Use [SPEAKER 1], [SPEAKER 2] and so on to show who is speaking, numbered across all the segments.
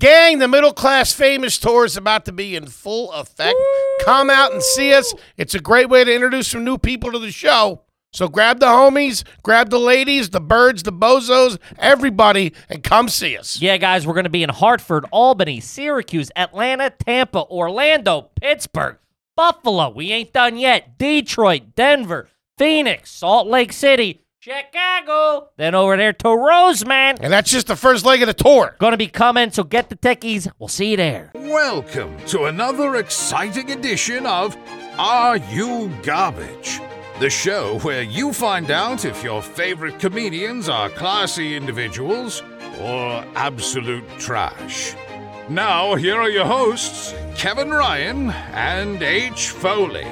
[SPEAKER 1] Gang, the middle class famous tour is about to be in full effect. Come out and see us. It's a great way to introduce some new people to the show. So grab the homies, grab the ladies, the birds, the bozos, everybody, and come see us.
[SPEAKER 2] Yeah, guys, we're going to be in Hartford, Albany, Syracuse, Atlanta, Tampa, Orlando, Pittsburgh, Buffalo. We ain't done yet. Detroit, Denver, Phoenix, Salt Lake City, Chicago. Then over there to Roseman.
[SPEAKER 1] And that's just the first leg of the tour.
[SPEAKER 2] Going to be coming, so get the techies. We'll see you there.
[SPEAKER 3] Welcome to another exciting edition of Are You Garbage? The show where you find out if your favorite comedians are classy individuals or absolute trash. Now, here are your hosts, Kevin Ryan and H. Foley.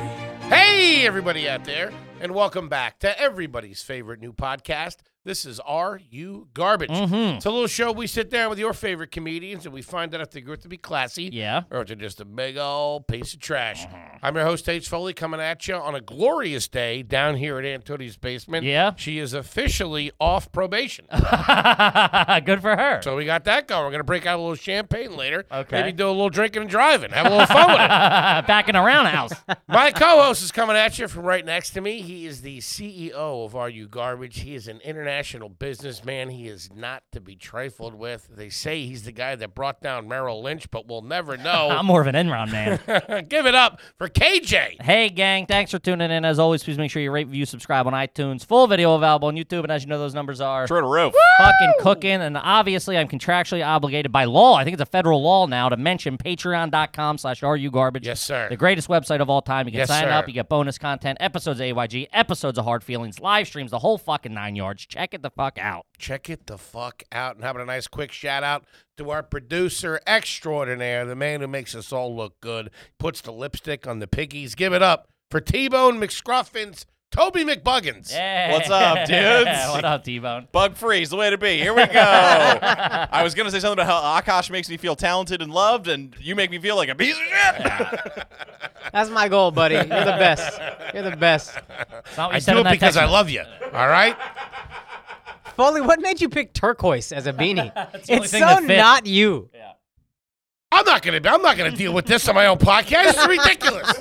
[SPEAKER 1] Hey, everybody out there, and welcome back to everybody's favorite new podcast. This is Are You Garbage? It's a little show we sit down with your favorite comedians and we find out if they're good to be classy
[SPEAKER 2] Yeah.
[SPEAKER 1] or if they're just a big old piece of trash.
[SPEAKER 2] Mm-hmm.
[SPEAKER 1] I'm your host, H. Foley, coming at you on a glorious day down here at Antoni's basement.
[SPEAKER 2] Yeah.
[SPEAKER 1] She is officially off probation.
[SPEAKER 2] Good for her.
[SPEAKER 1] So we got that going. We're going to break out a little champagne later.
[SPEAKER 2] Okay.
[SPEAKER 1] Maybe do a little drinking and driving. Have a little fun with it.
[SPEAKER 2] Back in the roundhouse.
[SPEAKER 1] My co-host is coming at you from right next to me. He is the CEO of Are You Garbage. He is an international businessman. He is not to be trifled with. They say he's the guy that brought down Merrill Lynch, but we'll never know.
[SPEAKER 2] I'm more of an Enron man.
[SPEAKER 1] Give it up for KJ.
[SPEAKER 2] Hey, gang, thanks for tuning in. As always, please make sure you rate, review, subscribe on iTunes. Full video available on YouTube. And as you know, those numbers are
[SPEAKER 4] Throw the roof.
[SPEAKER 2] fucking cooking. And obviously, I'm contractually obligated by law. I think it's a federal law now to mention patreon.com slash rugarbage.
[SPEAKER 1] Yes, sir.
[SPEAKER 2] The greatest website of all time. You can
[SPEAKER 1] Yes,
[SPEAKER 2] sign
[SPEAKER 1] sir.
[SPEAKER 2] up. You get bonus content, episodes of AYG, episodes of Hard Feelings, live streams, the whole fucking nine yards. Check it the fuck out.
[SPEAKER 1] Check it the fuck out and having a nice quick shout out to our producer extraordinaire, the man who makes us all look good, puts the lipstick on the piggies. Give it up for T-Bone McScruffins, Toby McBuggins.
[SPEAKER 4] What's up, dudes?
[SPEAKER 2] what up, T-Bone?
[SPEAKER 4] Bug free's the way to be. Here we go. I was gonna say something about how Akash makes me feel talented and loved, and you make me feel like a piece of shit.
[SPEAKER 5] That's my goal, buddy. You're the best. You're the best.
[SPEAKER 2] It's not what you
[SPEAKER 1] I
[SPEAKER 2] said
[SPEAKER 1] do
[SPEAKER 2] in
[SPEAKER 1] it
[SPEAKER 2] that
[SPEAKER 1] because
[SPEAKER 2] text
[SPEAKER 1] I
[SPEAKER 2] message.
[SPEAKER 1] love you. All right?
[SPEAKER 5] Foley, what made you pick turquoise as a beanie?
[SPEAKER 2] the only
[SPEAKER 5] it's
[SPEAKER 2] thing
[SPEAKER 5] so
[SPEAKER 2] that fit.
[SPEAKER 5] not you.
[SPEAKER 1] I'm not gonna. I'm not gonna deal with this on my own podcast. It's ridiculous.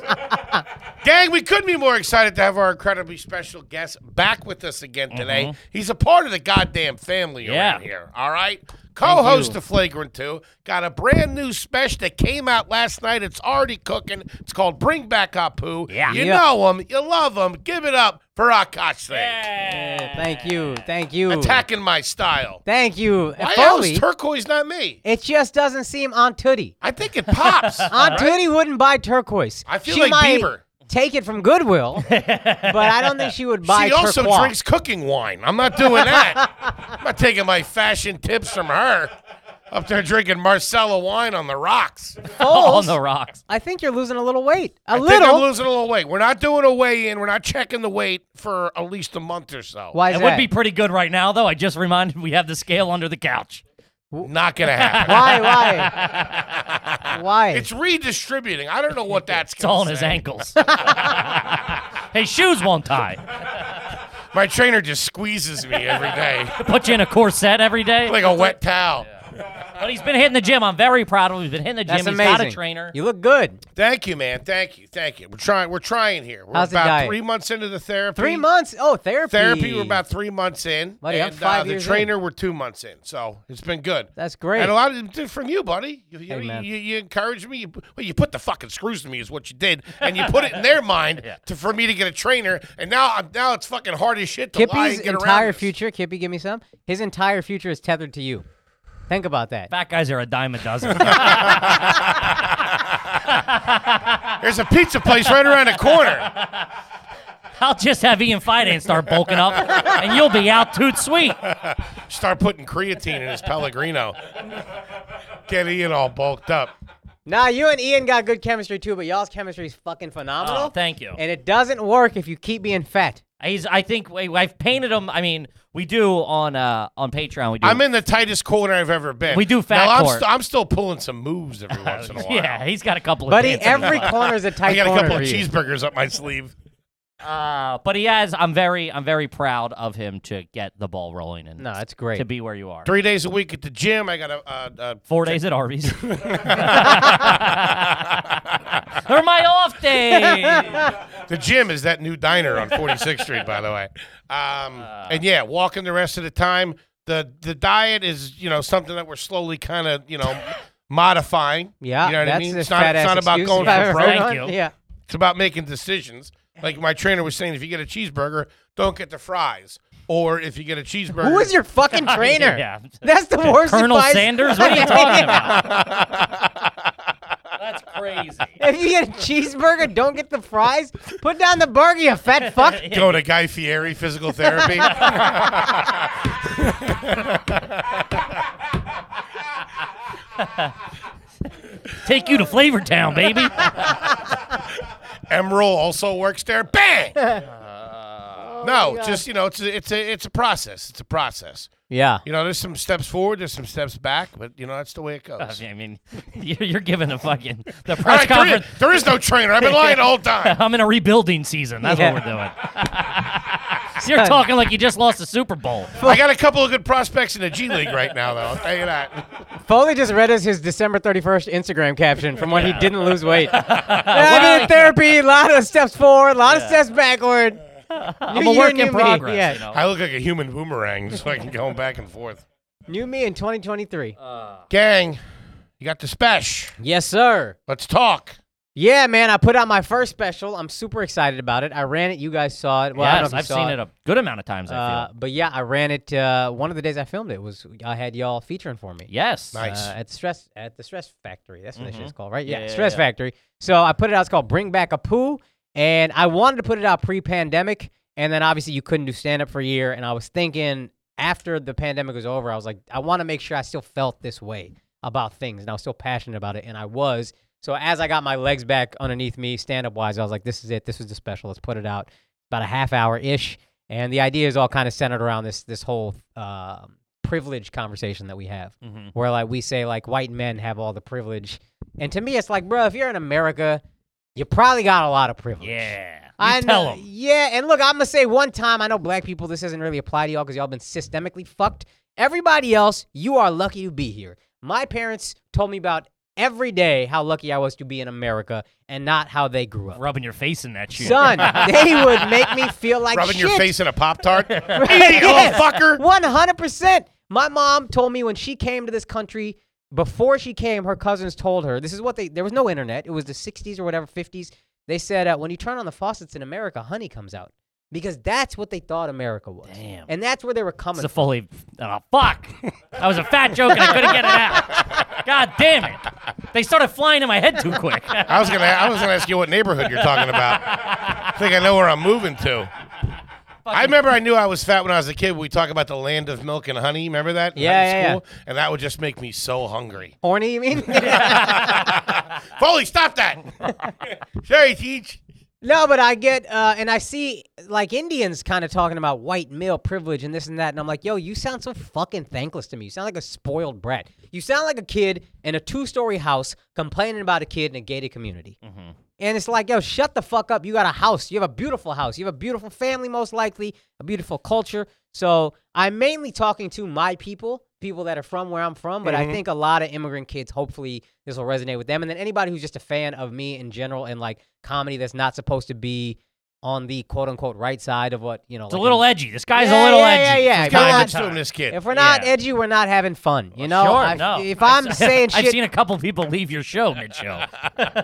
[SPEAKER 1] Gang, we couldn't be more excited to have our incredibly special guest back with us again today.
[SPEAKER 5] Mm-hmm.
[SPEAKER 1] He's a part of the goddamn family around
[SPEAKER 2] Yeah.
[SPEAKER 1] here. All right, co-host of Flagrant Two got a brand new special that came out last night. It's already cooking. It's called Bring Back Apu.
[SPEAKER 2] Yeah.
[SPEAKER 1] you
[SPEAKER 5] Yeah.
[SPEAKER 1] know him. You love him. Give it up for Akash Singh.
[SPEAKER 5] Yeah, thank you. Thank you.
[SPEAKER 1] Attacking my style.
[SPEAKER 5] Thank you.
[SPEAKER 1] Why
[SPEAKER 5] Foley,
[SPEAKER 1] else turquoise not me?
[SPEAKER 5] it just doesn't seem on Tootie.
[SPEAKER 1] I think it pops.
[SPEAKER 5] Aunt Tootie wouldn't buy turquoise.
[SPEAKER 1] I feel
[SPEAKER 5] she
[SPEAKER 1] like
[SPEAKER 5] might
[SPEAKER 1] Bieber.
[SPEAKER 5] Take it from Goodwill, but I don't think she would buy
[SPEAKER 1] She also
[SPEAKER 5] turquoise.
[SPEAKER 1] drinks cooking wine. I'm not doing that. I'm not taking my fashion tips from her. Up there drinking Marcella wine on the rocks.
[SPEAKER 2] All on
[SPEAKER 5] Foles,
[SPEAKER 2] the rocks.
[SPEAKER 5] I think you're losing a little weight. A
[SPEAKER 1] I
[SPEAKER 5] little.
[SPEAKER 1] think I'm losing a little weight. We're not doing a weigh in. We're not checking the weight for at least a month or so.
[SPEAKER 5] Why is
[SPEAKER 2] It
[SPEAKER 5] that?
[SPEAKER 2] would be pretty good right now, though. I just reminded we have the scale under the couch.
[SPEAKER 1] Not gonna happen.
[SPEAKER 5] Why? Why? Why?
[SPEAKER 1] It's redistributing. I don't know what that's.
[SPEAKER 2] It's all
[SPEAKER 1] gonna
[SPEAKER 2] in his
[SPEAKER 1] say.
[SPEAKER 2] ankles. hey, shoes won't tie.
[SPEAKER 1] My trainer just squeezes me every day
[SPEAKER 2] Put you in a corset every day.
[SPEAKER 1] like a wet towel.
[SPEAKER 2] But he's been hitting the gym. I'm very proud of him. He's been hitting the gym.
[SPEAKER 5] That's
[SPEAKER 2] He's
[SPEAKER 5] amazing.
[SPEAKER 2] got a trainer.
[SPEAKER 5] You look good.
[SPEAKER 1] Thank you, man. Thank you. Thank you. We're trying. We're trying here. We're
[SPEAKER 5] How's the
[SPEAKER 1] about
[SPEAKER 5] diet?
[SPEAKER 1] three months into the therapy.
[SPEAKER 5] Three months. Oh, therapy.
[SPEAKER 1] Therapy, we're about three months in.
[SPEAKER 5] Buddy, I'm
[SPEAKER 1] and uh,
[SPEAKER 5] five
[SPEAKER 1] the
[SPEAKER 5] years
[SPEAKER 1] trainer, we're two months in. So it's been good.
[SPEAKER 5] That's great.
[SPEAKER 1] And a lot of, from you, buddy. You, you,
[SPEAKER 5] Hey, man.
[SPEAKER 1] you, you encouraged me. You, well, you put the fucking screws to me, is what you did. And you put it in their mind to, for me to get a trainer. And now I'm now it's fucking hard as shit to lie
[SPEAKER 5] Kippy's
[SPEAKER 1] and get
[SPEAKER 5] entire
[SPEAKER 1] around. this.
[SPEAKER 5] future, Kippy, give me some. His entire future is tethered to you. Think about that.
[SPEAKER 2] Fat guys are a dime a dozen.
[SPEAKER 1] There's a pizza place right around the corner.
[SPEAKER 2] I'll just have Ian Finance start bulking up, and you'll be out toot sweet.
[SPEAKER 1] Start putting creatine in his Pellegrino. Get Ian all bulked up.
[SPEAKER 5] Nah, you and Ian got good chemistry too, but y'all's chemistry is fucking phenomenal.
[SPEAKER 2] Oh, thank you.
[SPEAKER 5] And it doesn't work if you keep being fat.
[SPEAKER 2] He's, I think we- I've painted him. I mean, we do on uh, on Patreon. We do.
[SPEAKER 1] I'm in the tightest corner I've ever been.
[SPEAKER 2] We do fat
[SPEAKER 1] now, I'm,
[SPEAKER 2] court.
[SPEAKER 1] st- I'm still pulling some moves every once in a while.
[SPEAKER 2] yeah, he's got a couple of
[SPEAKER 5] Buddy,
[SPEAKER 2] dancing
[SPEAKER 5] every
[SPEAKER 2] moves.
[SPEAKER 5] corner is a tight
[SPEAKER 1] I got a
[SPEAKER 5] corner
[SPEAKER 1] couple of
[SPEAKER 5] for you.
[SPEAKER 1] cheeseburgers up my sleeve.
[SPEAKER 2] Uh, but he has. I'm very, I'm very proud of him to get the ball rolling and
[SPEAKER 5] No, that's great.
[SPEAKER 2] to be where you are.
[SPEAKER 1] Three days a week at the gym. I got a. Uh, uh,
[SPEAKER 2] Four days at Arby's. They're my off days.
[SPEAKER 1] the gym is that new diner on 46th Street, by the way. Um, and yeah, walking the rest of the time. The the diet is you know something that we're slowly kind of you know modifying.
[SPEAKER 5] yeah,
[SPEAKER 1] you know what
[SPEAKER 5] that's
[SPEAKER 1] I mean.
[SPEAKER 5] a
[SPEAKER 1] It's not, it's
[SPEAKER 5] fat-ass
[SPEAKER 1] not about
[SPEAKER 5] excuse
[SPEAKER 1] going
[SPEAKER 5] if I've
[SPEAKER 1] for
[SPEAKER 5] ever
[SPEAKER 1] broke.
[SPEAKER 5] heard
[SPEAKER 2] Thank
[SPEAKER 5] one.
[SPEAKER 2] you.
[SPEAKER 5] Yeah.
[SPEAKER 1] It's about making decisions. Like my trainer was saying, if you get a cheeseburger, don't get the fries. Or if you get a cheeseburger,
[SPEAKER 5] Who is your fucking trainer?
[SPEAKER 2] Yeah.
[SPEAKER 5] That's the worst.
[SPEAKER 2] Colonel
[SPEAKER 5] advice-
[SPEAKER 2] Sanders? What are you talking about? That's crazy.
[SPEAKER 5] If you get a cheeseburger, don't get the fries. Put down the burger, you fat fuck.
[SPEAKER 1] go to Guy Fieri physical therapy?
[SPEAKER 2] Take you to Flavortown, baby.
[SPEAKER 1] Emeril also works there. Bang! no, just you know, it's a, it's a it's a process. It's a process.
[SPEAKER 5] Yeah.
[SPEAKER 1] You know, there's some steps forward, there's some steps back, but you know that's the way it goes.
[SPEAKER 2] I mean, you're, you're giving the fucking the
[SPEAKER 1] All
[SPEAKER 2] press
[SPEAKER 1] right, there is,
[SPEAKER 2] conference.
[SPEAKER 1] there is no trainer. I've been lying the whole time.
[SPEAKER 2] I'm in a rebuilding season. That's
[SPEAKER 5] Yeah.
[SPEAKER 2] what we're doing. you're talking like you just lost the Super Bowl.
[SPEAKER 1] I got a couple of good prospects in the G League right now, though. I'll tell you that.
[SPEAKER 5] Foley just read us his December 31st Instagram caption from when he didn't lose weight. I've
[SPEAKER 2] Wow.
[SPEAKER 5] been in therapy, a lot of steps forward, a lot of steps backward.
[SPEAKER 2] I'm
[SPEAKER 5] New
[SPEAKER 2] a
[SPEAKER 5] year,
[SPEAKER 2] work
[SPEAKER 5] new
[SPEAKER 2] in
[SPEAKER 5] me.
[SPEAKER 2] progress.
[SPEAKER 5] Yeah.
[SPEAKER 2] You know?
[SPEAKER 1] I look like a human boomerang, just like going back and forth.
[SPEAKER 5] New me in 2023.
[SPEAKER 2] Uh,
[SPEAKER 1] Gang, you got the spesh.
[SPEAKER 5] yes, sir.
[SPEAKER 1] Let's talk.
[SPEAKER 5] Yeah, man, I put out my first special. I'm super excited about it. I ran it. You guys saw it. Well, I don't know
[SPEAKER 2] yes,
[SPEAKER 5] if you
[SPEAKER 2] I've
[SPEAKER 5] saw
[SPEAKER 2] seen it a good amount of times. I
[SPEAKER 5] Uh,
[SPEAKER 2] feel.
[SPEAKER 5] but yeah, I ran it. Uh, one of the days I filmed it was I had y'all featuring for me.
[SPEAKER 2] Yes.
[SPEAKER 1] Nice.
[SPEAKER 5] Uh, at stress at the stress factory. That's what that shit's called, right?
[SPEAKER 2] Mm-hmm. Yeah,
[SPEAKER 5] Yeah,
[SPEAKER 2] yeah,
[SPEAKER 5] stress
[SPEAKER 2] yeah.
[SPEAKER 5] factory. So I put it out. It's called Bring Back a Poo, and I wanted to put it out pre-pandemic, and then obviously you couldn't do stand up for a year, and I was thinking after the pandemic was over, I was like, I want to make sure I still felt this way about things, and I was still passionate about it, and I was. So as I got my legs back underneath me, stand up wise, I was like, this is it. This was the special. Let's put it out. About a half hour ish, and the idea is all kind of centered around this this whole uh, privilege conversation that we have
[SPEAKER 2] Mhm.
[SPEAKER 5] where like we say like white men have all the privilege and to me it's like bro if you're in america you probably got a lot of privilege
[SPEAKER 2] Yeah. You
[SPEAKER 5] I
[SPEAKER 2] tell
[SPEAKER 5] know,
[SPEAKER 2] 'em.
[SPEAKER 5] Yeah, and look, I'm gonna say one time. I know black people. This doesn't really apply to y'all because y'all been systemically fucked. Everybody else, you are lucky to be here. My parents told me about every day how lucky I was to be in America and not how they grew up.
[SPEAKER 2] Rubbing your face in that shit.
[SPEAKER 5] Son, they would make me feel like
[SPEAKER 1] Rubbing your
[SPEAKER 5] shit.
[SPEAKER 1] face in a Pop Tart. Eat it,
[SPEAKER 5] Yes,
[SPEAKER 1] little fucker.
[SPEAKER 5] 100%. My mom told me when she came to this country, before she came, her cousins told her this is what they, there was no internet. It was the 60s or whatever, 50s. They said, uh, when you turn on the faucets in America, honey comes out because that's what they thought America was.
[SPEAKER 2] Damn.
[SPEAKER 5] And that's where they were coming
[SPEAKER 2] It's a fully. Oh, fuck. That was a fat joke and I couldn't get it out. God damn it. They started flying in my head too quick.
[SPEAKER 1] I was gonna. I was gonna ask you what neighborhood you're talking about. I think I know where I'm moving to. I remember I knew I was fat when I was a kid. We talk about the land of milk and honey. Remember that? in
[SPEAKER 5] Yeah,
[SPEAKER 1] high
[SPEAKER 5] yeah,
[SPEAKER 1] school? And that would just make me so hungry.
[SPEAKER 5] Horny, you mean?
[SPEAKER 1] Foley, stop that. Sorry, Teach.
[SPEAKER 5] No, but I get uh, and I see like Indians kind of talking about white male privilege and this and that, and I'm like, yo, you sound so fucking thankless to me. You sound like a spoiled brat. You sound like a kid in a two-story house complaining about a kid in a gated community. And it's like, yo, shut the fuck up. You got a house. You have a beautiful house. You have a beautiful family, most likely, a beautiful culture. So I'm mainly talking to my people, people that are from where I'm from, but I think a lot of immigrant kids, hopefully, this will resonate with them. And then anybody who's just a fan of me in general and like comedy that's not supposed to be on the quote unquote right side of what, you know.
[SPEAKER 2] It's a little edgy. This guy's a
[SPEAKER 5] Yeah,
[SPEAKER 2] little
[SPEAKER 5] yeah,
[SPEAKER 2] edgy.
[SPEAKER 5] yeah, yeah.
[SPEAKER 2] from
[SPEAKER 5] Come
[SPEAKER 2] time
[SPEAKER 5] on.
[SPEAKER 2] to
[SPEAKER 1] Let's do him
[SPEAKER 2] time.
[SPEAKER 1] this kid.
[SPEAKER 5] If we're not
[SPEAKER 2] Yeah.
[SPEAKER 5] edgy, we're not having fun. You know?
[SPEAKER 2] sure,
[SPEAKER 5] I-
[SPEAKER 2] no.
[SPEAKER 5] If I'm
[SPEAKER 2] I've-
[SPEAKER 5] saying
[SPEAKER 2] I've
[SPEAKER 5] shit,
[SPEAKER 2] seen a couple people leave your show mid show.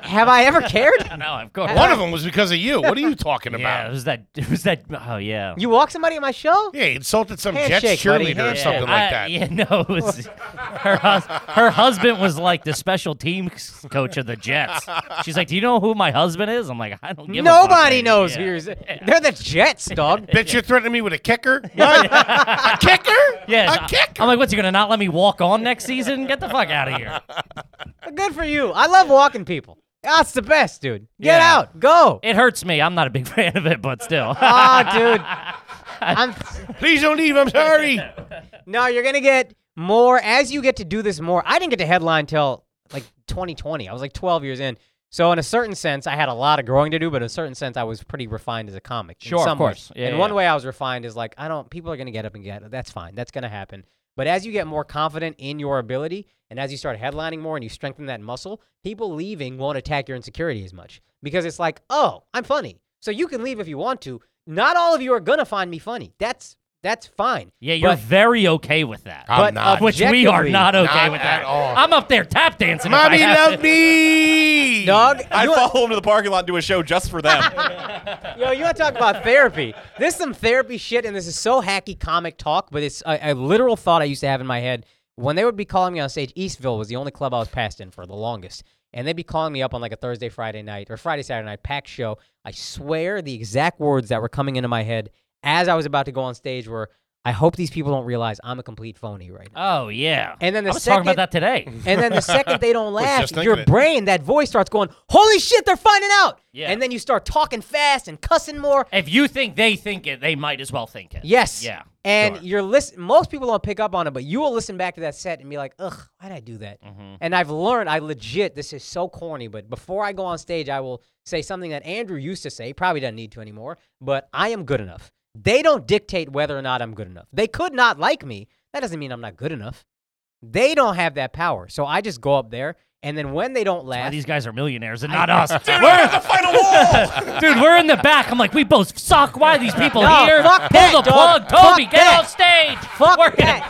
[SPEAKER 5] have I ever cared?
[SPEAKER 2] no, of course.
[SPEAKER 1] One of them was because of you. What are you talking
[SPEAKER 2] Yeah, it
[SPEAKER 1] about?
[SPEAKER 2] was that. It was that. Oh yeah.
[SPEAKER 5] You walk somebody in my show?
[SPEAKER 1] Yeah, he insulted some Jets
[SPEAKER 5] Handshake, buddy,
[SPEAKER 1] cheerleader or
[SPEAKER 5] handshake.
[SPEAKER 1] something like
[SPEAKER 2] I-
[SPEAKER 1] that.
[SPEAKER 2] Yeah, no, it was her, hus- her husband was like the special teams coach of the Jets. She's like, "Do you know who my husband is?" I'm like, "I don't give a fuck,
[SPEAKER 5] Nobody
[SPEAKER 2] lady."
[SPEAKER 5] knows
[SPEAKER 2] yeah.
[SPEAKER 5] who's. They're the Jets, dog.
[SPEAKER 1] Bitch, you're threatening me with a kicker? What? a kicker?
[SPEAKER 2] Yeah,
[SPEAKER 1] a
[SPEAKER 2] I-
[SPEAKER 1] kicker.
[SPEAKER 2] I'm like, "What's he gonna not let me walk on next season? Get the fuck out of here!"
[SPEAKER 5] Good for you. I love walking people. That's the best, dude. Get
[SPEAKER 2] Yeah.
[SPEAKER 5] out. Go.
[SPEAKER 2] It hurts me. I'm not a big fan of it, but still.
[SPEAKER 5] Ah, dude. I'm.
[SPEAKER 1] Please don't leave. I'm sorry.
[SPEAKER 5] No, you're gonna get more as you get to do this more. I didn't get to headline till like 2020. I was like 12 years in. So in a certain sense, I had a lot of growing to do, but in a certain sense, I was pretty refined as a comic. in
[SPEAKER 2] Sure, of
[SPEAKER 5] some ways.
[SPEAKER 2] course. Yeah,
[SPEAKER 5] in
[SPEAKER 2] yeah,
[SPEAKER 5] one
[SPEAKER 2] yeah.
[SPEAKER 5] way, I was refined is like I don't. People are gonna get up and get. it. That's fine. That's gonna happen. But as you get more confident in your ability, and as you start headlining more, and you strengthen that muscle, people leaving won't attack your insecurity as much because it's like, oh, I'm funny, so you can leave if you want to. Not all of you are gonna find me funny. That's that's fine.
[SPEAKER 2] Yeah, you're
[SPEAKER 5] But-
[SPEAKER 2] very okay with that.
[SPEAKER 1] I'm
[SPEAKER 5] but
[SPEAKER 1] not.
[SPEAKER 2] which we are
[SPEAKER 5] objectively-
[SPEAKER 2] not okay
[SPEAKER 1] Not
[SPEAKER 2] with
[SPEAKER 1] at
[SPEAKER 2] that.
[SPEAKER 1] all.
[SPEAKER 2] I'm up there tap dancing. if I
[SPEAKER 1] Mommy
[SPEAKER 2] have
[SPEAKER 1] love
[SPEAKER 2] to.
[SPEAKER 1] me.
[SPEAKER 5] Dog,
[SPEAKER 4] I
[SPEAKER 5] you-
[SPEAKER 4] follow him to the parking lot and do a show just for them.
[SPEAKER 5] Yo, you want to talk about therapy? This is some therapy shit, and this is so hacky comic talk, but it's a, a literal thought I used to have in my head. When they would be calling me on stage, Eastville was the only club I was passed in for the longest. And they'd be calling me up on like a Thursday, Friday night, or Friday, Saturday night, pack show. I swear the exact words that were coming into my head as I was about to go on stage were, I hope these people don't realize I'm a complete phony right now.
[SPEAKER 2] Oh yeah.
[SPEAKER 5] And then the
[SPEAKER 2] I was talking about
[SPEAKER 5] second-
[SPEAKER 2] that today.
[SPEAKER 5] And then the second they don't laugh,
[SPEAKER 1] just thinking
[SPEAKER 5] your
[SPEAKER 1] it.
[SPEAKER 5] brain, that voice starts going, holy shit, they're finding out.
[SPEAKER 2] Yeah.
[SPEAKER 5] And then you start talking fast and cussing more.
[SPEAKER 2] If you think they think it, they might as well think it.
[SPEAKER 5] Yes.
[SPEAKER 2] Yeah.
[SPEAKER 5] And
[SPEAKER 2] sure.
[SPEAKER 5] you're listen. Most people don't pick up on it, but you will listen back to that set and be like, "Ugh, why'd I do that?"
[SPEAKER 2] Mm-hmm.
[SPEAKER 5] And I've learned. I legit. This is so corny, but before I go on stage, I will say something that Andrew used to say. Probably doesn't need to anymore. But I am good enough. They don't dictate whether or not I'm good enough. They could not like me. That doesn't mean I'm not good enough. They don't have that power. So I just go up there, and then when they don't
[SPEAKER 2] Why
[SPEAKER 5] laugh,
[SPEAKER 2] these guys are millionaires and not us.
[SPEAKER 4] Dude, we're at the final wall.
[SPEAKER 2] Dude, we're in the back. I'm like, we both suck. Why are these people
[SPEAKER 5] No,
[SPEAKER 2] here? Pull
[SPEAKER 5] fuck that,
[SPEAKER 2] the
[SPEAKER 5] dog.
[SPEAKER 2] plug, Toby.
[SPEAKER 5] Fuck
[SPEAKER 2] get
[SPEAKER 5] that.
[SPEAKER 2] off stage.
[SPEAKER 5] Fuck
[SPEAKER 2] we're gonna-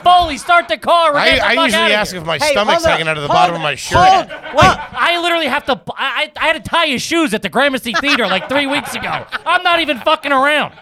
[SPEAKER 2] Foley, start the car. We're
[SPEAKER 1] I,
[SPEAKER 2] getting the fuck
[SPEAKER 1] I usually
[SPEAKER 2] outta
[SPEAKER 1] ask
[SPEAKER 2] here.
[SPEAKER 1] if my
[SPEAKER 5] Hey,
[SPEAKER 1] stomach's
[SPEAKER 5] hold up,
[SPEAKER 1] hanging out of the
[SPEAKER 5] hold
[SPEAKER 1] bottom
[SPEAKER 5] up,
[SPEAKER 1] of my shirt.
[SPEAKER 5] hold
[SPEAKER 2] Wait, I literally have to. I, I I had to tie his shoes at the Gramercy Theater like three weeks ago. I'm not even fucking around.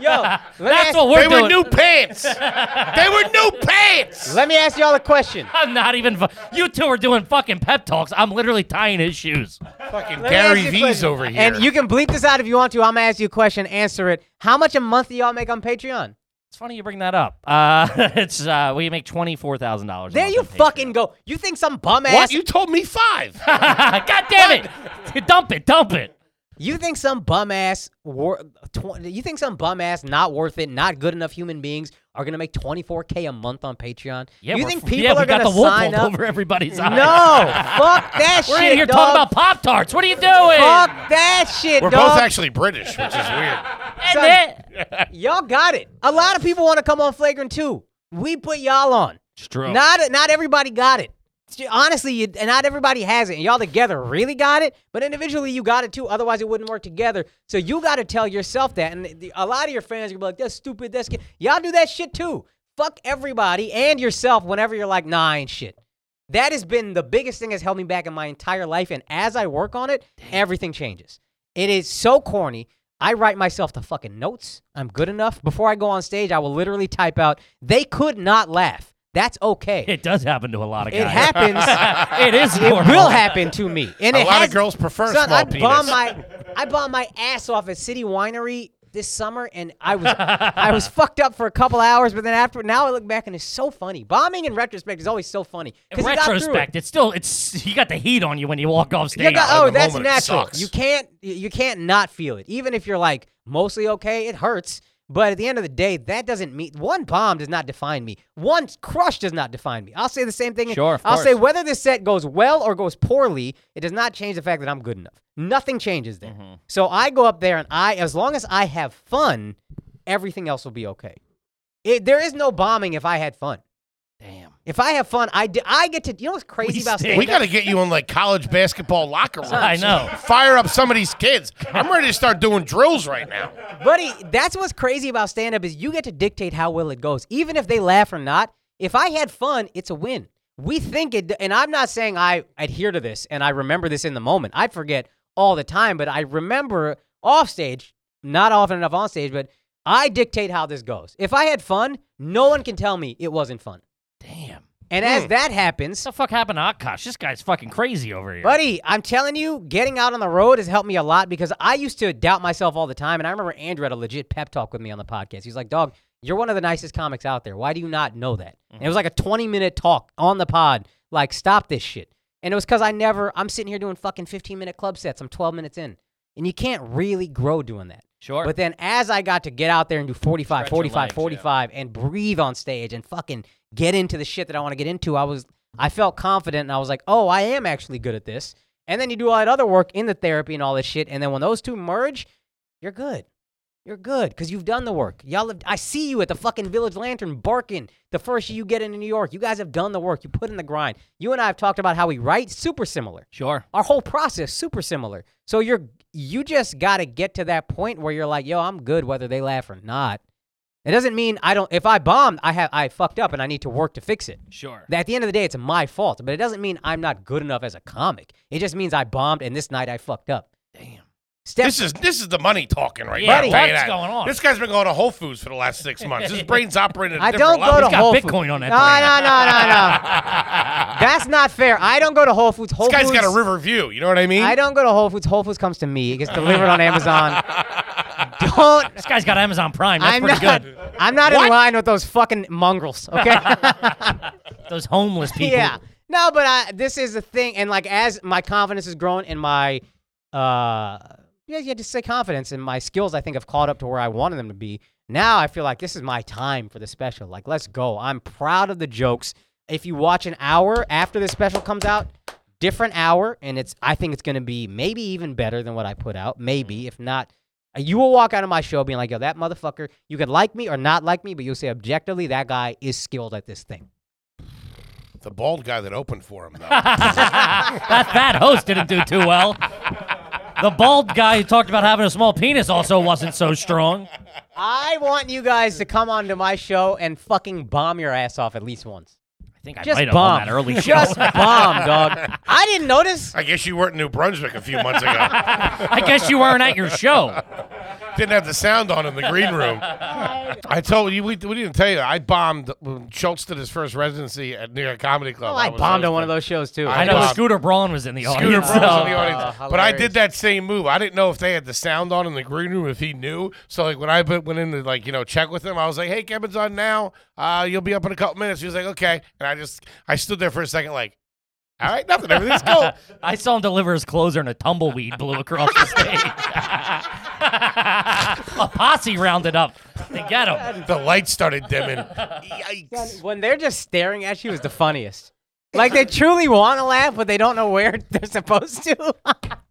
[SPEAKER 5] yo, let me
[SPEAKER 2] That's
[SPEAKER 5] ask-
[SPEAKER 2] what we're
[SPEAKER 1] They
[SPEAKER 2] doing.
[SPEAKER 1] were new pants. they were new pants.
[SPEAKER 5] Let me ask y'all a question.
[SPEAKER 2] I'm not even. Fu- you two are doing fucking pep talks. I'm literally tying his shoes.
[SPEAKER 1] Fucking
[SPEAKER 5] Let me ask
[SPEAKER 1] Gary
[SPEAKER 5] you a
[SPEAKER 1] V's
[SPEAKER 5] question.
[SPEAKER 1] over here.
[SPEAKER 5] And you can bleep this out if you want to. I'm gonna ask you a question, answer it. How much a month do y'all make on Patreon?
[SPEAKER 2] It's funny you bring that up. Uh, it's uh, we make twenty four thousand dollars.
[SPEAKER 5] There you fucking go. You think some bum ass
[SPEAKER 1] what? You told me five.
[SPEAKER 2] God damn it! dump it, dump it.
[SPEAKER 5] you think some bum ass wor- tw- you think some bum ass not worth it, not good enough human beings are gonna make 24k a month on Patreon?
[SPEAKER 2] Yeah,
[SPEAKER 5] you
[SPEAKER 2] we're
[SPEAKER 5] think
[SPEAKER 2] f-
[SPEAKER 5] people
[SPEAKER 2] yeah,
[SPEAKER 5] are
[SPEAKER 2] we got
[SPEAKER 5] gonna
[SPEAKER 2] the wool
[SPEAKER 5] sign
[SPEAKER 2] pulled
[SPEAKER 5] up?
[SPEAKER 2] over everybody's
[SPEAKER 5] No,
[SPEAKER 2] eyes.
[SPEAKER 5] fuck that
[SPEAKER 2] We're
[SPEAKER 5] shit.
[SPEAKER 2] in here
[SPEAKER 5] dog.
[SPEAKER 2] talking about Pop Tarts. What are you doing?
[SPEAKER 5] fuck that shit,
[SPEAKER 1] We're
[SPEAKER 5] dog.
[SPEAKER 1] both actually British, which is weird.
[SPEAKER 2] And
[SPEAKER 5] son.
[SPEAKER 2] it-
[SPEAKER 5] y'all got it. A lot of people want to come on Flagrant too. We put y'all on.
[SPEAKER 2] It's true.
[SPEAKER 5] Not not everybody got it. Honestly, you, and not everybody has it. And y'all together really got it, but individually you got it too. Otherwise, it wouldn't work together. So you got to tell yourself that. And the, a lot of your fans are gonna be like, "That's stupid. That's ki-" y'all do that shit too." Fuck everybody and yourself. Whenever you're like, "Nah, I ain't shit." That has been the biggest thing that's held me back in my entire life. And as I work on it, everything changes. It is so corny. I write myself the fucking notes. I'm good enough. Before I go on stage, I will literally type out, they could not laugh. That's okay.
[SPEAKER 2] It does happen to a lot of guys.
[SPEAKER 5] It happens.
[SPEAKER 2] it is.
[SPEAKER 5] it
[SPEAKER 2] normal.
[SPEAKER 5] will happen to me. And
[SPEAKER 1] A
[SPEAKER 5] it
[SPEAKER 1] lot
[SPEAKER 5] has,
[SPEAKER 1] of girls prefer
[SPEAKER 5] son,
[SPEAKER 1] small
[SPEAKER 5] I
[SPEAKER 1] penis.
[SPEAKER 5] bombed my I bombed my ass off at City Winery this summer and I was I was fucked up for a couple hours, but then after now I look back and it's so funny. Bombing in retrospect is always so funny.
[SPEAKER 2] In
[SPEAKER 5] 'cause you got through it.
[SPEAKER 2] retrospect, it's still it's you got the heat on you when you walk off stage.
[SPEAKER 5] You got-
[SPEAKER 1] in
[SPEAKER 5] oh,
[SPEAKER 1] the
[SPEAKER 5] that's
[SPEAKER 1] moment, it
[SPEAKER 5] natural.
[SPEAKER 1] sucks.
[SPEAKER 5] You can't you- you can't not feel it. Even if you're like mostly okay, it hurts. But at the end of the day, that doesn't mean one bomb does not define me. One crush does not define me. I'll say the same thing.
[SPEAKER 2] Sure, of
[SPEAKER 5] I'll say
[SPEAKER 2] course.
[SPEAKER 5] whether this set goes well or goes poorly, it does not change the fact that I'm good enough. Nothing changes there. So I go up there and I, as long as I have fun, everything else will be okay. It, there is no bombing if I had fun.
[SPEAKER 2] Damn.
[SPEAKER 5] If I have fun, I, d- I get to. You know what's crazy
[SPEAKER 2] We
[SPEAKER 5] about
[SPEAKER 2] stink.
[SPEAKER 5] stand-up?
[SPEAKER 1] We got to get you in like college basketball locker rooms.
[SPEAKER 2] I know.
[SPEAKER 1] Fire up some of these kids. I'm ready to start doing drills right now.
[SPEAKER 5] Buddy, that's what's crazy about stand up is you get to dictate how well it goes. Even if they laugh or not, if I had fun, it's a win. We think it and I'm not saying I adhere to this and I remember this in the moment. I forget all the time, but I remember off stage, not often enough on stage, but I dictate how this goes. If I had fun, no one can tell me it wasn't fun.
[SPEAKER 2] Damn. What
[SPEAKER 5] And as that happens,
[SPEAKER 2] the fuck happened to Akash? This guy's fucking crazy over here.
[SPEAKER 5] Buddy, I'm telling you, getting out on the road has helped me a lot because I used to doubt myself all the time. And I remember Andrew had a legit pep talk with me on the podcast. He's like, Dog, you're one of the nicest comics out there. Why do you not know that? And it was like a 20 minute talk on the pod, like, stop this shit. And it was because I never, I'm sitting here doing fucking 15 minute club sets. I'm 12 minutes in. And you can't really grow doing that.
[SPEAKER 2] Sure.
[SPEAKER 5] But then as I got to get out there and do 45,
[SPEAKER 2] Stretch your
[SPEAKER 5] 45,
[SPEAKER 2] legs, yeah.
[SPEAKER 5] 45 and breathe on stage and fucking get into the shit that I want to get into, I was I felt confident and I was like, "Oh, I am actually good at this." And then you do all that other work in the therapy and all this shit. And then when those two merge, you're good. You're good because you've done the work. Y'all, have, I see you at the fucking Village Lantern barking the first year you get into New York. You guys have done the work. You put in the grind. You and I have talked about how we write super similar.
[SPEAKER 2] Sure.
[SPEAKER 5] Our whole process super similar. So you're you just got to get to that point where you're like, yo, I'm good whether they laugh or not. It doesn't mean I don't. If I bombed, I have I fucked up and I need to work to fix it.
[SPEAKER 2] Sure.
[SPEAKER 5] At the end of the day, it's my fault, but it doesn't mean I'm not good enough as a comic. It just means I bombed and this night I fucked up.
[SPEAKER 2] Damn.
[SPEAKER 5] Steph,
[SPEAKER 1] This is this is the money talking right
[SPEAKER 2] Yeah,
[SPEAKER 1] now. I'll tell you
[SPEAKER 2] what's
[SPEAKER 1] that.
[SPEAKER 2] going on?
[SPEAKER 1] This guy's been going to Whole Foods for the last six months. His brain's operating. At
[SPEAKER 5] I
[SPEAKER 1] different
[SPEAKER 5] don't go to
[SPEAKER 1] levels.
[SPEAKER 2] got
[SPEAKER 5] Whole
[SPEAKER 2] Bitcoin
[SPEAKER 5] Foods.
[SPEAKER 2] on that
[SPEAKER 5] No, no, no, no, no. That's not fair. I don't go to Whole Foods. Whole
[SPEAKER 1] This guy's
[SPEAKER 5] Foods.
[SPEAKER 1] got a river view. You know what I mean?
[SPEAKER 5] I don't go to Whole Foods. Whole Foods comes to me. It gets delivered on Amazon. Don't.
[SPEAKER 2] This guy's got Amazon Prime. That's
[SPEAKER 5] I'm
[SPEAKER 2] pretty
[SPEAKER 5] not.
[SPEAKER 2] good.
[SPEAKER 5] I'm not in line with those fucking mongrels. Okay.
[SPEAKER 2] Those homeless people.
[SPEAKER 5] Yeah. No, but I, this is the thing, and like as my confidence has grown and my, uh, yeah, yeah, just say confidence and my skills, I think have caught up to where I wanted them to be. Now I feel like this is my time for the special. Like, let's go. I'm proud of the jokes. If you watch an hour after the special comes out, different hour, and it's I think it's gonna be maybe even better than what I put out. Maybe if not. uh, You will walk out of my show being like, yo, that motherfucker, you can like me or not like me, but you'll say objectively, that guy is skilled at this thing.
[SPEAKER 1] The bald guy that opened for him, though.
[SPEAKER 2] that fat host didn't do too well. The bald guy who talked about having a small penis also wasn't so strong.
[SPEAKER 5] I want you guys to come onto my show and fucking bomb your ass off at least once.
[SPEAKER 2] I think I
[SPEAKER 5] Just
[SPEAKER 2] played
[SPEAKER 5] bomb.
[SPEAKER 2] on that early show.
[SPEAKER 5] Just bomb, dog. I didn't notice.
[SPEAKER 1] I guess you weren't in New Brunswick a few months ago.
[SPEAKER 2] I guess you weren't at your show.
[SPEAKER 1] didn't have the sound on in the green room. I told you, we, we didn't tell you. I bombed when Schultz did his first residency at New York Comedy Club.
[SPEAKER 5] Oh, I
[SPEAKER 1] was-
[SPEAKER 5] bombed
[SPEAKER 1] that
[SPEAKER 5] on
[SPEAKER 1] was
[SPEAKER 5] one of those shows too.
[SPEAKER 1] I
[SPEAKER 2] I know
[SPEAKER 1] Bomb.
[SPEAKER 2] Scooter Braun was in the
[SPEAKER 1] Scooter
[SPEAKER 2] audience.
[SPEAKER 1] Braun was in
[SPEAKER 2] so-
[SPEAKER 1] the audience.
[SPEAKER 5] Oh,
[SPEAKER 1] but I
[SPEAKER 5] hilarious.
[SPEAKER 1] did that same move. I didn't know if they had the sound on in the green room, if he knew. So like when I bu- went in to like you know check with him, I was like, "Hey, Kevin's on now. Uh, you'll be up in a couple minutes." He was like, "Okay," and I just I stood there for a second like, "All right, nothing. Everything's cool."
[SPEAKER 2] I saw him deliver his closer and a tumbleweed blew across the stage. a posse rounded up to get him.
[SPEAKER 1] the lights started dimming. Yikes!
[SPEAKER 5] when they're just staring at you is the funniest. Like they truly want to laugh, but they don't know where they're supposed to.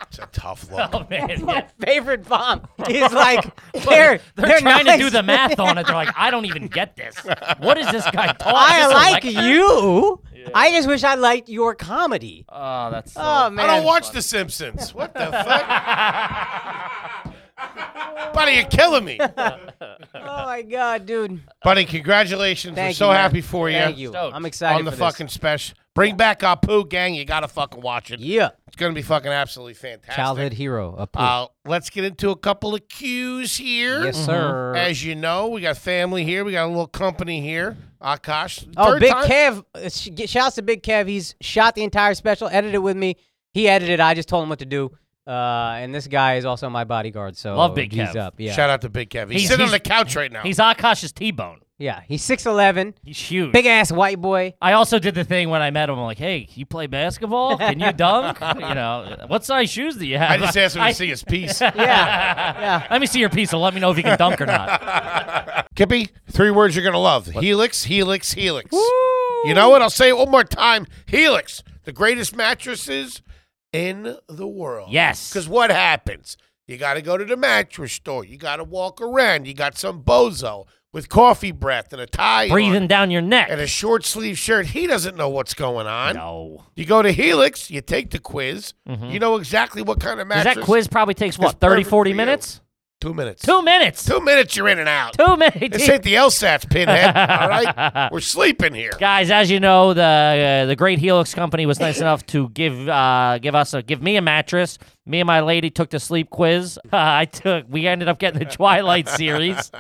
[SPEAKER 1] It's a tough look.
[SPEAKER 2] Oh, man.
[SPEAKER 5] my
[SPEAKER 2] yeah.
[SPEAKER 5] favorite bomb is like they're
[SPEAKER 2] They're, trying
[SPEAKER 5] nice.
[SPEAKER 2] to do the math on it. They're like, I don't even get this. What is this guy talking?
[SPEAKER 5] I like you. I just wish I liked your comedy.
[SPEAKER 2] Oh, that's so.
[SPEAKER 5] oh man,
[SPEAKER 1] I don't watch The Simpsons. What the fuck? Buddy, you're killing me.
[SPEAKER 5] Oh my god, dude.
[SPEAKER 1] Buddy, congratulations. We're
[SPEAKER 5] Thank
[SPEAKER 1] so
[SPEAKER 5] you, man.
[SPEAKER 1] happy for you.
[SPEAKER 5] Thank you.
[SPEAKER 2] Stoked.
[SPEAKER 5] I'm excited
[SPEAKER 1] on the
[SPEAKER 5] for this.
[SPEAKER 1] fucking special. Bring back Apu, gang. You gotta fucking watch it.
[SPEAKER 5] yeah.
[SPEAKER 1] It's gonna be fucking absolutely fantastic.
[SPEAKER 5] Childhood hero. A poo.
[SPEAKER 1] Uh, mm-hmm. let's get into a couple of cues here.
[SPEAKER 5] yes, sir.
[SPEAKER 1] As you know, we got family here. We got a little company here. Akash.
[SPEAKER 5] Oh,
[SPEAKER 1] third
[SPEAKER 5] Big
[SPEAKER 1] time-
[SPEAKER 5] Kev. uh, sh- g- Shouts to Big Kev. He's shot the entire special, edited with me. He edited. I just told him what to do. Uh, and this guy is also my bodyguard. So
[SPEAKER 2] Love Big
[SPEAKER 5] he's
[SPEAKER 2] Kev.
[SPEAKER 5] up. Yeah,
[SPEAKER 1] Shout out to Big Kev. He's,
[SPEAKER 2] He's-
[SPEAKER 1] sitting
[SPEAKER 2] he's-
[SPEAKER 1] on the couch right now.
[SPEAKER 2] He's Akash's T-bone.
[SPEAKER 5] yeah. He's six eleven,
[SPEAKER 2] He's huge.
[SPEAKER 5] big ass white boy.
[SPEAKER 2] I also did the thing when I met him. I'm like, hey, you play basketball? Can you dunk? you know, what size shoes do you have?
[SPEAKER 1] I just asked him
[SPEAKER 2] I-
[SPEAKER 1] to see his piece.
[SPEAKER 5] Yeah, yeah.
[SPEAKER 2] Let me see your piece and let me know if you can dunk or not.
[SPEAKER 1] Kippy, three words you're gonna love: Helix, Helix, Helix. You know what? I'll say it one more time: Helix, the greatest mattresses in the world.
[SPEAKER 2] Yes.
[SPEAKER 1] Because what happens? You got to go to the mattress store. You got to walk around. You got some bozo with coffee breath and a tie
[SPEAKER 2] Breathing
[SPEAKER 1] on
[SPEAKER 2] down your neck.
[SPEAKER 1] and a short sleeve shirt. He doesn't know what's going on.
[SPEAKER 2] no.
[SPEAKER 1] You go to Helix. You take the quiz. You know exactly what kind of
[SPEAKER 2] Because
[SPEAKER 1] mattress.
[SPEAKER 2] that quiz probably takes,
[SPEAKER 1] It's
[SPEAKER 2] what,
[SPEAKER 1] perfect
[SPEAKER 2] 30,
[SPEAKER 1] for
[SPEAKER 2] 40
[SPEAKER 1] you.
[SPEAKER 2] minutes?
[SPEAKER 1] Two minutes.
[SPEAKER 2] Two minutes.
[SPEAKER 1] Two minutes. You're in and out.
[SPEAKER 2] Two minutes.
[SPEAKER 1] This ain't the LSATs, pinhead. All right, we're sleeping here.
[SPEAKER 2] Guys, as you know, the uh, the Great Helix Company was nice enough to give uh, give us a, give me a mattress. Me and my lady took the sleep quiz. I took. We ended up getting the Twilight series.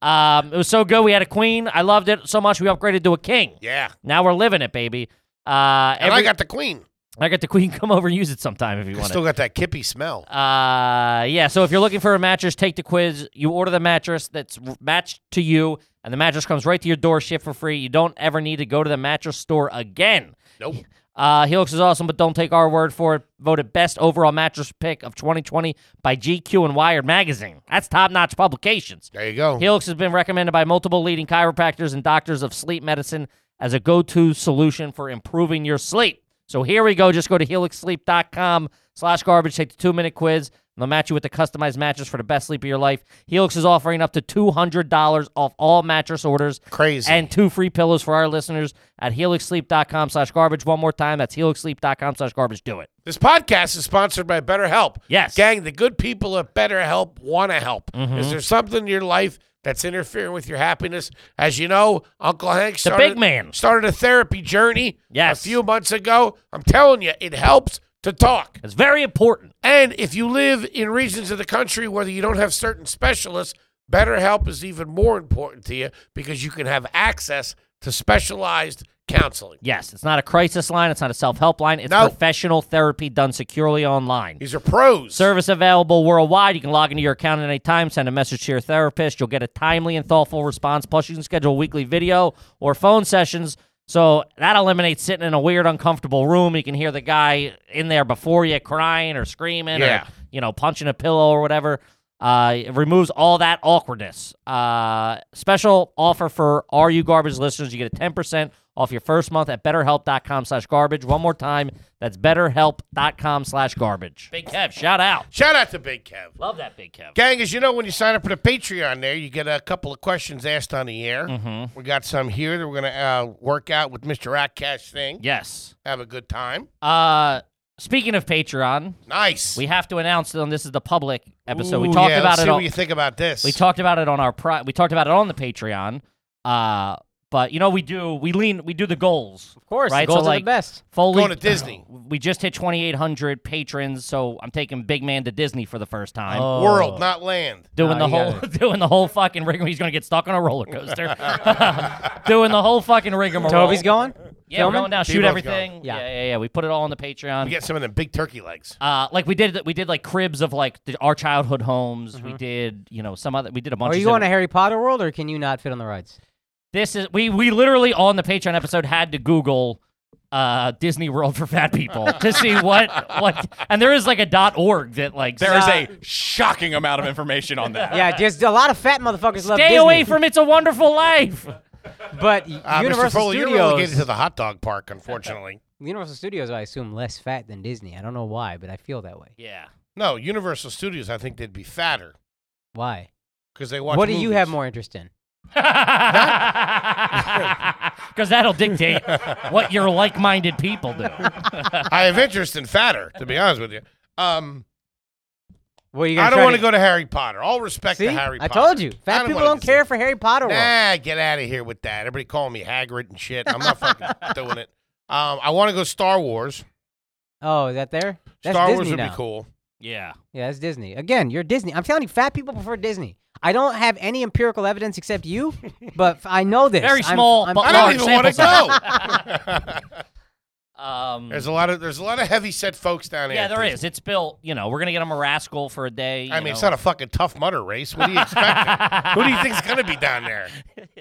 [SPEAKER 2] Um, it was so good. We had a queen. I loved it so much. We upgraded to a king.
[SPEAKER 1] Yeah,
[SPEAKER 2] Now we're living it, baby. Uh,
[SPEAKER 1] and I
[SPEAKER 2] every-
[SPEAKER 1] got the queen.
[SPEAKER 2] I got the queen. Come over and use it sometime if you
[SPEAKER 1] I
[SPEAKER 2] want.
[SPEAKER 1] still got that kippy smell.
[SPEAKER 2] Uh, yeah. So if you're looking for a mattress, take the quiz. You order the mattress that's r- matched to you, and the mattress comes right to your door, shipped for free. You don't ever need to go to the mattress store again.
[SPEAKER 1] Nope.
[SPEAKER 2] Uh, Helix is awesome, but don't take our word for it. Voted best overall mattress pick of 2020 by GQ and Wired magazine. That's top-notch publications.
[SPEAKER 1] There you go.
[SPEAKER 2] Helix has been recommended by multiple leading chiropractors and doctors of sleep medicine as a go to solution for improving your sleep. So here we go. Just go to helixsleep.com slash garbage. Take the two minute quiz. And they'll match you with the customized mattress for the best sleep of your life. Helix is offering up to $200 off all mattress orders.
[SPEAKER 1] Crazy.
[SPEAKER 2] And two free pillows for our listeners at helixsleep.com slash garbage. One more time, that's helixsleep.com slash garbage. Do it.
[SPEAKER 1] This podcast is sponsored by BetterHelp.
[SPEAKER 2] Yes. Mm-hmm.
[SPEAKER 1] Gang, the good people at BetterHelp want to help. Is there something in your life that's interfering with your happiness? As you know, Uncle Hank started,
[SPEAKER 2] big man.
[SPEAKER 1] started a therapy journey
[SPEAKER 2] Yes.
[SPEAKER 1] a few months ago. I'm telling you, it helps to talk.
[SPEAKER 2] It's very important.
[SPEAKER 1] And if you live in regions of the country where you don't have certain specialists, BetterHelp is even more important to you because you can have access to specialized counseling.
[SPEAKER 2] Yes, it's not a crisis line. It's not a self-help line. It's
[SPEAKER 1] No.
[SPEAKER 2] professional therapy done securely online.
[SPEAKER 1] These are pros.
[SPEAKER 2] Service available worldwide. You can log into your account at any time, send a message to your therapist. You'll get a timely and thoughtful response. Plus, you can schedule weekly video or phone sessions. So that eliminates sitting in a weird, uncomfortable room. You can hear the guy in there before you crying or screaming
[SPEAKER 1] Yeah.
[SPEAKER 2] or, you know, punching a pillow or whatever. Uh, it removes all that awkwardness. Uh, special offer for RU Garbage listeners. You get a 10% off your first month at betterhelp.com slash garbage. One more time, that's betterhelp.com slash garbage. Big Kev, shout out.
[SPEAKER 1] Shout out to Big Kev.
[SPEAKER 2] Love that Big Kev.
[SPEAKER 1] Gang, as you know, when you sign up for the Patreon there, you get a couple of questions asked on the air. Mm-hmm. We got some here that we're going to uh, work out with Mr. Ratcash thing.
[SPEAKER 2] Yes.
[SPEAKER 1] Have a good time.
[SPEAKER 2] Uh, speaking of Patreon,
[SPEAKER 1] Nice.
[SPEAKER 2] we have to announce that this is the public episode. we
[SPEAKER 1] Ooh,
[SPEAKER 2] talked
[SPEAKER 1] yeah,
[SPEAKER 2] about
[SPEAKER 1] let's
[SPEAKER 2] it.
[SPEAKER 1] see
[SPEAKER 2] on-
[SPEAKER 1] what you think about this.
[SPEAKER 2] we talked about it on our pri- we talked about it on the Patreon. Uh, but you know we do we lean we do the goals.
[SPEAKER 5] Of course,
[SPEAKER 2] Right,
[SPEAKER 5] the
[SPEAKER 2] so,
[SPEAKER 5] goals are
[SPEAKER 2] like,
[SPEAKER 5] the best.
[SPEAKER 2] Foley
[SPEAKER 1] Going to Disney.
[SPEAKER 2] We just hit 2,800 patrons, so I'm taking Big Man to Disney for the first time.
[SPEAKER 1] World, not land.
[SPEAKER 2] Doing
[SPEAKER 5] Oh, No,
[SPEAKER 2] the
[SPEAKER 5] you
[SPEAKER 2] whole, doing the whole fucking rigmarole. He's gonna get stuck on a roller coaster. doing the whole fucking rigmarole.
[SPEAKER 5] Toby's going.
[SPEAKER 2] Yeah, we're
[SPEAKER 5] Filming?
[SPEAKER 2] going down. Shoot
[SPEAKER 1] Tebow's
[SPEAKER 2] everything.
[SPEAKER 5] Yeah.
[SPEAKER 2] Yeah. yeah, yeah, We put it all on the Patreon.
[SPEAKER 1] We get some of them big turkey legs.
[SPEAKER 2] Uh, like we did, we did like cribs of like the, our childhood homes. We did, you know, some other. We did a bunch.
[SPEAKER 5] Mm-hmm. Are
[SPEAKER 2] of
[SPEAKER 5] you going to
[SPEAKER 2] stuff.
[SPEAKER 5] Harry Potter World, or can you not fit on the rides?
[SPEAKER 2] This is we we literally on the Patreon episode had to Google uh Disney World for fat people to see what what and there is like a dot org that like
[SPEAKER 4] There is
[SPEAKER 2] says,
[SPEAKER 4] a shocking amount of information on that.
[SPEAKER 5] Yeah, just a lot of fat motherfuckers love
[SPEAKER 2] stay
[SPEAKER 5] Disney.
[SPEAKER 2] away from It's a Wonderful Life.
[SPEAKER 5] But
[SPEAKER 1] Uh, Mr.
[SPEAKER 5] Universal
[SPEAKER 1] Foley,
[SPEAKER 5] Studios.
[SPEAKER 1] you're relegated to the hot dog park, unfortunately.
[SPEAKER 5] Universal Studios, I assume, less fat than Disney. I don't know why, but I feel that way.
[SPEAKER 2] Yeah,
[SPEAKER 1] no, Universal Studios, I think they'd be fatter
[SPEAKER 5] Why?
[SPEAKER 1] because they watch
[SPEAKER 5] what do you have
[SPEAKER 1] movies.
[SPEAKER 5] more interest in?
[SPEAKER 2] because that'll dictate what your like-minded people do.
[SPEAKER 1] I have interest in fatter, to be honest with you. Um,
[SPEAKER 5] What are you gonna
[SPEAKER 1] I don't
[SPEAKER 5] try
[SPEAKER 1] want to go to Harry Potter. All respect
[SPEAKER 5] See,
[SPEAKER 1] to Harry
[SPEAKER 5] I
[SPEAKER 1] Potter.
[SPEAKER 5] told you,
[SPEAKER 1] I
[SPEAKER 5] fat people
[SPEAKER 1] wanna
[SPEAKER 5] don't
[SPEAKER 1] consider-
[SPEAKER 5] care for Harry Potter World.
[SPEAKER 1] Nah, get out of here with that. Everybody calling me Hagrid and shit. I'm not fucking doing it. Um, I want to go Star Wars.
[SPEAKER 5] Oh, is that there? That's
[SPEAKER 1] Star
[SPEAKER 5] Disney
[SPEAKER 1] Wars would
[SPEAKER 5] now.
[SPEAKER 1] be cool.
[SPEAKER 2] Yeah,
[SPEAKER 5] Yeah, that's Disney. Again, you're Disney. I'm telling you, fat people prefer Disney. I don't have any empirical evidence except you, but f- I know this.
[SPEAKER 2] very
[SPEAKER 5] I'm-
[SPEAKER 2] small.
[SPEAKER 5] I'm-
[SPEAKER 2] but
[SPEAKER 1] I don't
[SPEAKER 2] large
[SPEAKER 1] even
[SPEAKER 2] sample
[SPEAKER 1] wanna
[SPEAKER 2] size. um,
[SPEAKER 1] There's a lot of there's a lot of heavy set folks down there.
[SPEAKER 2] Yeah, there
[SPEAKER 1] Disney.
[SPEAKER 2] is. It's built. You know, we're gonna get him a rascal for a day.
[SPEAKER 1] I mean, it's not a fucking tough mutter race. What do you expect? Who do you think's gonna be down there?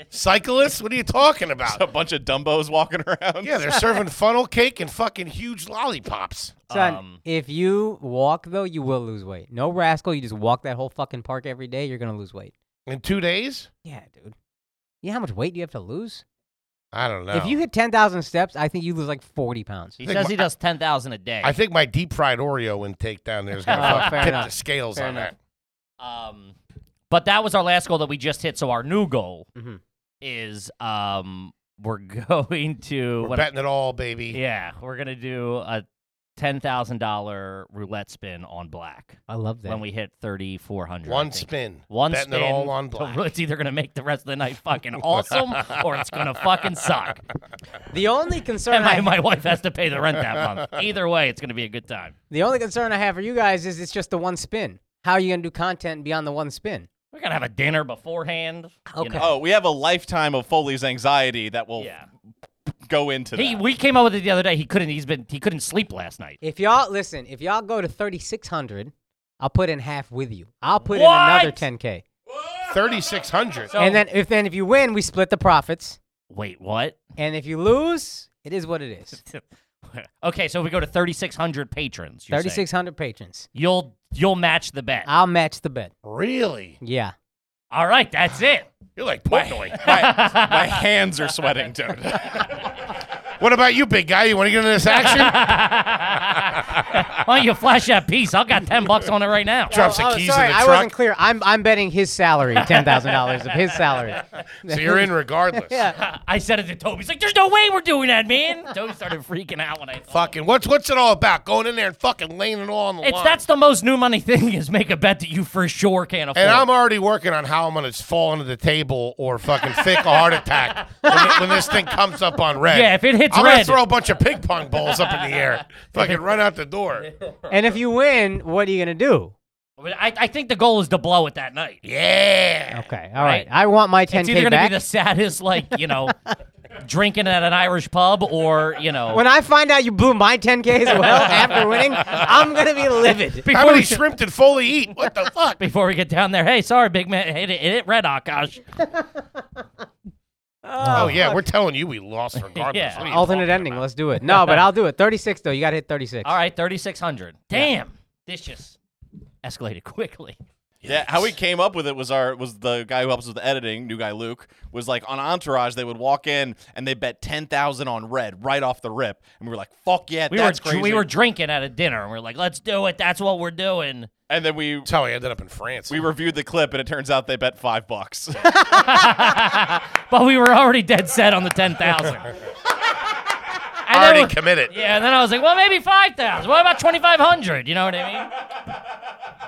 [SPEAKER 1] Cyclists? What are you talking
[SPEAKER 4] A
[SPEAKER 1] about?
[SPEAKER 4] bunch of dumbos walking around.
[SPEAKER 1] Yeah, they're serving funnel cake and fucking huge lollipops.
[SPEAKER 5] Son,
[SPEAKER 2] Um,
[SPEAKER 5] if you walk though, you will lose weight. No rascal, you just walk that whole fucking park every day, you're gonna lose weight.
[SPEAKER 1] In two days?
[SPEAKER 5] Yeah, dude. You know how much weight you have to lose?
[SPEAKER 1] I don't know.
[SPEAKER 5] If you hit ten thousand steps, I think you lose like forty pounds.
[SPEAKER 2] He
[SPEAKER 1] think
[SPEAKER 2] says
[SPEAKER 1] my-
[SPEAKER 2] he does ten thousand a day.
[SPEAKER 1] I think my deep fried Oreo intake down there is gonna
[SPEAKER 5] Oh,
[SPEAKER 1] fucking
[SPEAKER 5] fair
[SPEAKER 1] tip
[SPEAKER 5] enough.
[SPEAKER 1] the scales
[SPEAKER 5] Fair
[SPEAKER 1] on
[SPEAKER 5] enough.
[SPEAKER 2] um, but that was our last goal that we just hit. So our new goal
[SPEAKER 1] Mm-hmm.
[SPEAKER 5] Mhm.
[SPEAKER 2] is um, we're going
[SPEAKER 1] that.
[SPEAKER 2] to
[SPEAKER 1] We're
[SPEAKER 2] when-
[SPEAKER 1] betting it all, baby.
[SPEAKER 2] yeah, we're gonna do a ten thousand dollar roulette spin on black
[SPEAKER 5] I love that.
[SPEAKER 2] when we hit thirty four hundred.
[SPEAKER 1] One spin.
[SPEAKER 2] One
[SPEAKER 1] Betting
[SPEAKER 2] spin.
[SPEAKER 1] it all on
[SPEAKER 2] to-
[SPEAKER 1] black.
[SPEAKER 2] It's either gonna make the rest of the night fucking awesome, or it's gonna fucking suck.
[SPEAKER 5] the only concern
[SPEAKER 2] And
[SPEAKER 5] I
[SPEAKER 2] my, my wife has to pay the rent that month. Either way, it's gonna be a good time.
[SPEAKER 5] the only concern I have for you guys is it's just the one spin. How are you gonna do content beyond the one spin?
[SPEAKER 2] We're gonna have a dinner beforehand. you
[SPEAKER 5] Okay.
[SPEAKER 2] know.
[SPEAKER 4] Oh, we have a lifetime of Foley's anxiety that
[SPEAKER 1] Oh.
[SPEAKER 4] will
[SPEAKER 2] Yeah.
[SPEAKER 4] go into
[SPEAKER 2] He,
[SPEAKER 4] that.
[SPEAKER 2] we came up with it the other day. He couldn't. He's been. He couldn't sleep last night.
[SPEAKER 5] If y'all listen, if y'all go to thirty six hundred, I'll put in half with you. I'll put in another
[SPEAKER 2] What?
[SPEAKER 5] ten K.
[SPEAKER 1] Thirty six hundred.
[SPEAKER 2] So-
[SPEAKER 5] And then if then if you win, we split the profits.
[SPEAKER 2] Wait, what?
[SPEAKER 5] And if you lose, it is what it is.
[SPEAKER 2] okay, so we go to thirty six hundred patrons. you're saying.
[SPEAKER 5] 3,600 patrons.
[SPEAKER 2] You'll you'll match the bet.
[SPEAKER 5] I'll match the bet.
[SPEAKER 1] Really?
[SPEAKER 5] Yeah.
[SPEAKER 2] All right, that's it.
[SPEAKER 1] You're like Portnoy.
[SPEAKER 4] my, my hands are sweating, dude.
[SPEAKER 1] What about you, big guy? You want to get into this action?
[SPEAKER 2] Why don't you flash that piece? I got ten bucks on it right now.
[SPEAKER 1] Drops
[SPEAKER 5] Oh,
[SPEAKER 1] the keys
[SPEAKER 5] sorry,
[SPEAKER 1] in the
[SPEAKER 5] I
[SPEAKER 1] truck.
[SPEAKER 5] wasn't clear. I'm I'm betting his salary, ten thousand dollars of his salary.
[SPEAKER 1] So you're in regardless.
[SPEAKER 2] I said it to Toby. He's like, "There's no way we're doing that, man." Toby started freaking out when I thought.
[SPEAKER 1] Fucking what's what's it all about? Going in there and fucking laying it all on the
[SPEAKER 2] It's
[SPEAKER 1] line.
[SPEAKER 2] that's the most new money thing is make a bet that you for sure can't afford.
[SPEAKER 1] and I'm already working on how I'm gonna fall into the table or fucking fake a heart attack when, it- when this thing comes up on red.
[SPEAKER 2] Yeah, if it hits
[SPEAKER 1] I'm gonna
[SPEAKER 2] red.
[SPEAKER 1] throw a bunch of ping pong balls up in the air. Fucking run out the door.
[SPEAKER 5] And if you win, what are you gonna do?
[SPEAKER 2] But I, I think the goal is to blow it that night.
[SPEAKER 1] Yeah.
[SPEAKER 5] Okay, all right. I want my ten
[SPEAKER 2] It's either
[SPEAKER 5] k
[SPEAKER 2] going to
[SPEAKER 5] back.
[SPEAKER 2] be the saddest, like you know, drinking at an Irish pub, or you know,
[SPEAKER 5] when I find out you blew my ten k as well after winning, I'm gonna be livid.
[SPEAKER 1] How
[SPEAKER 2] before
[SPEAKER 1] many
[SPEAKER 2] we,
[SPEAKER 1] shrimp did Foley eat? What the fuck?
[SPEAKER 2] before we get down there. Hey, sorry, big man, hit it, hit it red, Akash.
[SPEAKER 1] Oh, yeah, we're telling you we lost regardless.
[SPEAKER 2] Yeah.
[SPEAKER 1] What are you
[SPEAKER 5] Alternate
[SPEAKER 1] talking
[SPEAKER 5] ending.
[SPEAKER 1] about?
[SPEAKER 5] Let's do it. No, but I'll do it. Thirty six though. You gotta hit thirty six.
[SPEAKER 2] All right, thirty six hundred. Damn, this just escalated quickly.
[SPEAKER 4] Yeah, how we came up with it was our was the guy who helps with the editing, new guy Luke, was like on Entourage they would walk in and they bet ten thousand on red right off the rip, and we were like, "Fuck yeah,
[SPEAKER 2] We
[SPEAKER 4] that's
[SPEAKER 2] were
[SPEAKER 4] crazy."
[SPEAKER 2] we were drinking at a dinner, and we are like, "Let's do it. That's what we're doing."
[SPEAKER 4] and then we
[SPEAKER 1] That's how I ended up in France.
[SPEAKER 4] we reviewed the clip, and it turns out they bet five bucks.
[SPEAKER 2] But we were already dead set on the ten thousand.
[SPEAKER 1] already committed.
[SPEAKER 2] Yeah, and then I was like, well, maybe 5,000. What about 2,500? You know what I mean?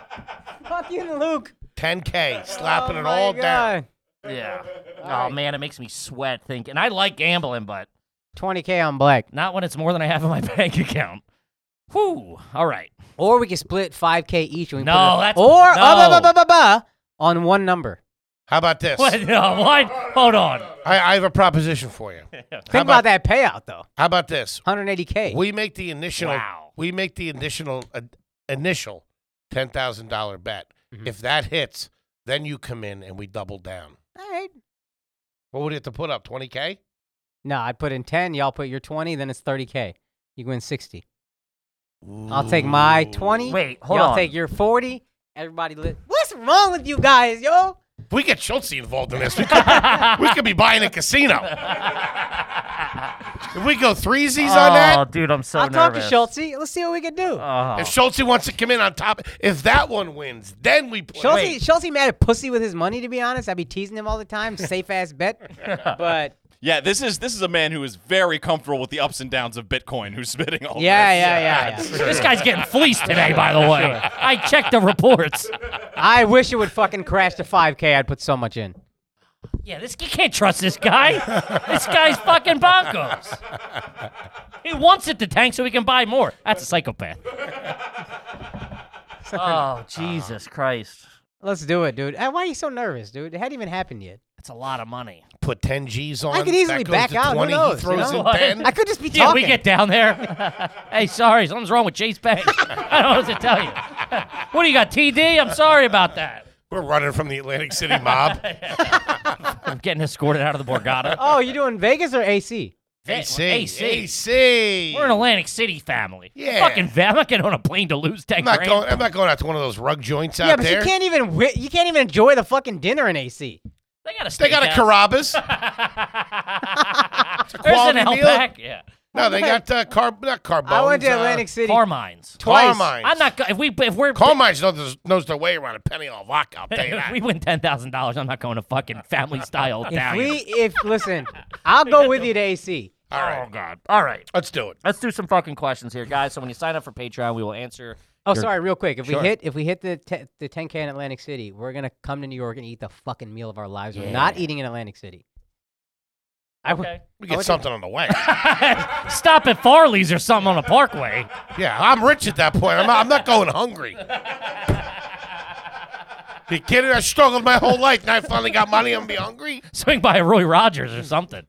[SPEAKER 5] Fucking Luke.
[SPEAKER 1] 10K, slapping it
[SPEAKER 5] Oh My
[SPEAKER 1] all down.
[SPEAKER 5] God.
[SPEAKER 2] Yeah. Oh, man, it makes me sweat thinking. I like gambling, but
[SPEAKER 5] Twenty k on black.
[SPEAKER 2] not when it's more than I have in my bank account. Whew. All right.
[SPEAKER 5] Or we can split 5K each. And we
[SPEAKER 2] No,
[SPEAKER 5] put it-
[SPEAKER 2] that's-
[SPEAKER 5] or uh,
[SPEAKER 2] no.
[SPEAKER 5] ba- ba- ba- ba- on one number.
[SPEAKER 1] How about this?
[SPEAKER 2] What? No, what? Hold on.
[SPEAKER 1] I, I have a proposition for you.
[SPEAKER 5] Think about, that payout though,
[SPEAKER 1] How about this?
[SPEAKER 5] 180K.
[SPEAKER 1] We make the initial.
[SPEAKER 2] Wow.
[SPEAKER 1] We make the initial uh, initial ten thousand dollar bet. If that hits, then you come in and we double down.
[SPEAKER 5] All right.
[SPEAKER 1] What would you have to put up? Twenty k.
[SPEAKER 5] No, I put in 10. Y'all put your 20. Then it's 30K. You win 60. I'll take my 20.
[SPEAKER 2] Wait, hold
[SPEAKER 5] y'all
[SPEAKER 2] on.
[SPEAKER 5] take your 40. Everybody, li- what's wrong with you guys, yo?
[SPEAKER 1] If we get Schultz involved in this, we could, we could be buying a casino. If we go threesies
[SPEAKER 2] Oh,
[SPEAKER 1] on that,
[SPEAKER 2] dude, I'm so
[SPEAKER 5] I'll talk
[SPEAKER 2] nervous.
[SPEAKER 5] to Schultzy. Let's see what we can do.
[SPEAKER 2] Oh.
[SPEAKER 1] if Schultz wants to come in on top, if that one wins, then we play.
[SPEAKER 5] Schultzy, Schultzy mad at pussy with his money. To be honest, I'd be teasing him all the time. Safe ass bet, but
[SPEAKER 4] yeah, this is this is a man who is very comfortable with the ups and downs of Bitcoin, who's spitting
[SPEAKER 2] Oh,
[SPEAKER 4] all
[SPEAKER 5] yeah,
[SPEAKER 4] this.
[SPEAKER 5] yeah, yeah, yeah.
[SPEAKER 2] This guy's getting fleeced today, by the way. I checked the reports.
[SPEAKER 5] I wish it would fucking crash to 5K. I'd put so much in.
[SPEAKER 2] Yeah, this you can't trust this guy. this guy's fucking bonkers. He wants it to tank so he can buy more. That's a psychopath. oh Jesus Christ!
[SPEAKER 5] Let's do it, dude. Hey, Why are you so nervous, dude? It hadn't even happened yet.
[SPEAKER 2] That's a lot of money.
[SPEAKER 1] Put ten G's on.
[SPEAKER 5] I could easily
[SPEAKER 1] that goes
[SPEAKER 5] back
[SPEAKER 1] to
[SPEAKER 5] out, who
[SPEAKER 1] 20,
[SPEAKER 5] knows,
[SPEAKER 1] he
[SPEAKER 5] you
[SPEAKER 1] throws
[SPEAKER 5] know?
[SPEAKER 1] in ten.
[SPEAKER 5] I could just be
[SPEAKER 2] Yeah,
[SPEAKER 5] talking.
[SPEAKER 2] we get down there. hey, sorry, something's wrong with Chase Bank. I don't know what to tell you. what do you got, TD? I'm sorry about that.
[SPEAKER 1] We're running from the Atlantic City mob.
[SPEAKER 2] I'm getting escorted out of the Borgata.
[SPEAKER 5] oh, you doing Vegas or AC?
[SPEAKER 1] AC,
[SPEAKER 2] AC.
[SPEAKER 1] AC.
[SPEAKER 2] We're an Atlantic City family.
[SPEAKER 1] Yeah.
[SPEAKER 2] Fucking va- I'm not getting on a plane to lose 10
[SPEAKER 1] I'm not
[SPEAKER 2] grand.
[SPEAKER 1] going. I'm not going out to one of those rug joints out
[SPEAKER 5] yeah, but
[SPEAKER 1] there.
[SPEAKER 5] you can't even wi- you can't even enjoy the fucking dinner in AC.
[SPEAKER 2] They got a
[SPEAKER 1] They got a
[SPEAKER 2] steakhouse.
[SPEAKER 1] Carrabba's.
[SPEAKER 2] There's an
[SPEAKER 1] quality meal.
[SPEAKER 2] Outback. Yeah.
[SPEAKER 1] No, they got uh, car, not carbones.
[SPEAKER 5] I went to
[SPEAKER 1] uh,
[SPEAKER 5] Atlantic City
[SPEAKER 2] Carmine's.
[SPEAKER 5] twice.
[SPEAKER 1] Carmine's.
[SPEAKER 2] I'm not. go- If we if we're
[SPEAKER 1] Carmine's knows, knows their way around a penny on vodka. I'll tell you
[SPEAKER 2] if
[SPEAKER 1] that.
[SPEAKER 2] we win ten thousand dollars, I'm not going to fucking family style
[SPEAKER 5] If
[SPEAKER 2] down.
[SPEAKER 5] we if listen, I'll go with you to AC.
[SPEAKER 1] All
[SPEAKER 2] Oh
[SPEAKER 1] right,
[SPEAKER 2] God! All right,
[SPEAKER 1] let's do it.
[SPEAKER 2] let's do some fucking questions here, guys. So when you sign up for Patreon, we will answer.
[SPEAKER 5] Oh,
[SPEAKER 2] your-
[SPEAKER 5] sorry, real quick. If
[SPEAKER 2] Sure.
[SPEAKER 5] we hit if we hit the te- the 10k in Atlantic City, we're gonna come to New York and eat the fucking meal of our lives. We're not eating in Atlantic City. I would.
[SPEAKER 2] Okay.
[SPEAKER 1] We get something on the way.
[SPEAKER 2] Stop at Farley's or something on a Parkway.
[SPEAKER 1] yeah, I'm rich at that point. I'm not, I'm not going hungry. You kidding? I struggled my whole life, and I finally got money. I'm gonna be hungry.
[SPEAKER 2] Swing by a Roy Rogers or something.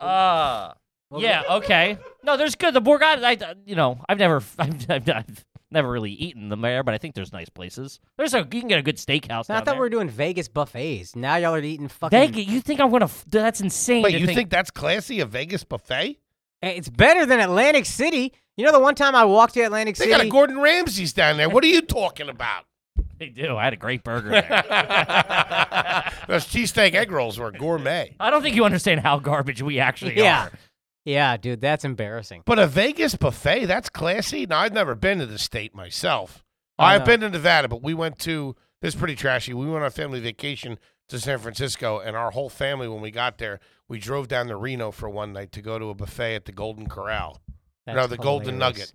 [SPEAKER 2] Uh, yeah. Okay. No, there's good. The Borgata. I, you know, I've never, I've, I've, I've never really eaten them there, but I think there's nice places. There's a you can get a good steakhouse.
[SPEAKER 5] Not
[SPEAKER 2] down
[SPEAKER 5] that
[SPEAKER 2] there.
[SPEAKER 5] we're doing Vegas buffets. Now y'all are eating fucking.
[SPEAKER 2] They, you think I'm gonna? f- That's insane.
[SPEAKER 1] Wait,
[SPEAKER 2] to
[SPEAKER 1] you think that's classy? A Vegas buffet?
[SPEAKER 5] Hey, eh, It's better than Atlantic City. You know, the one time I walked to Atlantic
[SPEAKER 1] They
[SPEAKER 5] City.
[SPEAKER 1] got a Gordon Ramsay's down there. What are you talking about?
[SPEAKER 2] They do. I had a great burger there.
[SPEAKER 1] Those cheesesteak egg rolls were gourmet.
[SPEAKER 2] I don't think you understand how garbage we actually
[SPEAKER 5] Yeah.
[SPEAKER 2] are.
[SPEAKER 5] Yeah, dude, that's embarrassing.
[SPEAKER 1] But a Vegas buffet, that's classy. Now, I've never been to the state myself.
[SPEAKER 5] Oh,
[SPEAKER 1] I've
[SPEAKER 5] no.
[SPEAKER 1] been to Nevada, but we went to, this is pretty trashy. We went on a family vacation to San Francisco, and our whole family, when we got there, we drove down to Reno for one night to go to a buffet at the Golden Corral.
[SPEAKER 5] That's
[SPEAKER 1] no, the Golden Nugget.
[SPEAKER 5] hilarious.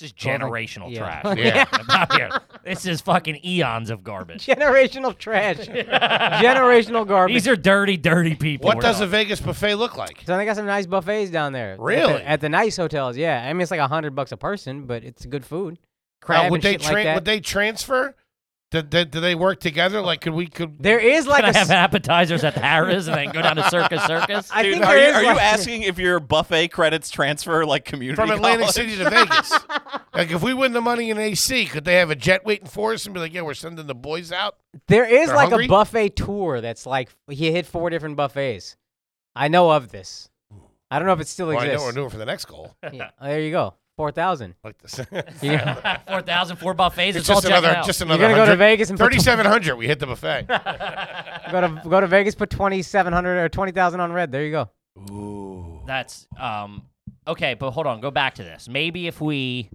[SPEAKER 2] This is
[SPEAKER 5] Well, like-
[SPEAKER 2] generational
[SPEAKER 5] yeah.
[SPEAKER 2] trash.
[SPEAKER 1] Yeah.
[SPEAKER 2] About here. This is fucking eons of garbage.
[SPEAKER 5] Generational trash. Generational garbage.
[SPEAKER 2] These are dirty, dirty people.
[SPEAKER 1] What
[SPEAKER 2] We're
[SPEAKER 1] does
[SPEAKER 2] not-
[SPEAKER 1] a Vegas buffet look like?
[SPEAKER 5] so they got some nice buffets down there. at the- At
[SPEAKER 1] Really?
[SPEAKER 5] the, nice hotels, yeah. I mean, it's like a hundred bucks a person, but it's good food. Crab
[SPEAKER 1] Now, Oh, Uh, would
[SPEAKER 5] and
[SPEAKER 1] they
[SPEAKER 5] shit like that.
[SPEAKER 1] Would they transfer? Did, did, do they work together? Like, could we could?
[SPEAKER 5] there is like
[SPEAKER 2] Can I
[SPEAKER 5] a. s-
[SPEAKER 2] have appetizers at the Harris and then go down to Circus Circus?
[SPEAKER 5] I
[SPEAKER 4] Dude,
[SPEAKER 5] think
[SPEAKER 4] are,
[SPEAKER 5] there
[SPEAKER 4] you,
[SPEAKER 5] is
[SPEAKER 4] are you
[SPEAKER 5] like-
[SPEAKER 4] asking if your buffet credits transfer like community
[SPEAKER 1] from Atlantic
[SPEAKER 4] college?
[SPEAKER 1] City to Vegas. like if we win the money in AC, could they have a jet waiting for us and be like, "Yeah, we're sending the boys out"?
[SPEAKER 5] There is
[SPEAKER 1] They're
[SPEAKER 5] like
[SPEAKER 1] hungry?
[SPEAKER 5] a buffet tour that's like he hit four different buffets. I know of this. I don't know if it still
[SPEAKER 1] Well, I know
[SPEAKER 5] exists.
[SPEAKER 1] what we're doing for the next goal.
[SPEAKER 5] Yeah, Oh, there you go. Four thousand.
[SPEAKER 1] Like this, it's,
[SPEAKER 5] Yeah.
[SPEAKER 2] 4,000, four buffets. It's, all
[SPEAKER 1] just
[SPEAKER 2] checked
[SPEAKER 1] another,
[SPEAKER 2] out.
[SPEAKER 1] just
[SPEAKER 5] You're
[SPEAKER 1] another.
[SPEAKER 5] gonna go to
[SPEAKER 1] 100
[SPEAKER 5] Vegas and put tw-
[SPEAKER 1] Thirty-seven hundred. We hit the buffet.
[SPEAKER 5] go to go to Vegas, put twenty seven hundred or twenty thousand on red. There you go.
[SPEAKER 2] That's um okay, but hold on, go back to this. Maybe if we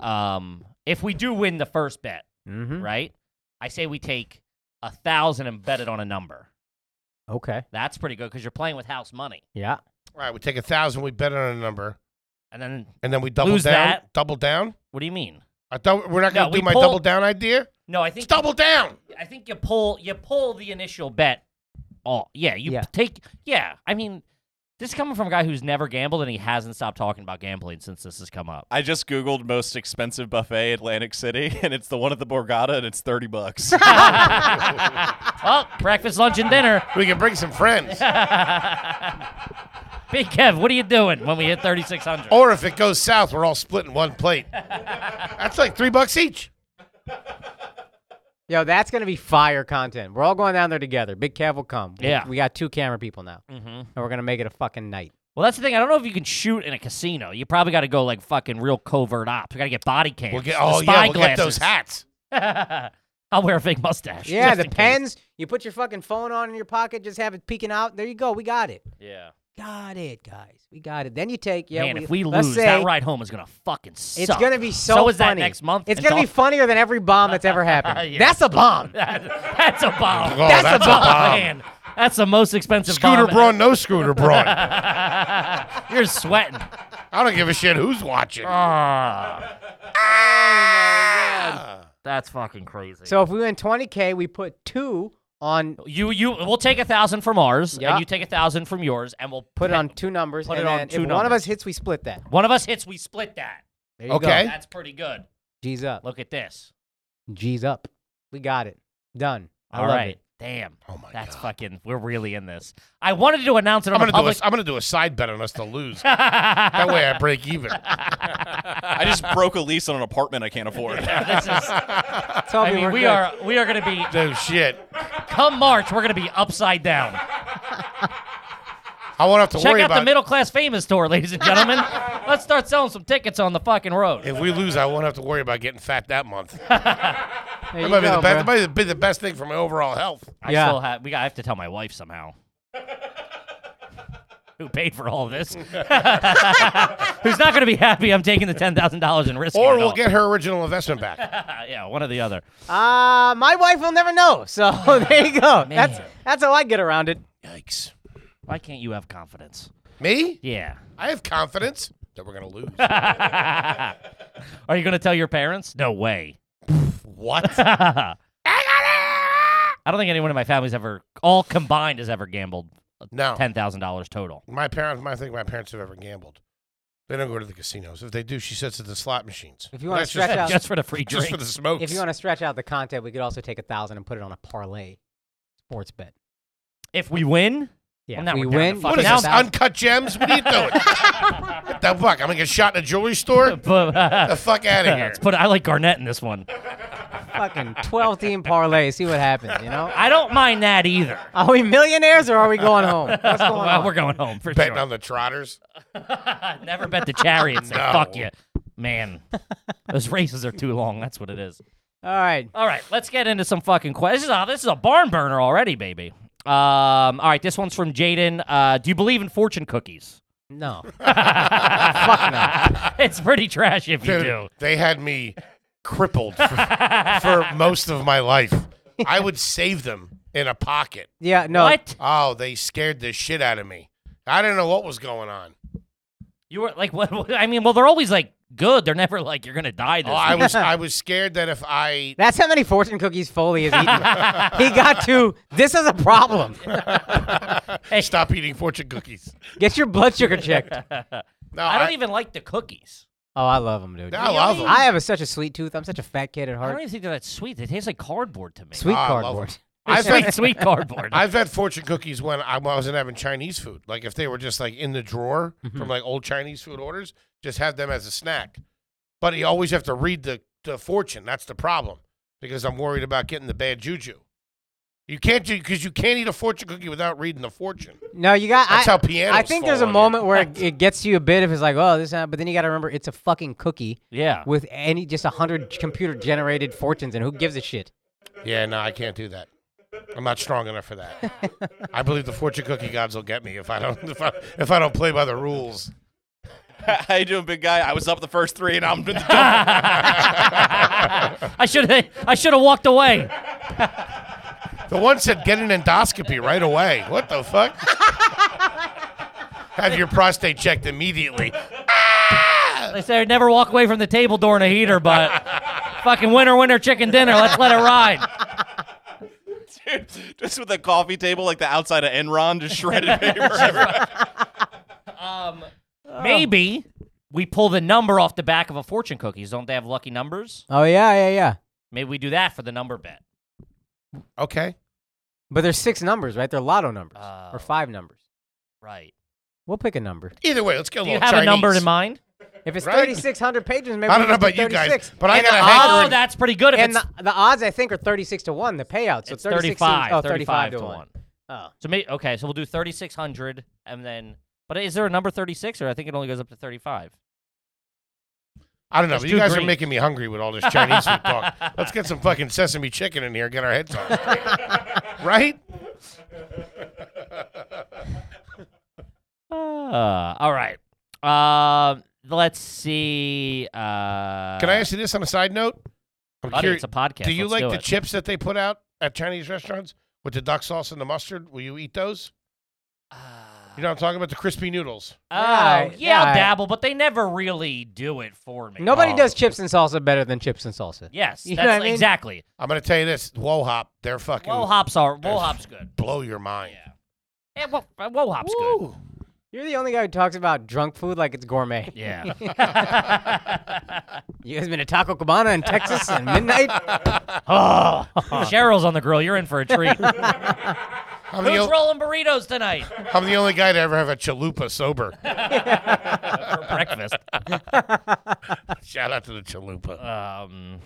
[SPEAKER 2] um if we do win the first bet,
[SPEAKER 1] Hmm.
[SPEAKER 5] Mm-hmm.
[SPEAKER 2] right? I say we take a thousand and bet it on a number.
[SPEAKER 5] Okay.
[SPEAKER 2] That's pretty good because you're playing with house money.
[SPEAKER 5] Yeah.
[SPEAKER 1] All right, we take a thousand. We bet on a number,
[SPEAKER 2] And then
[SPEAKER 1] and then we double
[SPEAKER 2] Lose
[SPEAKER 1] down.
[SPEAKER 2] that.
[SPEAKER 1] Double down.
[SPEAKER 2] what do you mean?
[SPEAKER 1] I thought we're not gonna
[SPEAKER 2] No,
[SPEAKER 1] do
[SPEAKER 2] we
[SPEAKER 1] my
[SPEAKER 2] pull-
[SPEAKER 1] double down idea.
[SPEAKER 2] No, I
[SPEAKER 1] It's
[SPEAKER 2] think
[SPEAKER 1] double down.
[SPEAKER 2] I think you pull you pull the initial bet. All yeah, you
[SPEAKER 5] Yeah.
[SPEAKER 2] take yeah. I mean, this is coming from a guy who's never gambled and he hasn't stopped talking about gambling since this has come up.
[SPEAKER 4] I just googled most expensive buffet Atlantic City, and it's the one at the Borgata, and it's thirty bucks.
[SPEAKER 5] Ah.
[SPEAKER 2] Well, breakfast, lunch, and dinner.
[SPEAKER 1] We can bring some friends,
[SPEAKER 2] Big Kev, what are you doing when we hit 3,600?
[SPEAKER 5] Oh.
[SPEAKER 1] or if it goes south, we're all splitting one plate. That's like three bucks each.
[SPEAKER 5] Yo, that's gonna be fire content. We're all going down there together. Big Kev will come. We-
[SPEAKER 2] Yeah.
[SPEAKER 5] We, got two camera people now,
[SPEAKER 2] Mm-hmm.
[SPEAKER 5] and we're gonna make it a fucking night.
[SPEAKER 2] Well, that's the thing. I don't know if you can shoot in a casino. You probably got to go like fucking real covert ops. We got to get body cams.
[SPEAKER 1] We'll get
[SPEAKER 2] the
[SPEAKER 1] oh yeah,
[SPEAKER 2] spy
[SPEAKER 1] we'll get those
[SPEAKER 2] glasses.
[SPEAKER 1] hats.
[SPEAKER 2] I'll wear a fake mustache.
[SPEAKER 5] Yeah,
[SPEAKER 2] just
[SPEAKER 5] the
[SPEAKER 2] in case.
[SPEAKER 5] pens. You put your fucking phone on in your pocket, just have it peeking out. There you go. We got it.
[SPEAKER 2] Yeah.
[SPEAKER 5] Got it, guys. We got it. Then you take. Yeah.
[SPEAKER 2] Man,
[SPEAKER 5] we,
[SPEAKER 2] if we
[SPEAKER 5] let's
[SPEAKER 2] lose,
[SPEAKER 5] say,
[SPEAKER 2] that ride home is going to fucking suck.
[SPEAKER 5] It's gonna be so.
[SPEAKER 2] so is that
[SPEAKER 5] funny.
[SPEAKER 2] next month.
[SPEAKER 5] It's
[SPEAKER 2] It's
[SPEAKER 5] gonna be
[SPEAKER 2] all-
[SPEAKER 5] funnier than every bomb that's ever happened.
[SPEAKER 2] Yeah.
[SPEAKER 5] That's a bomb.
[SPEAKER 2] that's a bomb.
[SPEAKER 1] Oh,
[SPEAKER 2] that's,
[SPEAKER 1] that's
[SPEAKER 2] a
[SPEAKER 1] a
[SPEAKER 2] bomb,
[SPEAKER 1] bomb.
[SPEAKER 2] man. That's the most expensive
[SPEAKER 1] Scooter
[SPEAKER 2] bomb.
[SPEAKER 1] brawn, no scooter brawn.
[SPEAKER 2] You're sweating.
[SPEAKER 1] I don't give a shit who's watching.
[SPEAKER 2] Oh, Ah. Oh, That's fucking crazy.
[SPEAKER 5] So if we win 20k, we put two on.
[SPEAKER 2] You you we'll take a thousand from ours,
[SPEAKER 5] Yeah.
[SPEAKER 2] and you take a thousand from yours, and we'll
[SPEAKER 5] Put it on two numbers.
[SPEAKER 2] Put
[SPEAKER 5] and
[SPEAKER 2] it on
[SPEAKER 5] then
[SPEAKER 2] two
[SPEAKER 5] if one of
[SPEAKER 2] numbers.
[SPEAKER 5] us hits, we split that.
[SPEAKER 2] One of us hits, we split that.
[SPEAKER 5] There you
[SPEAKER 1] Okay.
[SPEAKER 5] Go.
[SPEAKER 2] That's pretty good.
[SPEAKER 5] G's up.
[SPEAKER 2] Look at this.
[SPEAKER 5] G's up. We got it. Done. I
[SPEAKER 2] All right,
[SPEAKER 5] love
[SPEAKER 2] damn.
[SPEAKER 1] Oh my
[SPEAKER 2] That's
[SPEAKER 1] god.
[SPEAKER 2] fucking. We're really in this. I wanted to announce it
[SPEAKER 1] I'm
[SPEAKER 2] on
[SPEAKER 1] gonna
[SPEAKER 2] the public.
[SPEAKER 1] do a, I'm gonna do a side bet on us to lose. That way I break even.
[SPEAKER 4] I just broke a lease on an apartment I can't afford.
[SPEAKER 2] This is-
[SPEAKER 5] it. Tell
[SPEAKER 2] I
[SPEAKER 5] me
[SPEAKER 2] mean,
[SPEAKER 5] we're
[SPEAKER 2] we
[SPEAKER 5] good.
[SPEAKER 2] are we are gonna be
[SPEAKER 1] No shit.
[SPEAKER 2] come March. We're gonna be upside down.
[SPEAKER 1] I won't have to
[SPEAKER 2] Check
[SPEAKER 1] worry
[SPEAKER 2] out
[SPEAKER 1] about
[SPEAKER 2] the Middle Class Famous tour, ladies and gentlemen. Let's start selling some tickets on the fucking road.
[SPEAKER 1] if we lose, I won't have to worry about getting fat that month.
[SPEAKER 5] There
[SPEAKER 1] That
[SPEAKER 5] you
[SPEAKER 1] might, be
[SPEAKER 5] go,
[SPEAKER 1] the best,
[SPEAKER 5] bro.
[SPEAKER 1] that might be the best thing for my overall health.
[SPEAKER 2] I
[SPEAKER 5] Yeah.
[SPEAKER 2] still have. We got. I have to tell my wife somehow. Who paid for all this? Who's not going to be happy? I'm taking the ten thousand dollars and risking
[SPEAKER 1] Or
[SPEAKER 2] it
[SPEAKER 1] we'll
[SPEAKER 2] all.
[SPEAKER 1] get her original investment back.
[SPEAKER 2] yeah, one or the other.
[SPEAKER 5] Uh, my wife will never know. So there you go. That's that's how I get around it.
[SPEAKER 1] Yikes.
[SPEAKER 2] Why can't you have confidence?
[SPEAKER 1] Me?
[SPEAKER 2] Yeah.
[SPEAKER 1] I have confidence that we're gonna lose.
[SPEAKER 2] Are you going to tell your parents? No way.
[SPEAKER 1] what?
[SPEAKER 2] I don't think anyone in my family's ever, all combined, has ever gambled
[SPEAKER 1] No.
[SPEAKER 2] ten thousand dollars total.
[SPEAKER 1] My parents. I think my parents have ever gambled. They don't go to the casinos. If they do, she sits at the slot machines.
[SPEAKER 5] If you wanna
[SPEAKER 1] That's just-
[SPEAKER 5] stretch out-
[SPEAKER 2] Just for the free
[SPEAKER 1] just
[SPEAKER 2] drink.
[SPEAKER 1] for the smokes.
[SPEAKER 5] If you want to stretch out the content, we could also take a thousand and put it on a parlay sports bet.
[SPEAKER 2] if we win,
[SPEAKER 5] Yeah,
[SPEAKER 2] Well,
[SPEAKER 5] if
[SPEAKER 2] now
[SPEAKER 5] we
[SPEAKER 2] we're down to
[SPEAKER 5] win.
[SPEAKER 2] fucking
[SPEAKER 1] What is
[SPEAKER 2] Now-
[SPEAKER 1] this? Uncut gems? What are you doing? what the fuck? I'm gonna get shot in a jewelry store?
[SPEAKER 2] but-
[SPEAKER 1] the fuck out of here.
[SPEAKER 2] Let's put. I like Garnett in this one.
[SPEAKER 5] fucking twelve team parlay. See what happens. You know.
[SPEAKER 2] I don't mind that either.
[SPEAKER 5] Are we millionaires or are we going home? What's going
[SPEAKER 2] well,
[SPEAKER 5] on?
[SPEAKER 2] we're going home for
[SPEAKER 1] Betting
[SPEAKER 2] sure.
[SPEAKER 1] on the trotters.
[SPEAKER 2] Never bet the chariot and say
[SPEAKER 1] No.
[SPEAKER 2] fuck you, man. Those races are too long. That's what it is.
[SPEAKER 5] All right.
[SPEAKER 2] All right, let's get into some fucking questions. This is a, this is a barn burner already, baby. Um, all right, this one's from Jaden. Uh, do you believe in fortune cookies?
[SPEAKER 5] No.
[SPEAKER 2] it's pretty trash if you
[SPEAKER 1] Dude,
[SPEAKER 2] do.
[SPEAKER 1] They had me crippled for, for most of my life. I would save them in a pocket.
[SPEAKER 5] Yeah, no.
[SPEAKER 2] What?
[SPEAKER 1] Oh, they scared the shit out of me. I didn't know what was going on.
[SPEAKER 2] You were like, what, what- I mean, well, they're always like good. They're never like you're gonna die. This
[SPEAKER 1] Oh, I was I was scared that if I
[SPEAKER 5] That's how many fortune cookies Foley has eaten. he got to, this is a problem.
[SPEAKER 1] stop eating fortune cookies.
[SPEAKER 5] Get your blood sugar checked.
[SPEAKER 1] No,
[SPEAKER 2] I don't even like the cookies.
[SPEAKER 5] Oh, I love them, dude.
[SPEAKER 1] I love them.
[SPEAKER 5] I have a, such a sweet tooth. I'm such a fat kid at
[SPEAKER 2] I don't
[SPEAKER 5] heart.
[SPEAKER 2] even think they're that sweet. They taste like cardboard to me.
[SPEAKER 5] Sweet
[SPEAKER 1] I love
[SPEAKER 5] cardboard.
[SPEAKER 1] I've
[SPEAKER 2] It's like
[SPEAKER 1] had,
[SPEAKER 2] sweet cardboard.
[SPEAKER 1] I've had fortune cookies when I wasn't having Chinese food. Like if they were just like in the drawer
[SPEAKER 5] Mm-hmm.
[SPEAKER 1] from like old Chinese food orders, just have them as a snack. But you always have to read the, the fortune. That's the problem because I'm worried about getting the bad juju. You can't do because you can't eat a fortune cookie without reading the fortune.
[SPEAKER 5] No, you got.
[SPEAKER 1] That's
[SPEAKER 5] I,
[SPEAKER 1] how pianos
[SPEAKER 5] I think there's a
[SPEAKER 1] fall on you.
[SPEAKER 5] moment where it, it gets you a bit if it's like, oh, this, and that, but then you got to remember it's a fucking cookie
[SPEAKER 2] yeah.
[SPEAKER 5] with any just a hundred computer generated fortunes, and who gives a shit?
[SPEAKER 1] Yeah, no, I can't do that. I'm not strong enough for that. I believe the fortune cookie gods will get me if I don't if I, if I don't play by the rules.
[SPEAKER 4] How you doing, big guy? I was up the first three, and I'm in the dump.
[SPEAKER 2] I should have. I should have walked away.
[SPEAKER 1] The one said get an endoscopy right away. What the fuck? Have your prostate checked immediately.
[SPEAKER 2] They say I'd never walk away from the table during a heater, but fucking winner, winner, chicken dinner. Let's let it ride.
[SPEAKER 4] Dude, just with a coffee table like the outside of Enron, just shredded paper. everywhere.
[SPEAKER 2] Maybe we pull the number off the back of a fortune cookies. Don't they have lucky numbers?
[SPEAKER 5] Oh yeah, yeah, yeah.
[SPEAKER 2] Maybe we do that for the number bet.
[SPEAKER 1] Okay.
[SPEAKER 5] But there's six numbers, right? They're lotto numbers
[SPEAKER 2] Oh.
[SPEAKER 5] or five numbers.
[SPEAKER 2] Right.
[SPEAKER 5] We'll pick a number.
[SPEAKER 1] Either way, let's get a
[SPEAKER 2] Do you
[SPEAKER 1] little
[SPEAKER 2] have
[SPEAKER 1] Chinese.
[SPEAKER 2] a number in mind?
[SPEAKER 5] If it's
[SPEAKER 1] Right?
[SPEAKER 5] 3,600 pages, maybe
[SPEAKER 1] I
[SPEAKER 5] we
[SPEAKER 1] don't know
[SPEAKER 5] can do
[SPEAKER 1] about you guys,
[SPEAKER 5] 36.
[SPEAKER 1] but I
[SPEAKER 5] And
[SPEAKER 1] got a
[SPEAKER 5] the
[SPEAKER 1] hankering.
[SPEAKER 2] Oh, that's pretty good. If
[SPEAKER 5] And
[SPEAKER 2] it's,
[SPEAKER 5] the, the odds, I think, are 36 to 1, the payout. So
[SPEAKER 2] it's
[SPEAKER 5] 36 seems-
[SPEAKER 2] 35,
[SPEAKER 5] oh,
[SPEAKER 2] 35 to 1.
[SPEAKER 5] Oh.
[SPEAKER 2] So maybe okay, so we'll do 3600 and then but is there a number 36 or I think it only goes up to 35?
[SPEAKER 1] I don't know,
[SPEAKER 2] It's
[SPEAKER 1] but you
[SPEAKER 2] too
[SPEAKER 1] guys are
[SPEAKER 2] green.
[SPEAKER 1] making me hungry with all this Chinese food talk. Let's get some fucking sesame chicken in here, and get our heads on. right?
[SPEAKER 2] Uh, all right. Um let's see uh
[SPEAKER 1] Can I ask you this on a side note? I'm
[SPEAKER 2] buddy,
[SPEAKER 1] curious.
[SPEAKER 2] it's a podcast.
[SPEAKER 1] do you
[SPEAKER 2] Let's
[SPEAKER 1] like the
[SPEAKER 2] it.
[SPEAKER 1] chips that they put out at Chinese restaurants with the duck sauce and the mustard? Will you eat those?
[SPEAKER 2] Uh,
[SPEAKER 1] You know what I'm talking about? The crispy noodles.
[SPEAKER 2] Oh,
[SPEAKER 5] Yeah,
[SPEAKER 2] yeah,
[SPEAKER 5] yeah.
[SPEAKER 2] I'll dabble, but they never really do it for me.
[SPEAKER 5] Nobody
[SPEAKER 1] Oh.
[SPEAKER 5] does chips and salsa better than chips and salsa.
[SPEAKER 2] Yes,
[SPEAKER 5] You know
[SPEAKER 2] that's
[SPEAKER 5] what I mean?
[SPEAKER 2] exactly.
[SPEAKER 1] I'm gonna tell you this, Wohop, they're fucking
[SPEAKER 2] Woe hops are woe hops good.
[SPEAKER 1] blow your mind.
[SPEAKER 2] Yeah. Yeah, woe, woe hops good.
[SPEAKER 5] You're the only guy who talks about drunk food like it's gourmet.
[SPEAKER 2] Yeah.
[SPEAKER 5] You guys been to Taco Cabana in Texas at midnight?
[SPEAKER 2] Oh, Cheryl's on the grill. You're in for a treat.
[SPEAKER 1] I'm, the
[SPEAKER 2] Who's
[SPEAKER 1] o-
[SPEAKER 2] rolling burritos tonight
[SPEAKER 1] I'm the only guy to ever have a chalupa sober.
[SPEAKER 2] for breakfast?
[SPEAKER 1] Shout out to the chalupa.
[SPEAKER 2] Um,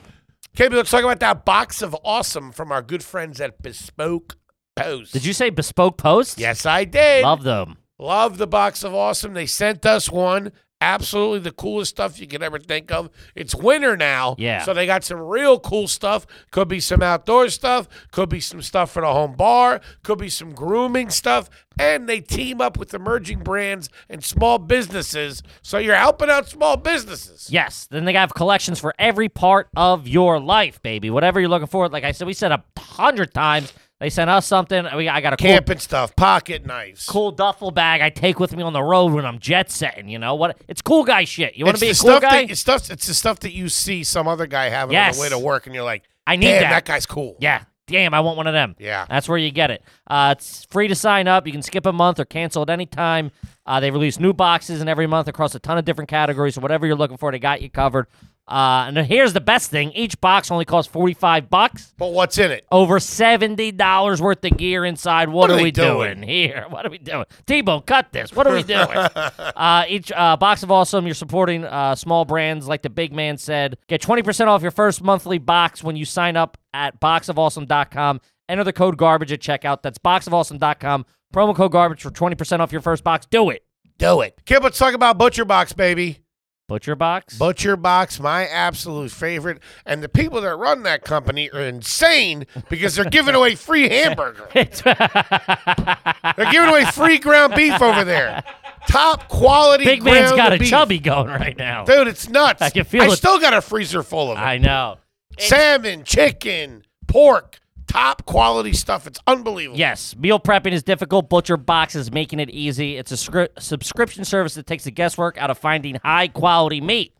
[SPEAKER 1] KB, let's talk about that box of awesome from our good friends at Bespoke Post.
[SPEAKER 2] did you say bespoke posts?
[SPEAKER 1] Yes, I did.
[SPEAKER 2] Love them.
[SPEAKER 1] Love the box of awesome. They sent us one. Absolutely the coolest stuff you could ever think of. It's winter now.
[SPEAKER 2] Yeah.
[SPEAKER 1] So they got some real cool stuff. Could be some outdoor stuff. Could be some stuff for the home bar. Could be some grooming stuff. And they team up with emerging brands and small businesses. So you're helping out small businesses.
[SPEAKER 2] Yes. Then they have collections for every part of your life, baby. Whatever you're looking for. Like I said, we said a hundred times. They sent us something. We, I got a cool,
[SPEAKER 1] Camping stuff, pocket knives.
[SPEAKER 2] cool duffel bag I take with me on the road when I'm jet setting. You know what? It's cool guy shit. You want
[SPEAKER 1] It's
[SPEAKER 2] to be
[SPEAKER 1] the
[SPEAKER 2] a cool
[SPEAKER 1] stuff
[SPEAKER 2] guy?
[SPEAKER 1] that it's stuff it's the stuff that you see some other guy having on
[SPEAKER 2] Yes.
[SPEAKER 1] the way to work and you're like,
[SPEAKER 2] I need
[SPEAKER 1] Damn,
[SPEAKER 2] that."
[SPEAKER 1] that guy's cool.
[SPEAKER 2] Yeah. Damn, I want one of them.
[SPEAKER 1] Yeah.
[SPEAKER 2] That's where you get it. Uh, it's free to sign up. You can skip a month or cancel at any time. Uh, they release new boxes and every month across a ton of different categories. So whatever you're looking for, they got you covered. Uh, and here's the best thing: each box only costs 45 bucks.
[SPEAKER 1] But what's in it?
[SPEAKER 2] Over seventy dollars worth of gear inside.
[SPEAKER 1] What
[SPEAKER 2] What,
[SPEAKER 1] are
[SPEAKER 2] are,
[SPEAKER 1] they
[SPEAKER 2] we
[SPEAKER 1] doing?
[SPEAKER 2] doing? here? What are we doing? T-Bone, cut this. What are we doing? uh, each uh, box of awesome, you're supporting uh, small brands, like the big man said. Get twenty percent off your first monthly box when you sign up at boxofawesome.com. Enter the code garbage at checkout. That's boxofawesome.com. Promo code garbage for twenty percent off your first box. Do it.
[SPEAKER 1] Do it. Kip, let's talk about Butcher Box, baby.
[SPEAKER 2] Butcher box.
[SPEAKER 1] Butcher Box, my absolute favorite. And the people that run that company are insane because they're giving away free hamburger.
[SPEAKER 2] It's-
[SPEAKER 1] They're giving away free ground beef over there. top quality.
[SPEAKER 2] Big man's
[SPEAKER 1] ground
[SPEAKER 2] got a
[SPEAKER 1] beef.
[SPEAKER 2] chubby going right now.
[SPEAKER 1] Dude, it's nuts.
[SPEAKER 2] I can feel
[SPEAKER 1] I
[SPEAKER 2] it.
[SPEAKER 1] still got a freezer full of it.
[SPEAKER 2] I know.
[SPEAKER 1] Salmon, chicken, pork, top quality stuff. It's unbelievable.
[SPEAKER 2] Yes, meal prepping is difficult. Butcher Box is making it easy. It's a scri- subscription service that takes the guesswork out of finding high quality meat.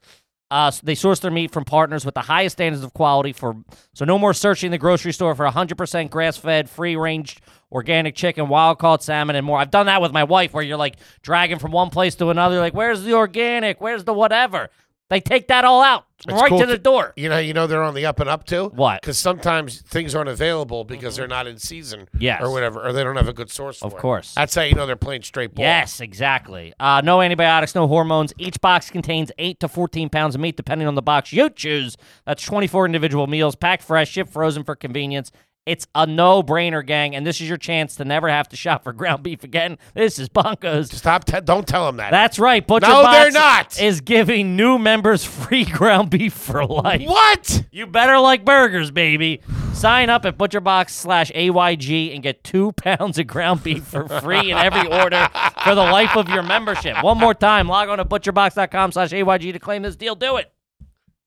[SPEAKER 2] Uh, s- they source their meat from partners with the highest standards of quality. For so no more searching the grocery store for 100% grass-fed, free-range organic chicken, wild-caught salmon, and more. I've done that with my wife, where you're like dragging from one place to another. Like, where's the organic? Where's the whatever? They take that all out right
[SPEAKER 1] cool
[SPEAKER 2] to the
[SPEAKER 1] to-
[SPEAKER 2] door.
[SPEAKER 1] You know, you know they're on the up and up too.
[SPEAKER 2] What?
[SPEAKER 1] Because sometimes things aren't available because they're not in season.
[SPEAKER 2] Yes.
[SPEAKER 1] Or whatever, or they don't have a good source.
[SPEAKER 2] Of
[SPEAKER 1] for it.
[SPEAKER 2] course.
[SPEAKER 1] That's how you know they're playing straight ball.
[SPEAKER 2] Yes, exactly. Uh, no antibiotics, no hormones. Each box contains 8 to 14 pounds of meat, depending on the box you choose. That's 24 individual meals, packed fresh, shipped frozen for convenience. It's a no brainer, gang, and this is your chance to never have to shop for ground beef again. This is Bonkos.
[SPEAKER 1] Stop. Te- don't tell them that.
[SPEAKER 2] That's right, Butcher
[SPEAKER 1] No,
[SPEAKER 2] Box
[SPEAKER 1] they're not.
[SPEAKER 2] is giving new members free ground beef for life.
[SPEAKER 1] what?
[SPEAKER 2] You better like burgers, baby. Sign up at ButcherBox slash AYG and get two pounds of ground beef for free in every order for the life of your membership. One more time, log on to butcherbox.com slash AYG to claim this deal. Do it.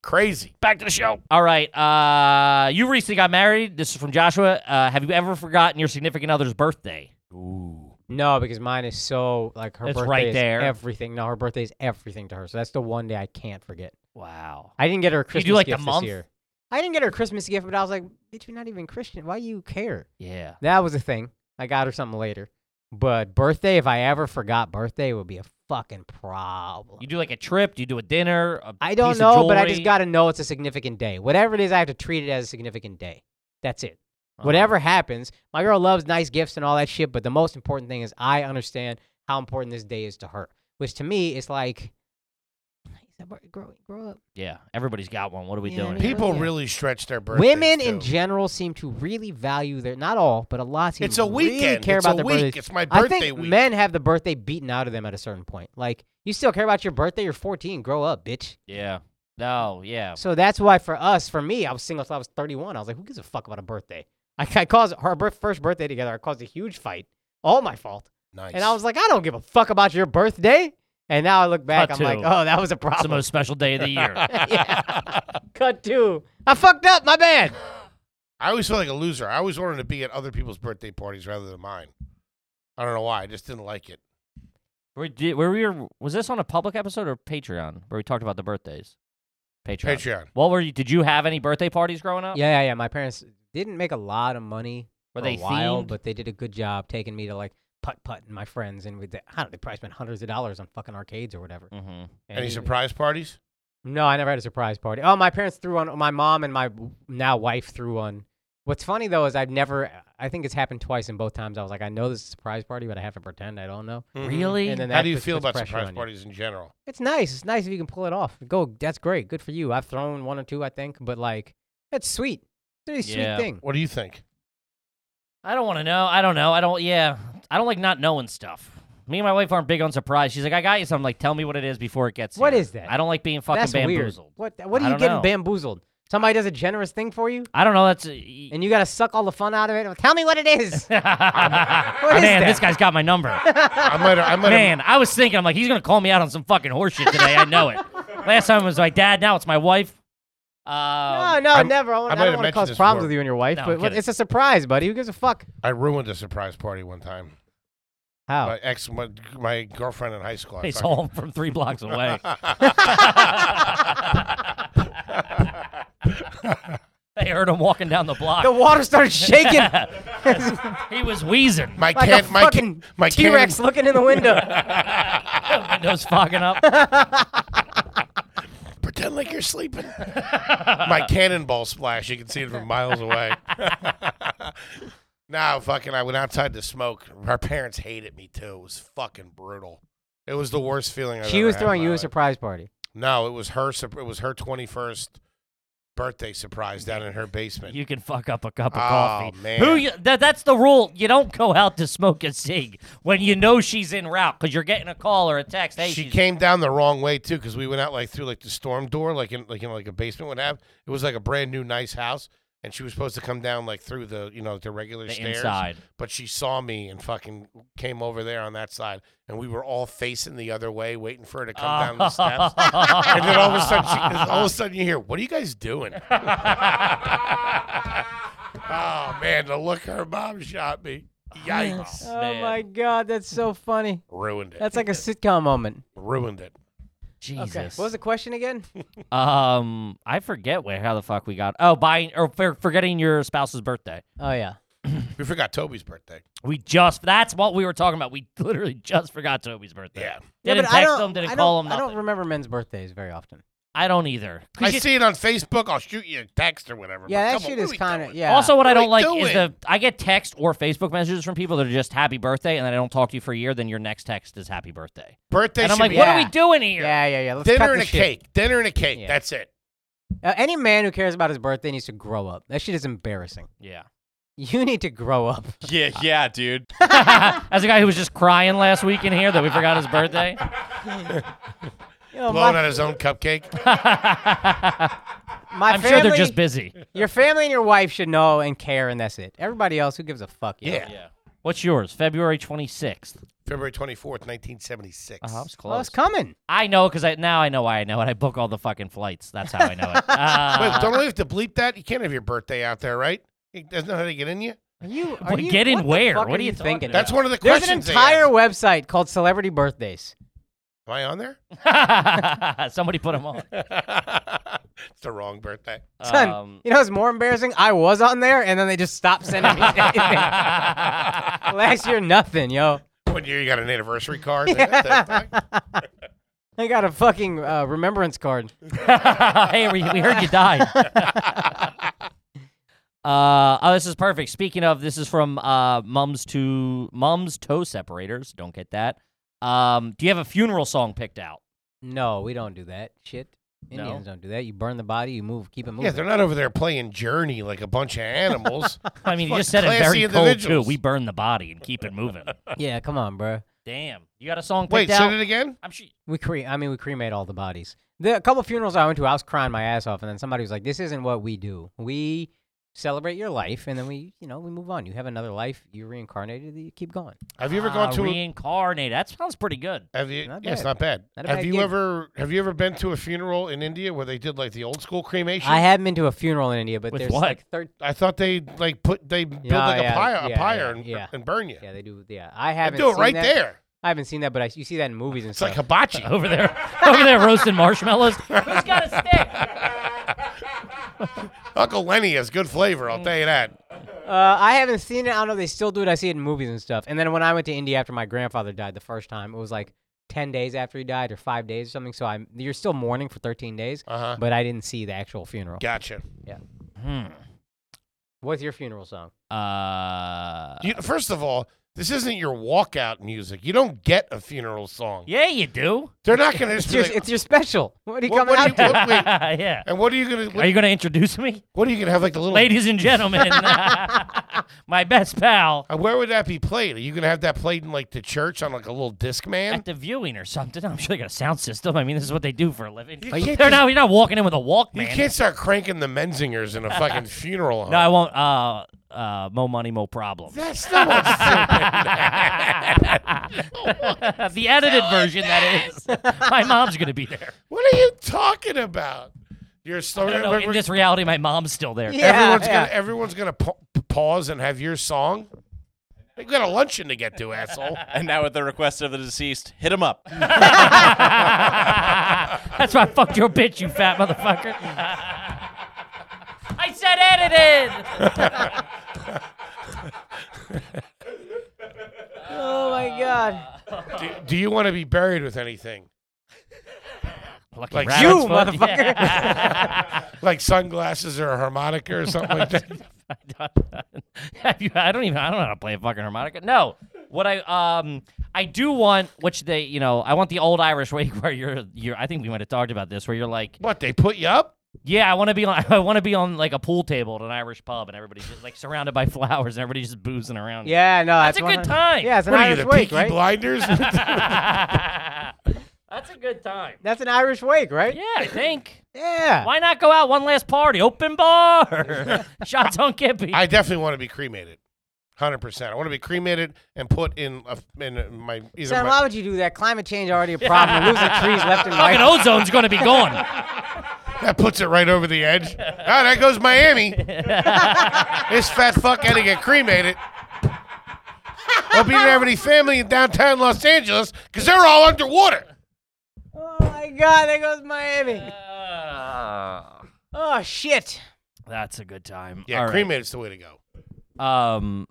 [SPEAKER 1] Crazy.
[SPEAKER 2] Back to the show. All right. Uh, you recently got married. This is from Joshua. Uh, have you ever forgotten your significant other's birthday?
[SPEAKER 5] No, because mine is so like her
[SPEAKER 2] It's
[SPEAKER 5] birthday
[SPEAKER 2] right
[SPEAKER 5] is
[SPEAKER 2] there.
[SPEAKER 5] everything. No, her birthday is everything to her. So that's the one day I can't forget.
[SPEAKER 2] Wow.
[SPEAKER 5] I didn't get her a Christmas
[SPEAKER 2] like, the
[SPEAKER 5] gift this
[SPEAKER 2] month?
[SPEAKER 5] year. I didn't get her a Christmas gift, but I was like, "Bitch, you're not even Christian. Why you care?"
[SPEAKER 2] Yeah.
[SPEAKER 5] That was a thing. I got her something later. But birthday, if I ever forgot birthday, it would be a fucking problem.
[SPEAKER 2] You do like a trip? Do you do a dinner? Uh, I
[SPEAKER 5] I don't know, but I just got to know it's a significant day. Whatever it is, I have to treat it as a significant day. That's it. Whatever happens, my girl loves nice gifts and all that shit, but the most important thing is I understand how important this day is to her, which to me is like, grow, grow up.
[SPEAKER 2] Yeah. Everybody's got one. What are we
[SPEAKER 5] Yeah, I
[SPEAKER 2] doing?
[SPEAKER 5] mean-
[SPEAKER 1] People
[SPEAKER 5] Yeah.
[SPEAKER 1] really stretch their birthdays.
[SPEAKER 5] Women in
[SPEAKER 1] too.
[SPEAKER 5] general seem to really value their, not all, but a lot seem
[SPEAKER 1] It's
[SPEAKER 5] to
[SPEAKER 1] a
[SPEAKER 5] really
[SPEAKER 1] weekend.
[SPEAKER 5] care
[SPEAKER 1] It's
[SPEAKER 5] about
[SPEAKER 1] a
[SPEAKER 5] their
[SPEAKER 1] week.
[SPEAKER 5] birthdays.
[SPEAKER 1] It's my
[SPEAKER 5] I
[SPEAKER 1] birthday
[SPEAKER 5] think
[SPEAKER 1] week.
[SPEAKER 5] men have the birthday beaten out of them at a certain point. Like, you still care about your birthday? You're 14. Grow up, bitch.
[SPEAKER 2] Yeah. No. Yeah.
[SPEAKER 5] So that's why for us, for me, I was single till I was 31. I was like, who gives a fuck about a birthday? I, I caused our birth, first birthday together. I caused a huge fight, all my fault.
[SPEAKER 1] Nice.
[SPEAKER 5] And I was like, I don't give a fuck about your birthday. And now I look back,
[SPEAKER 2] Cut
[SPEAKER 5] I'm like,
[SPEAKER 2] to.
[SPEAKER 5] oh, that was a
[SPEAKER 2] It's the
[SPEAKER 5] problem.
[SPEAKER 2] most special day of the year.
[SPEAKER 5] Yeah. Cut two. I fucked up. My bad.
[SPEAKER 1] I always feel like a loser. I always wanted to be at other people's birthday parties rather than mine. I don't know why. I just didn't like it.
[SPEAKER 2] Were, did, were we was this on a public episode or Patreon where we talked about the birthdays? Patreon.
[SPEAKER 1] Patreon.
[SPEAKER 2] What were you? Did you have any birthday parties growing up?
[SPEAKER 5] Yeah, yeah, yeah. My parents didn't make a lot of money
[SPEAKER 2] Were
[SPEAKER 5] for
[SPEAKER 2] they
[SPEAKER 5] a while,
[SPEAKER 2] themed?
[SPEAKER 5] but they did a good job taking me to like putt putt and my friends, and we did, I don't know, they probably spent hundreds of dollars on fucking arcades or whatever.
[SPEAKER 2] Mm-hmm.
[SPEAKER 5] And
[SPEAKER 1] Any
[SPEAKER 5] it-
[SPEAKER 1] surprise parties?
[SPEAKER 5] No, I never had a surprise party. Oh, my parents threw one. My mom and my w- now wife threw one. What's funny though is I've never. I think it's happened twice, and both times I was like, I know this is a surprise party, but I have to pretend I don't know.
[SPEAKER 2] Really?
[SPEAKER 5] And then
[SPEAKER 1] How
[SPEAKER 5] that
[SPEAKER 1] do you
[SPEAKER 5] just
[SPEAKER 1] feel
[SPEAKER 5] puts
[SPEAKER 1] about
[SPEAKER 5] pressure
[SPEAKER 1] surprise
[SPEAKER 5] on you.
[SPEAKER 1] parties in general?
[SPEAKER 5] It's nice. It's nice if you can pull it off. Go. That's great. Good for you. I've thrown one or two, I think, but like, that's sweet. It's a really
[SPEAKER 2] Yeah.
[SPEAKER 5] sweet thing.
[SPEAKER 1] What do you think?
[SPEAKER 2] I don't want to know. I don't know. I don't. Yeah. I don't like not knowing stuff. Me and my wife aren't big on surprise. She's like, I got you something. Like, tell me what it is before it gets.
[SPEAKER 5] What
[SPEAKER 2] here.
[SPEAKER 5] is that?
[SPEAKER 2] I don't like being fucking
[SPEAKER 5] That's
[SPEAKER 2] bamboozled.
[SPEAKER 5] weird. What? What
[SPEAKER 2] I
[SPEAKER 5] are you
[SPEAKER 2] don't
[SPEAKER 5] getting
[SPEAKER 2] know.
[SPEAKER 5] bamboozled? Somebody does a generous thing for you,
[SPEAKER 2] I don't know. That's. uh, y-
[SPEAKER 5] and you got to suck all the fun out of it. Tell me what it is.
[SPEAKER 2] Oh, Man,
[SPEAKER 5] that?
[SPEAKER 2] this guy's got my number.
[SPEAKER 1] I might. I might.
[SPEAKER 2] Man, I was thinking, I'm like, he's gonna call me out on some fucking horseshit today. I know it. Last time it was my dad. Now it's my wife. Um,
[SPEAKER 5] no, no,
[SPEAKER 1] I'm-
[SPEAKER 5] never. I, wanna-
[SPEAKER 1] I might have
[SPEAKER 5] I don't want to
[SPEAKER 1] mentioned
[SPEAKER 5] cause
[SPEAKER 1] this
[SPEAKER 5] problems
[SPEAKER 1] before.
[SPEAKER 5] with you and your wife,
[SPEAKER 2] No, I'm
[SPEAKER 5] but what-
[SPEAKER 2] kidding.
[SPEAKER 5] it's a surprise, buddy. Who gives a fuck?
[SPEAKER 1] I ruined a surprise party one time.
[SPEAKER 5] How?
[SPEAKER 1] My ex, my, my girlfriend in high school. I
[SPEAKER 2] He's
[SPEAKER 1] fucking-
[SPEAKER 2] home from three blocks away. they heard him walking down the block.
[SPEAKER 5] the water started shaking
[SPEAKER 2] he was wheezing.
[SPEAKER 1] My
[SPEAKER 5] like
[SPEAKER 1] can,
[SPEAKER 5] a
[SPEAKER 1] my
[SPEAKER 5] fucking
[SPEAKER 1] can, my
[SPEAKER 5] T Rex
[SPEAKER 1] Can,
[SPEAKER 5] looking in the window.
[SPEAKER 2] Windows fogging up.
[SPEAKER 1] pretend like you're sleeping. my cannonball splash. You can see it from miles away. no, fucking. I went outside to smoke. Our parents hated me too. It was fucking brutal. It was the worst feeling. I've
[SPEAKER 5] she
[SPEAKER 1] ever
[SPEAKER 5] was
[SPEAKER 1] had in
[SPEAKER 5] throwing
[SPEAKER 1] my
[SPEAKER 5] you a
[SPEAKER 1] life.
[SPEAKER 5] surprise party.
[SPEAKER 1] No, it was her. sup- It was her twenty first birthday surprise down in her basement.
[SPEAKER 2] You can fuck up a cup of
[SPEAKER 1] Oh,
[SPEAKER 2] coffee.
[SPEAKER 1] man.
[SPEAKER 2] Who you, that, that's the rule. You don't go out to smoke a cig when you know she's in route because you're getting a call or a text. Hey,
[SPEAKER 1] she
[SPEAKER 2] she's-
[SPEAKER 1] came down the wrong way too because we went out like through like the storm door, like in like in like a basement would have. It was like a brand new nice house, and she was supposed to come down like through the you know the regular
[SPEAKER 2] The
[SPEAKER 1] stairs.
[SPEAKER 2] inside.
[SPEAKER 1] But she saw me and fucking came over there on that side, and we were all facing the other way, waiting for her to
[SPEAKER 2] Oh.
[SPEAKER 1] come down the steps. And then all of a sudden, she, all of a sudden, you hear, "What are you guys doing?" oh man, the look her mom shot me. Yikes!
[SPEAKER 5] Oh
[SPEAKER 2] Man.
[SPEAKER 5] my god, that's so funny.
[SPEAKER 1] Ruined it.
[SPEAKER 5] That's like a sitcom moment.
[SPEAKER 1] Ruined it.
[SPEAKER 2] Jesus.
[SPEAKER 5] What was the question again?
[SPEAKER 2] Um, I forget where how the fuck we got. Oh, buying or for, forgetting your spouse's birthday.
[SPEAKER 5] Oh yeah.
[SPEAKER 1] We forgot Toby's birthday.
[SPEAKER 2] We just that's what we were talking about. We literally just forgot Toby's birthday.
[SPEAKER 1] Yeah.
[SPEAKER 5] Yeah,
[SPEAKER 2] Didn't
[SPEAKER 5] but
[SPEAKER 2] text
[SPEAKER 5] I don't.
[SPEAKER 2] him. Didn't
[SPEAKER 5] I
[SPEAKER 2] call
[SPEAKER 5] don't-
[SPEAKER 2] him.
[SPEAKER 5] I
[SPEAKER 2] Nothing.
[SPEAKER 5] don't remember men's birthdays very often.
[SPEAKER 2] I don't either. 'Cause
[SPEAKER 1] I
[SPEAKER 2] you-
[SPEAKER 1] see it on Facebook. I'll shoot you a text or whatever.
[SPEAKER 5] Yeah,
[SPEAKER 1] but
[SPEAKER 5] that
[SPEAKER 1] come on,
[SPEAKER 5] shit
[SPEAKER 1] what are
[SPEAKER 5] is
[SPEAKER 1] we
[SPEAKER 5] kind of
[SPEAKER 1] doing?
[SPEAKER 5] yeah.
[SPEAKER 2] Also, what I
[SPEAKER 1] What are
[SPEAKER 2] don't like
[SPEAKER 1] we
[SPEAKER 2] is the I get text or Facebook messages from people that are just happy birthday, and then I don't talk to you for a year. Then your next text is happy birthday,
[SPEAKER 1] birthday.
[SPEAKER 2] and I'm
[SPEAKER 1] should
[SPEAKER 2] like,
[SPEAKER 1] be
[SPEAKER 2] what are
[SPEAKER 5] Yeah.
[SPEAKER 2] we doing here?
[SPEAKER 5] yeah, yeah, yeah. Let's cut
[SPEAKER 1] dinner and a
[SPEAKER 5] this shit.
[SPEAKER 1] cake. Dinner and a cake.
[SPEAKER 5] Yeah.
[SPEAKER 1] That's it.
[SPEAKER 5] Uh, any man who cares about his birthday needs to grow up. That shit is embarrassing.
[SPEAKER 2] Yeah.
[SPEAKER 5] You need to grow up.
[SPEAKER 4] Yeah, yeah, dude.
[SPEAKER 2] As a guy who was just crying last week in here that we forgot his birthday.
[SPEAKER 5] You know,
[SPEAKER 1] Blowing
[SPEAKER 5] Oh, my,
[SPEAKER 1] out his own cupcake.
[SPEAKER 5] my
[SPEAKER 2] I'm
[SPEAKER 5] family,
[SPEAKER 2] sure they're just busy.
[SPEAKER 5] your family and your wife should know and care, and that's it. Everybody else, who gives a fuck? yo?
[SPEAKER 1] Yeah.
[SPEAKER 2] What's yours? February 26th.
[SPEAKER 1] February 24th, 1976.
[SPEAKER 2] Oh, I was
[SPEAKER 5] Well,
[SPEAKER 2] close.
[SPEAKER 5] it's coming.
[SPEAKER 2] I know because I now I know why I know it. I book all the fucking flights. That's how I know it. Uh,
[SPEAKER 1] Wait, don't we have to bleep that? You can't have your birthday out there, right? It doesn't know how to get in you.
[SPEAKER 5] Are you? Are
[SPEAKER 2] But
[SPEAKER 5] you
[SPEAKER 2] get in
[SPEAKER 5] what the
[SPEAKER 2] where?
[SPEAKER 5] fuck
[SPEAKER 2] What are
[SPEAKER 5] are you
[SPEAKER 2] you talking
[SPEAKER 5] thinking?
[SPEAKER 2] about?
[SPEAKER 1] That's one of the
[SPEAKER 5] There's an
[SPEAKER 1] questions. they
[SPEAKER 5] entire
[SPEAKER 1] ask.
[SPEAKER 5] website called Celebrity Birthdays.
[SPEAKER 1] Am I on there?
[SPEAKER 2] Uh, somebody put them on.
[SPEAKER 1] it's the wrong birthday.
[SPEAKER 5] Son,
[SPEAKER 2] Um,
[SPEAKER 5] you know what's more embarrassing? I was on there, and then they just stopped sending me anything. Last year, nothing, yo.
[SPEAKER 1] One year you got an anniversary card. What the fuck?
[SPEAKER 5] I got a fucking uh, remembrance card.
[SPEAKER 2] hey, we, we heard you died. uh, oh, this is perfect. Speaking of, this is from uh, Mums to Mums Toe Separators. Don't get that. Um, do you have a funeral song picked out?
[SPEAKER 5] No, we don't do that shit.
[SPEAKER 2] No?
[SPEAKER 5] Indians don't do that. You burn the body, you move, keep it moving.
[SPEAKER 1] yeah, they're not over there playing Journey like a bunch of animals.
[SPEAKER 2] I mean, you
[SPEAKER 1] Fuck,
[SPEAKER 2] just said it
[SPEAKER 1] classy
[SPEAKER 2] very cold too.
[SPEAKER 1] individuals.
[SPEAKER 2] We burn the body and keep it moving.
[SPEAKER 5] yeah, come on, bro.
[SPEAKER 2] Damn, you got a song picked
[SPEAKER 1] Wait,
[SPEAKER 2] out?
[SPEAKER 1] said it again?
[SPEAKER 2] I'm sure.
[SPEAKER 5] We cre- I mean, we cremate all the bodies. The, a couple funerals I went to, I was crying my ass off, and then somebody was like, "This isn't what we do. We celebrate your life, and then we, you know, we move on. You have another life. You're reincarnated. You keep going."
[SPEAKER 1] Have you ever gone
[SPEAKER 2] Ah,
[SPEAKER 1] to a
[SPEAKER 2] reincarnate? That sounds pretty good.
[SPEAKER 1] Have you?
[SPEAKER 5] Not
[SPEAKER 1] yeah, it's
[SPEAKER 5] bad.
[SPEAKER 1] not bad.
[SPEAKER 5] Not a
[SPEAKER 1] have
[SPEAKER 5] bad
[SPEAKER 1] you
[SPEAKER 5] gig.
[SPEAKER 1] ever? Have you ever been to a funeral in India where they did like the old school cremation?
[SPEAKER 5] I haven't been to a funeral in India, but
[SPEAKER 2] With
[SPEAKER 5] there's
[SPEAKER 2] what?
[SPEAKER 5] like third.
[SPEAKER 1] I thought they like put they build
[SPEAKER 5] Yeah,
[SPEAKER 1] like
[SPEAKER 5] yeah,
[SPEAKER 1] a pyre,
[SPEAKER 5] yeah,
[SPEAKER 1] a pyre,
[SPEAKER 5] yeah,
[SPEAKER 1] and,
[SPEAKER 5] yeah.
[SPEAKER 1] and burn you.
[SPEAKER 5] Yeah, they do. Yeah, I
[SPEAKER 1] They
[SPEAKER 5] haven't.
[SPEAKER 1] do it
[SPEAKER 5] seen
[SPEAKER 1] right
[SPEAKER 5] that.
[SPEAKER 1] there.
[SPEAKER 5] I haven't seen that, but I, you see that in movies and
[SPEAKER 1] It's
[SPEAKER 5] stuff.
[SPEAKER 1] like hibachi.
[SPEAKER 2] Over there, over there, roasting marshmallows. Who's got a stick?
[SPEAKER 1] Uncle Lenny has good flavor.
[SPEAKER 5] Oh.
[SPEAKER 1] I'll tell you that.
[SPEAKER 5] Uh, I haven't seen it. I don't know. They still do it. I see it in movies and stuff. And then when I went to India after my grandfather died the first time, it was like ten days after he died, or five days or something. So I'm you're still mourning for thirteen days,
[SPEAKER 1] Uh huh.
[SPEAKER 5] but I didn't see the actual funeral.
[SPEAKER 1] Gotcha.
[SPEAKER 2] Hmm.
[SPEAKER 5] What's your funeral song?
[SPEAKER 2] Uh,
[SPEAKER 1] You, first of all, this isn't your walkout music. You don't get a funeral song.
[SPEAKER 2] yeah, you do.
[SPEAKER 1] They're not going to
[SPEAKER 5] It's
[SPEAKER 1] just be
[SPEAKER 5] your
[SPEAKER 1] like,
[SPEAKER 5] it's your special. What are you
[SPEAKER 1] What-
[SPEAKER 5] coming
[SPEAKER 1] what
[SPEAKER 5] out?
[SPEAKER 1] do you-
[SPEAKER 5] to?
[SPEAKER 1] What- wait.
[SPEAKER 2] yeah.
[SPEAKER 1] And what are you Hmm. going to?
[SPEAKER 2] Are you going to introduce me?
[SPEAKER 1] What are you going to have like the little?
[SPEAKER 2] Ladies and gentlemen, my best pal
[SPEAKER 1] Uh, Where would that be played? Are you going to have that played in like the church on like a little disc man?
[SPEAKER 2] at the viewing or something. I'm sure they got a sound system. I mean, this is what they do for a living.
[SPEAKER 1] You
[SPEAKER 2] They're
[SPEAKER 1] can't just-
[SPEAKER 2] not, you're not walking in with a
[SPEAKER 1] You
[SPEAKER 2] Walkman.
[SPEAKER 1] can't start cranking the Menzingers in a fucking funeral home.
[SPEAKER 2] No, I won't. Uh, uh, mo money, mo problem.
[SPEAKER 1] That's not what's
[SPEAKER 2] the edited version, that is. my mom's going to be there.
[SPEAKER 1] What are you talking about? Your
[SPEAKER 2] I
[SPEAKER 1] story.
[SPEAKER 2] don't know, in this reality, my mom's still there.
[SPEAKER 5] Yeah.
[SPEAKER 1] everyone's
[SPEAKER 5] yeah.
[SPEAKER 1] gonna everyone's gonna pa- pause and have your song. They've got a luncheon to get to, asshole.
[SPEAKER 4] And now, at the request of the deceased, hit him up.
[SPEAKER 2] Hmm. That's why I fucked your bitch, you fat motherfucker. I said edited.
[SPEAKER 5] Oh my god!
[SPEAKER 1] do, do you want to be buried with anything?
[SPEAKER 2] Lucky
[SPEAKER 1] Like
[SPEAKER 2] rabbit's
[SPEAKER 1] you,
[SPEAKER 2] foot,
[SPEAKER 5] motherfucker.
[SPEAKER 2] yeah.
[SPEAKER 1] Like sunglasses or a harmonica or something like that?
[SPEAKER 2] Have you- I don't even. I don't know how to play a fucking harmonica. No, what I um I do want, which they you know, I want the old Irish way where you're you're. I think we might have talked about this, where you're like,
[SPEAKER 1] What, they put you up?
[SPEAKER 2] yeah, I want to be on. I want to be on like a pool table at an Irish pub, and everybody's just like surrounded by flowers, and everybody's just boozing around.
[SPEAKER 5] Yeah, no,
[SPEAKER 2] That's
[SPEAKER 5] that's
[SPEAKER 2] a
[SPEAKER 5] one
[SPEAKER 2] good
[SPEAKER 5] hundred-
[SPEAKER 2] time.
[SPEAKER 5] Yeah, it's an
[SPEAKER 1] What are you,
[SPEAKER 5] Irish
[SPEAKER 1] the
[SPEAKER 5] wake,
[SPEAKER 1] Peaky
[SPEAKER 5] right?
[SPEAKER 1] Blinders?
[SPEAKER 2] I That's a good time.
[SPEAKER 5] That's an Irish wake, right?
[SPEAKER 2] Yeah, I think.
[SPEAKER 5] Yeah.
[SPEAKER 2] Why not go out one last party? Open bar. Shots on Kippy.
[SPEAKER 1] I definitely want to be cremated. Hundred percent. I want to be cremated and put in a, in my either
[SPEAKER 5] Son,
[SPEAKER 1] my-
[SPEAKER 5] why would you do that? Climate change already a problem. We're losing trees left and
[SPEAKER 2] Fucking
[SPEAKER 5] right.
[SPEAKER 2] ozone's gonna be gone.
[SPEAKER 1] that puts it right over the edge. Ah, that goes Miami. this fat fuck had to get cremated. Hope you don't have any family in downtown Los Angeles because they're all underwater.
[SPEAKER 5] Oh my God! There goes Miami.
[SPEAKER 2] Ah,
[SPEAKER 5] Oh shit.
[SPEAKER 2] that's a good time.
[SPEAKER 1] Yeah,
[SPEAKER 2] All right.
[SPEAKER 1] cremated's the way to go.
[SPEAKER 2] Um.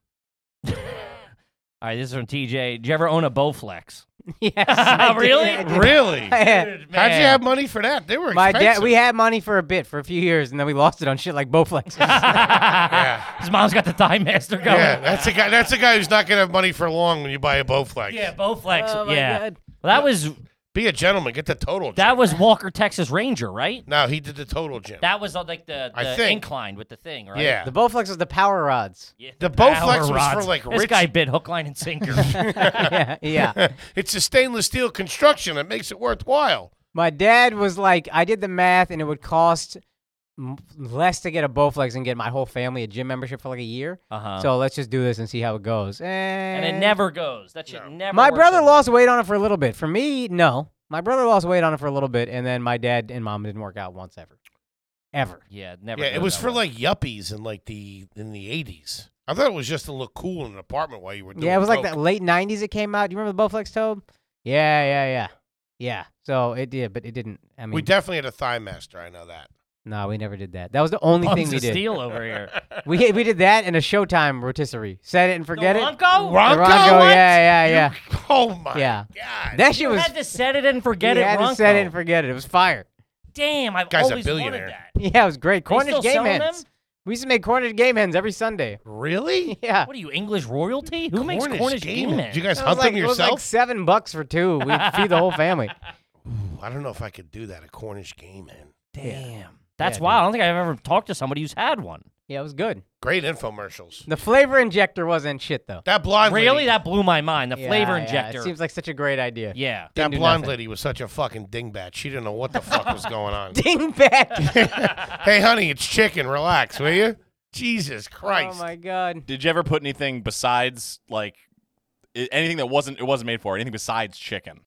[SPEAKER 2] All right, this is from TJ. Did you ever own a Bowflex?
[SPEAKER 5] Yes. I did.
[SPEAKER 2] Really?
[SPEAKER 5] I did.
[SPEAKER 1] Really?
[SPEAKER 5] Yeah.
[SPEAKER 1] How'd you have money for that? They were
[SPEAKER 5] My
[SPEAKER 1] expensive.
[SPEAKER 5] dad. We had money for a bit, for a few years, and then we lost it on shit like Bowflex.
[SPEAKER 1] yeah.
[SPEAKER 2] His mom's got the Time Master going.
[SPEAKER 1] yeah, that's a guy. That's a guy who's not gonna have money for long when you buy a Bowflex.
[SPEAKER 2] Yeah, Bowflex.
[SPEAKER 5] Oh my
[SPEAKER 2] yeah.
[SPEAKER 5] God.
[SPEAKER 2] Well, that was
[SPEAKER 1] Be a gentleman. Get the total.
[SPEAKER 2] that was Walker Texas Ranger, right?
[SPEAKER 1] no, he did the total gym.
[SPEAKER 2] That was uh, like the,
[SPEAKER 1] I
[SPEAKER 2] the
[SPEAKER 1] think.
[SPEAKER 2] incline with the thing, right?
[SPEAKER 1] yeah.
[SPEAKER 5] the Bowflex was the power rods.
[SPEAKER 2] Yeah,
[SPEAKER 1] The
[SPEAKER 2] power
[SPEAKER 1] Bowflex was for,
[SPEAKER 2] rods.
[SPEAKER 1] like,
[SPEAKER 2] this
[SPEAKER 1] rich-
[SPEAKER 2] guy bit hook, line, and sinker. Uh-huh.
[SPEAKER 5] yeah. Yeah.
[SPEAKER 1] it's a stainless steel construction that makes it worthwhile.
[SPEAKER 5] My dad was like, I did the math, and it would cost m- less to get a Bowflex and get my whole family a gym membership for like a year.
[SPEAKER 2] Uh-huh.
[SPEAKER 5] So let's just do this and see how it goes. And,
[SPEAKER 2] and it never goes. That shit never.
[SPEAKER 5] My
[SPEAKER 2] works
[SPEAKER 5] brother
[SPEAKER 2] out.
[SPEAKER 5] lost weight on it for a little bit. For me, no. My brother lost weight on it for a little bit, and then my dad and mom didn't work out once ever, ever.
[SPEAKER 2] Yeah, it never.
[SPEAKER 1] Yeah, it
[SPEAKER 2] goes
[SPEAKER 1] was
[SPEAKER 2] that
[SPEAKER 1] for
[SPEAKER 2] way.
[SPEAKER 1] like yuppies in like the in the eighties. I thought it was just to look cool in an apartment while you were doing.
[SPEAKER 5] Yeah, it was like
[SPEAKER 1] coke.
[SPEAKER 5] the late '90s. It came out. Do you remember the Bowflex toe? Yeah, yeah, yeah, yeah. So it did, but it didn't. I mean,
[SPEAKER 1] we definitely had a thigh master. I know that.
[SPEAKER 5] no, we never did that. That was the only thing
[SPEAKER 2] Lungs
[SPEAKER 5] we
[SPEAKER 2] of
[SPEAKER 5] did.
[SPEAKER 2] steel over here.
[SPEAKER 5] We we did that and a Showtime rotisserie. Set it and forget it.
[SPEAKER 2] Bronco?
[SPEAKER 5] The
[SPEAKER 1] Ronco,
[SPEAKER 5] Ronco,
[SPEAKER 1] what?
[SPEAKER 5] yeah, yeah,
[SPEAKER 1] You- oh my
[SPEAKER 5] Yeah.
[SPEAKER 1] god.
[SPEAKER 5] That shit
[SPEAKER 2] You
[SPEAKER 5] was.
[SPEAKER 2] had to set it and forget
[SPEAKER 5] you
[SPEAKER 2] it.
[SPEAKER 5] had
[SPEAKER 2] Ronco.
[SPEAKER 5] to set it and forget it. It was fire.
[SPEAKER 2] Damn, I've
[SPEAKER 1] Guy's a
[SPEAKER 2] always wanted
[SPEAKER 1] billionaire.
[SPEAKER 2] that.
[SPEAKER 5] Yeah, it was great. Cornish
[SPEAKER 2] still
[SPEAKER 5] game
[SPEAKER 2] selling
[SPEAKER 5] hens.
[SPEAKER 2] them?
[SPEAKER 5] We used to make Cornish game hens every Sunday.
[SPEAKER 1] really?
[SPEAKER 5] Yeah.
[SPEAKER 2] What are you, English royalty? Who makes Cornish game?
[SPEAKER 1] Did you guys
[SPEAKER 5] It was
[SPEAKER 1] hunt
[SPEAKER 5] like,
[SPEAKER 1] them
[SPEAKER 5] It was like
[SPEAKER 1] yourself?
[SPEAKER 5] seven bucks for two. We'd feed the whole family.
[SPEAKER 1] I don't know if I could do that. A Cornish game, man.
[SPEAKER 2] Damn. That's
[SPEAKER 5] Yeah,
[SPEAKER 2] wild. I don't think I've ever talked to somebody who's had one.
[SPEAKER 5] Yeah, it was good.
[SPEAKER 1] Great infomercials.
[SPEAKER 5] The flavor injector wasn't shit though.
[SPEAKER 1] That blonde
[SPEAKER 2] Really?
[SPEAKER 1] lady,
[SPEAKER 2] That blew my mind. The
[SPEAKER 5] Yeah,
[SPEAKER 2] flavor
[SPEAKER 5] yeah,
[SPEAKER 2] injector.
[SPEAKER 5] It seems like such a great idea.
[SPEAKER 2] yeah.
[SPEAKER 1] that
[SPEAKER 5] do
[SPEAKER 1] blonde
[SPEAKER 5] nothing.
[SPEAKER 1] lady was such a fucking dingbat. She didn't know what the fuck was going on.
[SPEAKER 5] Dingbat.
[SPEAKER 1] hey, honey, it's chicken. Relax, will you? Jesus Christ.
[SPEAKER 5] oh my god.
[SPEAKER 4] Did you ever put anything besides like i- anything that wasn't it wasn't made for anything besides chicken?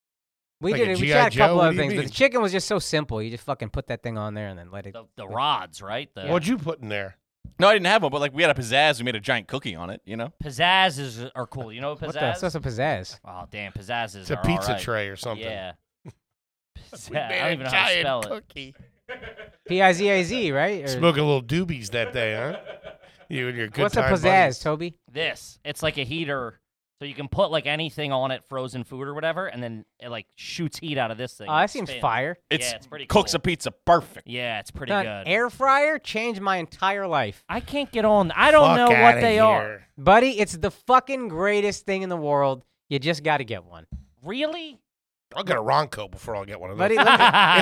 [SPEAKER 5] We
[SPEAKER 1] Like a
[SPEAKER 5] did it. We
[SPEAKER 1] G.I.
[SPEAKER 5] tried a
[SPEAKER 1] Joe?
[SPEAKER 5] couple
[SPEAKER 1] What
[SPEAKER 5] other
[SPEAKER 1] do you
[SPEAKER 5] things, but
[SPEAKER 1] mean?
[SPEAKER 5] the chicken was just so simple. You just fucking put that thing on there and then let it.
[SPEAKER 2] The, the rods, right? The
[SPEAKER 1] What'd you put in there?
[SPEAKER 4] No, I didn't have one, but like we had a pizzazz. We made a giant cookie on it. You know,
[SPEAKER 2] pizzazz is, are cool. You know what
[SPEAKER 5] What the?
[SPEAKER 2] pizzazz?
[SPEAKER 5] So some pizzazz.
[SPEAKER 2] oh, damn. Pizzazzes
[SPEAKER 1] It's a
[SPEAKER 2] are
[SPEAKER 1] pizza
[SPEAKER 2] alright.
[SPEAKER 1] tray or something.
[SPEAKER 2] Yeah.
[SPEAKER 1] We
[SPEAKER 2] Pizzazz. I
[SPEAKER 1] made
[SPEAKER 2] don't
[SPEAKER 1] a
[SPEAKER 2] even know how to
[SPEAKER 1] giant
[SPEAKER 2] spell it.
[SPEAKER 1] cookie.
[SPEAKER 5] P i z i z, right? Or-
[SPEAKER 1] Smoking little doobies that day, huh? You and your good
[SPEAKER 5] What's a
[SPEAKER 1] time
[SPEAKER 5] pizzazz,
[SPEAKER 1] buddies.
[SPEAKER 5] Toby?
[SPEAKER 2] This. It's like a heater. So you can put like anything on it, frozen food or whatever, and then it like shoots heat out of this thing.
[SPEAKER 5] Oh, that seems
[SPEAKER 2] fire.
[SPEAKER 5] fire.
[SPEAKER 4] it's,
[SPEAKER 2] it's pretty
[SPEAKER 4] cooks
[SPEAKER 2] cool.
[SPEAKER 4] a pizza perfect.
[SPEAKER 2] Yeah, it's pretty
[SPEAKER 5] An
[SPEAKER 2] good.
[SPEAKER 5] air fryer changed my entire life,
[SPEAKER 2] I can't get on. I don't
[SPEAKER 1] Fuck
[SPEAKER 2] know what
[SPEAKER 1] outta
[SPEAKER 2] they
[SPEAKER 1] here.
[SPEAKER 2] are.
[SPEAKER 5] buddy. It's the fucking greatest thing in the world. You just got to get one,
[SPEAKER 2] Really?
[SPEAKER 1] I'll get a Ronco before I'll get one of those.
[SPEAKER 5] buddy. Look at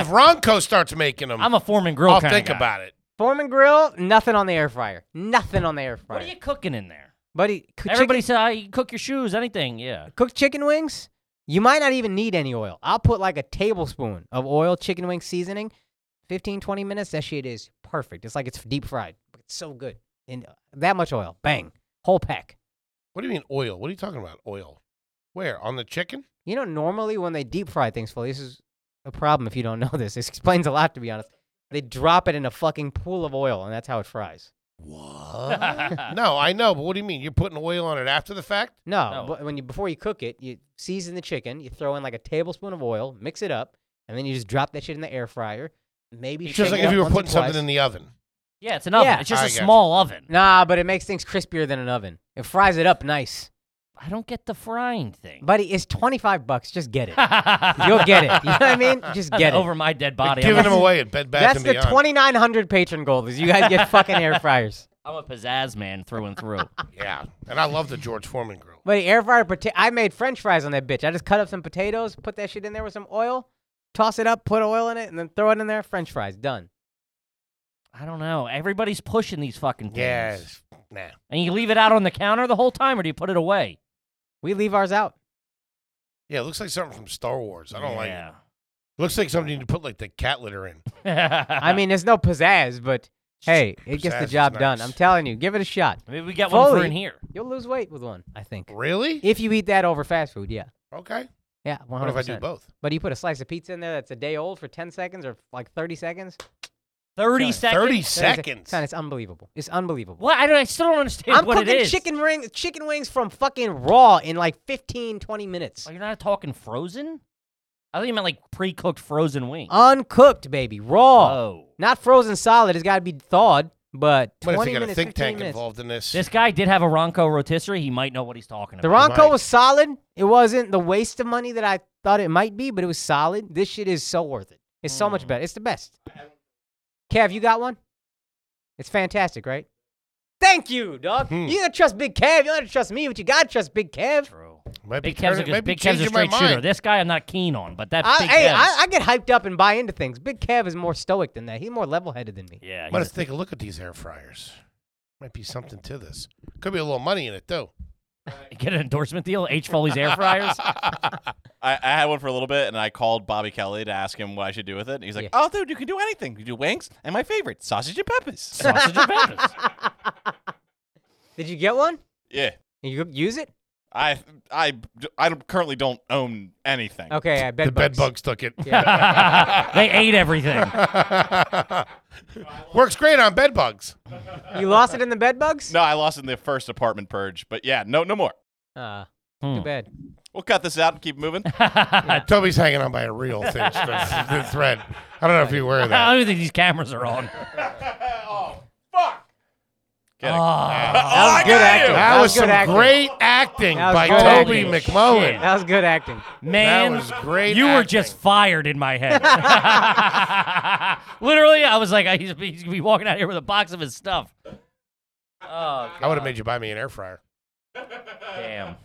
[SPEAKER 1] if Ronco starts making them, i
[SPEAKER 2] I'm a Foreman grill
[SPEAKER 1] will
[SPEAKER 2] kinda
[SPEAKER 1] think
[SPEAKER 2] guy.
[SPEAKER 1] about it.
[SPEAKER 5] Foreman Grill, nothing on the air fryer. Nothing on the air fryer,
[SPEAKER 2] What are you cooking in there?
[SPEAKER 5] buddy. c-
[SPEAKER 2] Everybody
[SPEAKER 5] chicken,
[SPEAKER 2] said I you cook your shoes, anything. Yeah.
[SPEAKER 5] cooked chicken wings. You might not even need any oil. I'll put like a tablespoon of oil, chicken wing seasoning, 15, 20 minutes. That shit is perfect. It's like it's deep fried. It's so good. And uh, that much oil, bang, whole pack.
[SPEAKER 1] What do you mean oil? What are you talking about? Oil? Where? On the chicken?
[SPEAKER 5] You know, normally when they deep fry things fully, this is a problem if you don't know this. This explains a lot, to be honest. They drop it in a fucking pool of oil, and that's how it fries.
[SPEAKER 1] no, I know, but what do you mean? You're putting oil on it after the fact?
[SPEAKER 5] No,
[SPEAKER 2] No.
[SPEAKER 5] but when you before you cook it, you season the chicken, you throw in like a tablespoon of oil, mix it up, and then you just drop that shit in the air fryer. Maybe
[SPEAKER 1] It's just like if you were putting something in the oven.
[SPEAKER 2] Yeah, it's an oven.
[SPEAKER 5] Yeah.
[SPEAKER 2] It's just
[SPEAKER 1] I
[SPEAKER 2] a
[SPEAKER 1] gotcha.
[SPEAKER 2] small oven.
[SPEAKER 5] Nah, but it makes things crispier than an oven. It fries it up nice,
[SPEAKER 2] I don't get the frying thing.
[SPEAKER 5] buddy. It's twenty five bucks. Just get it. You'll get it. You know what I mean? Just get it.
[SPEAKER 2] over my dead body.
[SPEAKER 1] Giving
[SPEAKER 2] I'm,
[SPEAKER 1] them away at Bed Bath
[SPEAKER 5] That's
[SPEAKER 1] and
[SPEAKER 5] the
[SPEAKER 1] Beyond.
[SPEAKER 5] twenty nine hundred patron gold. Is you guys get fucking air fryers.
[SPEAKER 2] a, I'm a pizzazz man through and through.
[SPEAKER 1] Yeah, and I love the George Foreman grill.
[SPEAKER 5] But the air fryer potato. I made French fries on that bitch. I just cut up some potatoes, put that shit in there with some oil, toss it up, put oil in it, and then throw it in there. French fries done.
[SPEAKER 2] I don't know. Everybody's pushing these fucking things.
[SPEAKER 1] Yes. Nah.
[SPEAKER 2] And you leave it out on the counter the whole time, or do you put it away?
[SPEAKER 5] We leave ours out.
[SPEAKER 1] Yeah, it looks like something from Star Wars. I don't like it.
[SPEAKER 2] yeah.
[SPEAKER 1] Looks like something you put like the cat litter in.
[SPEAKER 5] I mean, there's no pizzazz, but hey, it gets
[SPEAKER 1] Pizzazz
[SPEAKER 5] the
[SPEAKER 1] is
[SPEAKER 5] job done.
[SPEAKER 1] nice.
[SPEAKER 5] I'm telling you, give it a shot.
[SPEAKER 2] Maybe we get one for
[SPEAKER 5] Foley.
[SPEAKER 2] in here.
[SPEAKER 5] You'll lose weight with one, I think.
[SPEAKER 1] Really?
[SPEAKER 5] If you eat that over fast food, yeah.
[SPEAKER 1] Okay.
[SPEAKER 5] Yeah, 100%.
[SPEAKER 1] What if I do both?
[SPEAKER 5] But you put a slice of pizza in there that's a day old for 10 seconds or like 30 seconds?
[SPEAKER 2] 30
[SPEAKER 5] Sorry.
[SPEAKER 2] seconds.
[SPEAKER 1] Thirty
[SPEAKER 5] 30 sec-
[SPEAKER 1] seconds.
[SPEAKER 5] Son, it's unbelievable. It's unbelievable.
[SPEAKER 2] What? I, don't, I still don't understand
[SPEAKER 5] I'm
[SPEAKER 2] what it
[SPEAKER 5] cooking
[SPEAKER 2] is.
[SPEAKER 5] chicken ring, chicken wings from fucking raw in like 15, 20 minutes.
[SPEAKER 2] Oh, you're not talking frozen? I thought you meant like pre-cooked frozen wings.
[SPEAKER 5] Uncooked, baby, raw.
[SPEAKER 2] Oh.
[SPEAKER 5] Not frozen solid. It's got to be thawed. But
[SPEAKER 1] What
[SPEAKER 5] 20
[SPEAKER 1] if they got
[SPEAKER 5] minutes,
[SPEAKER 1] a think
[SPEAKER 5] 15
[SPEAKER 1] tank
[SPEAKER 5] minutes.
[SPEAKER 1] involved in this?
[SPEAKER 2] This guy did have a Ronco rotisserie. He might know what he's talking
[SPEAKER 5] The
[SPEAKER 2] about.
[SPEAKER 5] Ronco
[SPEAKER 1] might.
[SPEAKER 5] was solid. It wasn't the waste of money that I thought it might be, but it was solid. This shit is so worth it. It's so much better. It's the best. Kev, you got one? It's fantastic, right? Thank you, dog.
[SPEAKER 1] Hmm.
[SPEAKER 5] You gotta trust Big Kev. You don't have to trust me, but you gotta trust Big Kev.
[SPEAKER 2] True.
[SPEAKER 1] might be
[SPEAKER 2] Big Kev's a,
[SPEAKER 1] turning-
[SPEAKER 2] good-
[SPEAKER 1] might be
[SPEAKER 2] Big Kev's a
[SPEAKER 1] changing my
[SPEAKER 2] straight shooter.
[SPEAKER 1] mind.
[SPEAKER 2] This guy I'm not keen on, but that
[SPEAKER 5] I,
[SPEAKER 2] Big
[SPEAKER 5] hey,
[SPEAKER 2] Kev.
[SPEAKER 5] I, I get hyped up and buy into things. Big Kev is more stoic than that. He's more level-headed than me.
[SPEAKER 2] yeah.
[SPEAKER 1] Let us
[SPEAKER 2] he's-
[SPEAKER 1] take a look at these air fryers. Might be something to this. Could be a little money in it too.
[SPEAKER 2] Get an endorsement deal? H. Foley's air fryers?
[SPEAKER 4] I, I had one for a little bit, and I called Bobby Kelly to ask him what I should do with it. And he's like,
[SPEAKER 5] Yeah.
[SPEAKER 4] "Oh, dude, you can do anything. You can do wings, and my favorite, sausage and peppers."
[SPEAKER 2] Sausage and peppers.
[SPEAKER 5] Did you get one?
[SPEAKER 4] yeah,
[SPEAKER 5] You use it?
[SPEAKER 4] I, I, I don't- currently don't own anything.
[SPEAKER 5] Okay, I bet.
[SPEAKER 1] the bed bugs took it.
[SPEAKER 2] they ate everything.
[SPEAKER 1] Works great on bed bugs.
[SPEAKER 5] You lost it in the bed bugs?
[SPEAKER 4] No, I lost it in the first apartment purge, but yeah, no, no more.
[SPEAKER 5] Uh,
[SPEAKER 2] Hmm.
[SPEAKER 5] Too bad.
[SPEAKER 4] We'll cut this out and keep moving.
[SPEAKER 1] Toby's hanging on by a real thing, the, the thread. I don't know if you're aware of
[SPEAKER 2] I
[SPEAKER 1] that.
[SPEAKER 2] don't even think these cameras are on.
[SPEAKER 4] Get it.
[SPEAKER 2] Oh,
[SPEAKER 4] Oh, I
[SPEAKER 5] good
[SPEAKER 4] got
[SPEAKER 5] acting.
[SPEAKER 1] That
[SPEAKER 4] you!
[SPEAKER 5] Ah, That
[SPEAKER 1] was
[SPEAKER 5] was
[SPEAKER 1] some
[SPEAKER 5] good acting.
[SPEAKER 1] great acting
[SPEAKER 5] That was
[SPEAKER 1] by
[SPEAKER 5] good
[SPEAKER 1] Toby
[SPEAKER 2] acting.
[SPEAKER 1] McMullen.
[SPEAKER 5] That was good acting.
[SPEAKER 2] man.
[SPEAKER 1] was great
[SPEAKER 2] You were
[SPEAKER 1] acting.
[SPEAKER 2] just fired in my head. Literally, I was like, he's, he's going to be walking out here with a box of his stuff. Oh,
[SPEAKER 1] I would have made you buy me an air fryer.
[SPEAKER 2] Damn.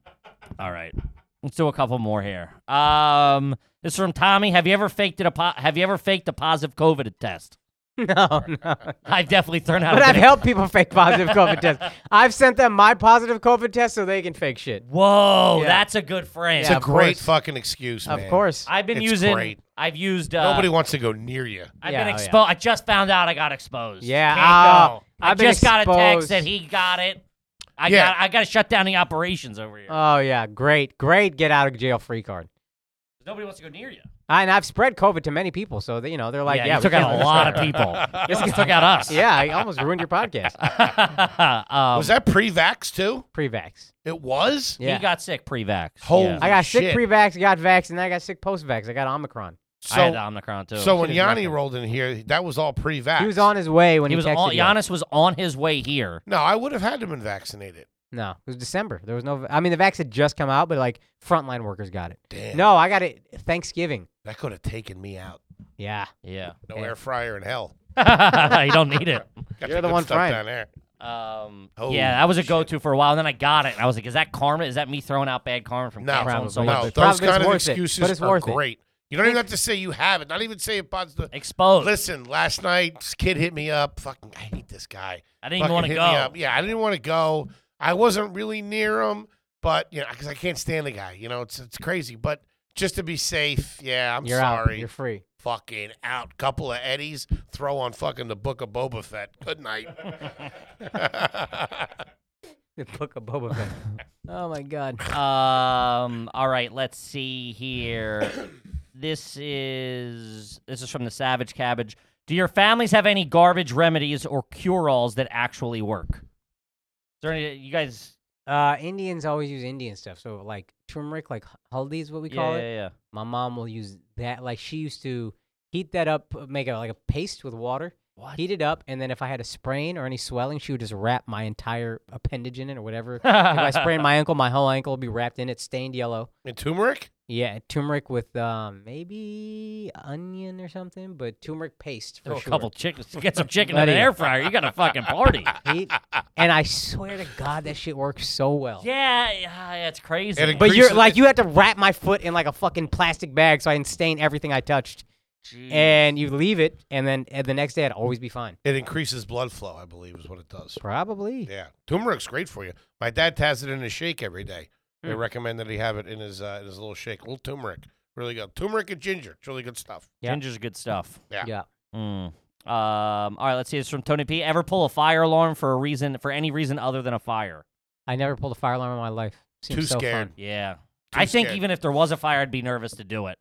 [SPEAKER 2] All right. Let's do a couple more here. Um, this is from Tommy. Have you ever faked it a po- Have you ever faked a positive COVID test?
[SPEAKER 5] No, no.
[SPEAKER 2] I've definitely thrown out.
[SPEAKER 5] But
[SPEAKER 2] a
[SPEAKER 5] I've
[SPEAKER 2] bit of-
[SPEAKER 5] helped people fake positive COVID tests. I've sent them my positive COVID test so they can fake shit.
[SPEAKER 2] Whoa,
[SPEAKER 5] Yeah.
[SPEAKER 2] that's a good friend.
[SPEAKER 1] It's
[SPEAKER 5] Yeah,
[SPEAKER 1] a
[SPEAKER 5] of
[SPEAKER 1] great
[SPEAKER 5] course.
[SPEAKER 1] fucking excuse, man.
[SPEAKER 5] Of course.
[SPEAKER 2] I've been
[SPEAKER 1] It's
[SPEAKER 2] using.
[SPEAKER 1] great.
[SPEAKER 2] I've used. Uh,
[SPEAKER 1] Nobody wants to go near you.
[SPEAKER 2] I've
[SPEAKER 5] Yeah,
[SPEAKER 2] been
[SPEAKER 5] oh, yeah.
[SPEAKER 2] exposed. I just found out I got exposed.
[SPEAKER 5] Yeah,
[SPEAKER 2] Can't
[SPEAKER 5] oh,
[SPEAKER 2] go. I
[SPEAKER 5] I've been
[SPEAKER 2] just got a text
[SPEAKER 5] exposed.
[SPEAKER 2] that he got it. I
[SPEAKER 1] Yeah.
[SPEAKER 2] got. I got to shut down the operations over here.
[SPEAKER 5] Oh yeah, great, great get out of jail free card.
[SPEAKER 2] Nobody wants to go near you.
[SPEAKER 5] I, and I've spread COVID to many people, so they, you know they're like,
[SPEAKER 2] yeah,
[SPEAKER 5] yeah,
[SPEAKER 2] you
[SPEAKER 5] we
[SPEAKER 2] took out
[SPEAKER 5] can't-
[SPEAKER 2] a lot of people. You almost took out us.
[SPEAKER 5] Yeah, I almost ruined your podcast.
[SPEAKER 2] um,
[SPEAKER 1] was that pre-vax too?
[SPEAKER 5] Pre-vax.
[SPEAKER 1] It was.
[SPEAKER 5] Yeah,
[SPEAKER 2] He got sick pre-vax.
[SPEAKER 1] Holy
[SPEAKER 2] yeah.
[SPEAKER 5] I got
[SPEAKER 1] shit.
[SPEAKER 5] sick pre-vax, got vax, and then I got sick post-vax. I uh, got Omicron.
[SPEAKER 2] I had the
[SPEAKER 1] So,
[SPEAKER 2] Omicron too.
[SPEAKER 1] so when
[SPEAKER 5] should've
[SPEAKER 1] Yanni
[SPEAKER 5] done that.
[SPEAKER 1] rolled in here, that was all pre-vax.
[SPEAKER 5] He was on his way when
[SPEAKER 2] he
[SPEAKER 5] he,
[SPEAKER 2] was
[SPEAKER 5] texted
[SPEAKER 2] on,
[SPEAKER 5] you.
[SPEAKER 2] Giannis was on his way here.
[SPEAKER 1] No, I would have had to been vaccinated.
[SPEAKER 5] No, it was December. There was no. I mean, the vax had just come out, but like frontline workers got it.
[SPEAKER 1] Damn.
[SPEAKER 5] No, I got it Thanksgiving.
[SPEAKER 1] That could have taken me out.
[SPEAKER 5] Yeah.
[SPEAKER 2] Yeah,
[SPEAKER 1] No air fryer in hell.
[SPEAKER 2] you don't need it.
[SPEAKER 1] Got
[SPEAKER 5] You're
[SPEAKER 1] some
[SPEAKER 5] the
[SPEAKER 1] good
[SPEAKER 5] one
[SPEAKER 1] stuff
[SPEAKER 5] frying.
[SPEAKER 1] down there.
[SPEAKER 2] Um,
[SPEAKER 1] Holy
[SPEAKER 2] yeah, that was a
[SPEAKER 1] shit.
[SPEAKER 2] go-to for a while. And then I got it, and I was like, "Is that karma? Is that me throwing out bad karma from
[SPEAKER 1] No,
[SPEAKER 2] canceling so
[SPEAKER 5] probably.
[SPEAKER 1] no,
[SPEAKER 2] much?"
[SPEAKER 5] it's
[SPEAKER 1] those
[SPEAKER 5] worth
[SPEAKER 1] kind of
[SPEAKER 5] it,
[SPEAKER 1] excuses
[SPEAKER 5] but it's
[SPEAKER 1] are
[SPEAKER 5] worth it.
[SPEAKER 1] great. You don't even have to say you have it. Not even say it pods the.
[SPEAKER 2] Exposed.
[SPEAKER 1] Listen, last night this kid hit me up. Fucking, I hate this guy.
[SPEAKER 2] I didn't even
[SPEAKER 1] Fucking
[SPEAKER 2] want to
[SPEAKER 1] hit
[SPEAKER 2] go.
[SPEAKER 1] me up. Yeah, I didn't want to go. I wasn't really near him, but you know, because I can't stand the guy. You know, it's it's crazy. But just to be safe, yeah, I'm
[SPEAKER 5] You're out.
[SPEAKER 1] sorry.
[SPEAKER 5] You're free.
[SPEAKER 1] fucking out. Couple of Eddies. Throw on fucking the book of Boba Fett. Good night.
[SPEAKER 5] The book of Boba Fett. oh my God.
[SPEAKER 2] Um. All right. Let's see here. this is this is from the Savage Cabbage. Do your families have any garbage remedies or cure-alls that actually work? Is there any you guys?
[SPEAKER 5] Uh, Indians always use Indian stuff. So like turmeric, like h- haldi is what we call
[SPEAKER 2] yeah,
[SPEAKER 5] it.
[SPEAKER 2] yeah, yeah.
[SPEAKER 5] My mom will use that. Like she used to heat that up, p- make a, like a paste with water,
[SPEAKER 2] What?
[SPEAKER 5] heat it up, and then if I had a sprain or any swelling, she would just wrap my entire appendage in it or whatever. if I sprained my ankle, my whole ankle would be wrapped in it, stained yellow.
[SPEAKER 1] and turmeric.
[SPEAKER 5] Yeah, turmeric with um, maybe onion or something, but turmeric paste
[SPEAKER 2] Throw Oh,
[SPEAKER 5] for
[SPEAKER 2] a
[SPEAKER 5] sure.
[SPEAKER 2] couple chickens. Get some chicken in an
[SPEAKER 5] Buddy.
[SPEAKER 2] air fryer. You got a fucking party.
[SPEAKER 5] Heat- and I swear to God, that shit works so well.
[SPEAKER 2] Yeah, yeah, it's crazy.
[SPEAKER 1] And it-
[SPEAKER 5] But
[SPEAKER 1] Grease
[SPEAKER 5] you're
[SPEAKER 1] it-
[SPEAKER 5] like you had to wrap my foot in like a fucking plastic bag so I didn't stain everything I touched.
[SPEAKER 2] Jeez.
[SPEAKER 5] And you leave it, and then and the next day I'd always be fine.
[SPEAKER 1] It increases blood flow, I believe, is what it does.
[SPEAKER 5] Probably.
[SPEAKER 1] Yeah, turmeric's great for you.
[SPEAKER 2] Hmm.
[SPEAKER 1] My dad has it in his shake every day. They recommend that he have it in his uh, in his little shake, little turmeric. Really good. Turmeric and ginger. It's really good stuff.
[SPEAKER 5] Yeah.
[SPEAKER 2] Ginger's good stuff.
[SPEAKER 1] Yeah.
[SPEAKER 5] Yeah.
[SPEAKER 2] Mm. Um, all right, let's see. It's from Tony P. Ever pull a fire alarm for a reason, for any reason other than a fire?
[SPEAKER 5] I never pulled a fire alarm in my life. Seems
[SPEAKER 1] Too
[SPEAKER 5] so fun.
[SPEAKER 1] scared.
[SPEAKER 2] Yeah.
[SPEAKER 1] Too
[SPEAKER 2] I think
[SPEAKER 1] scared.
[SPEAKER 2] even if there was a fire, I'd be nervous to do it.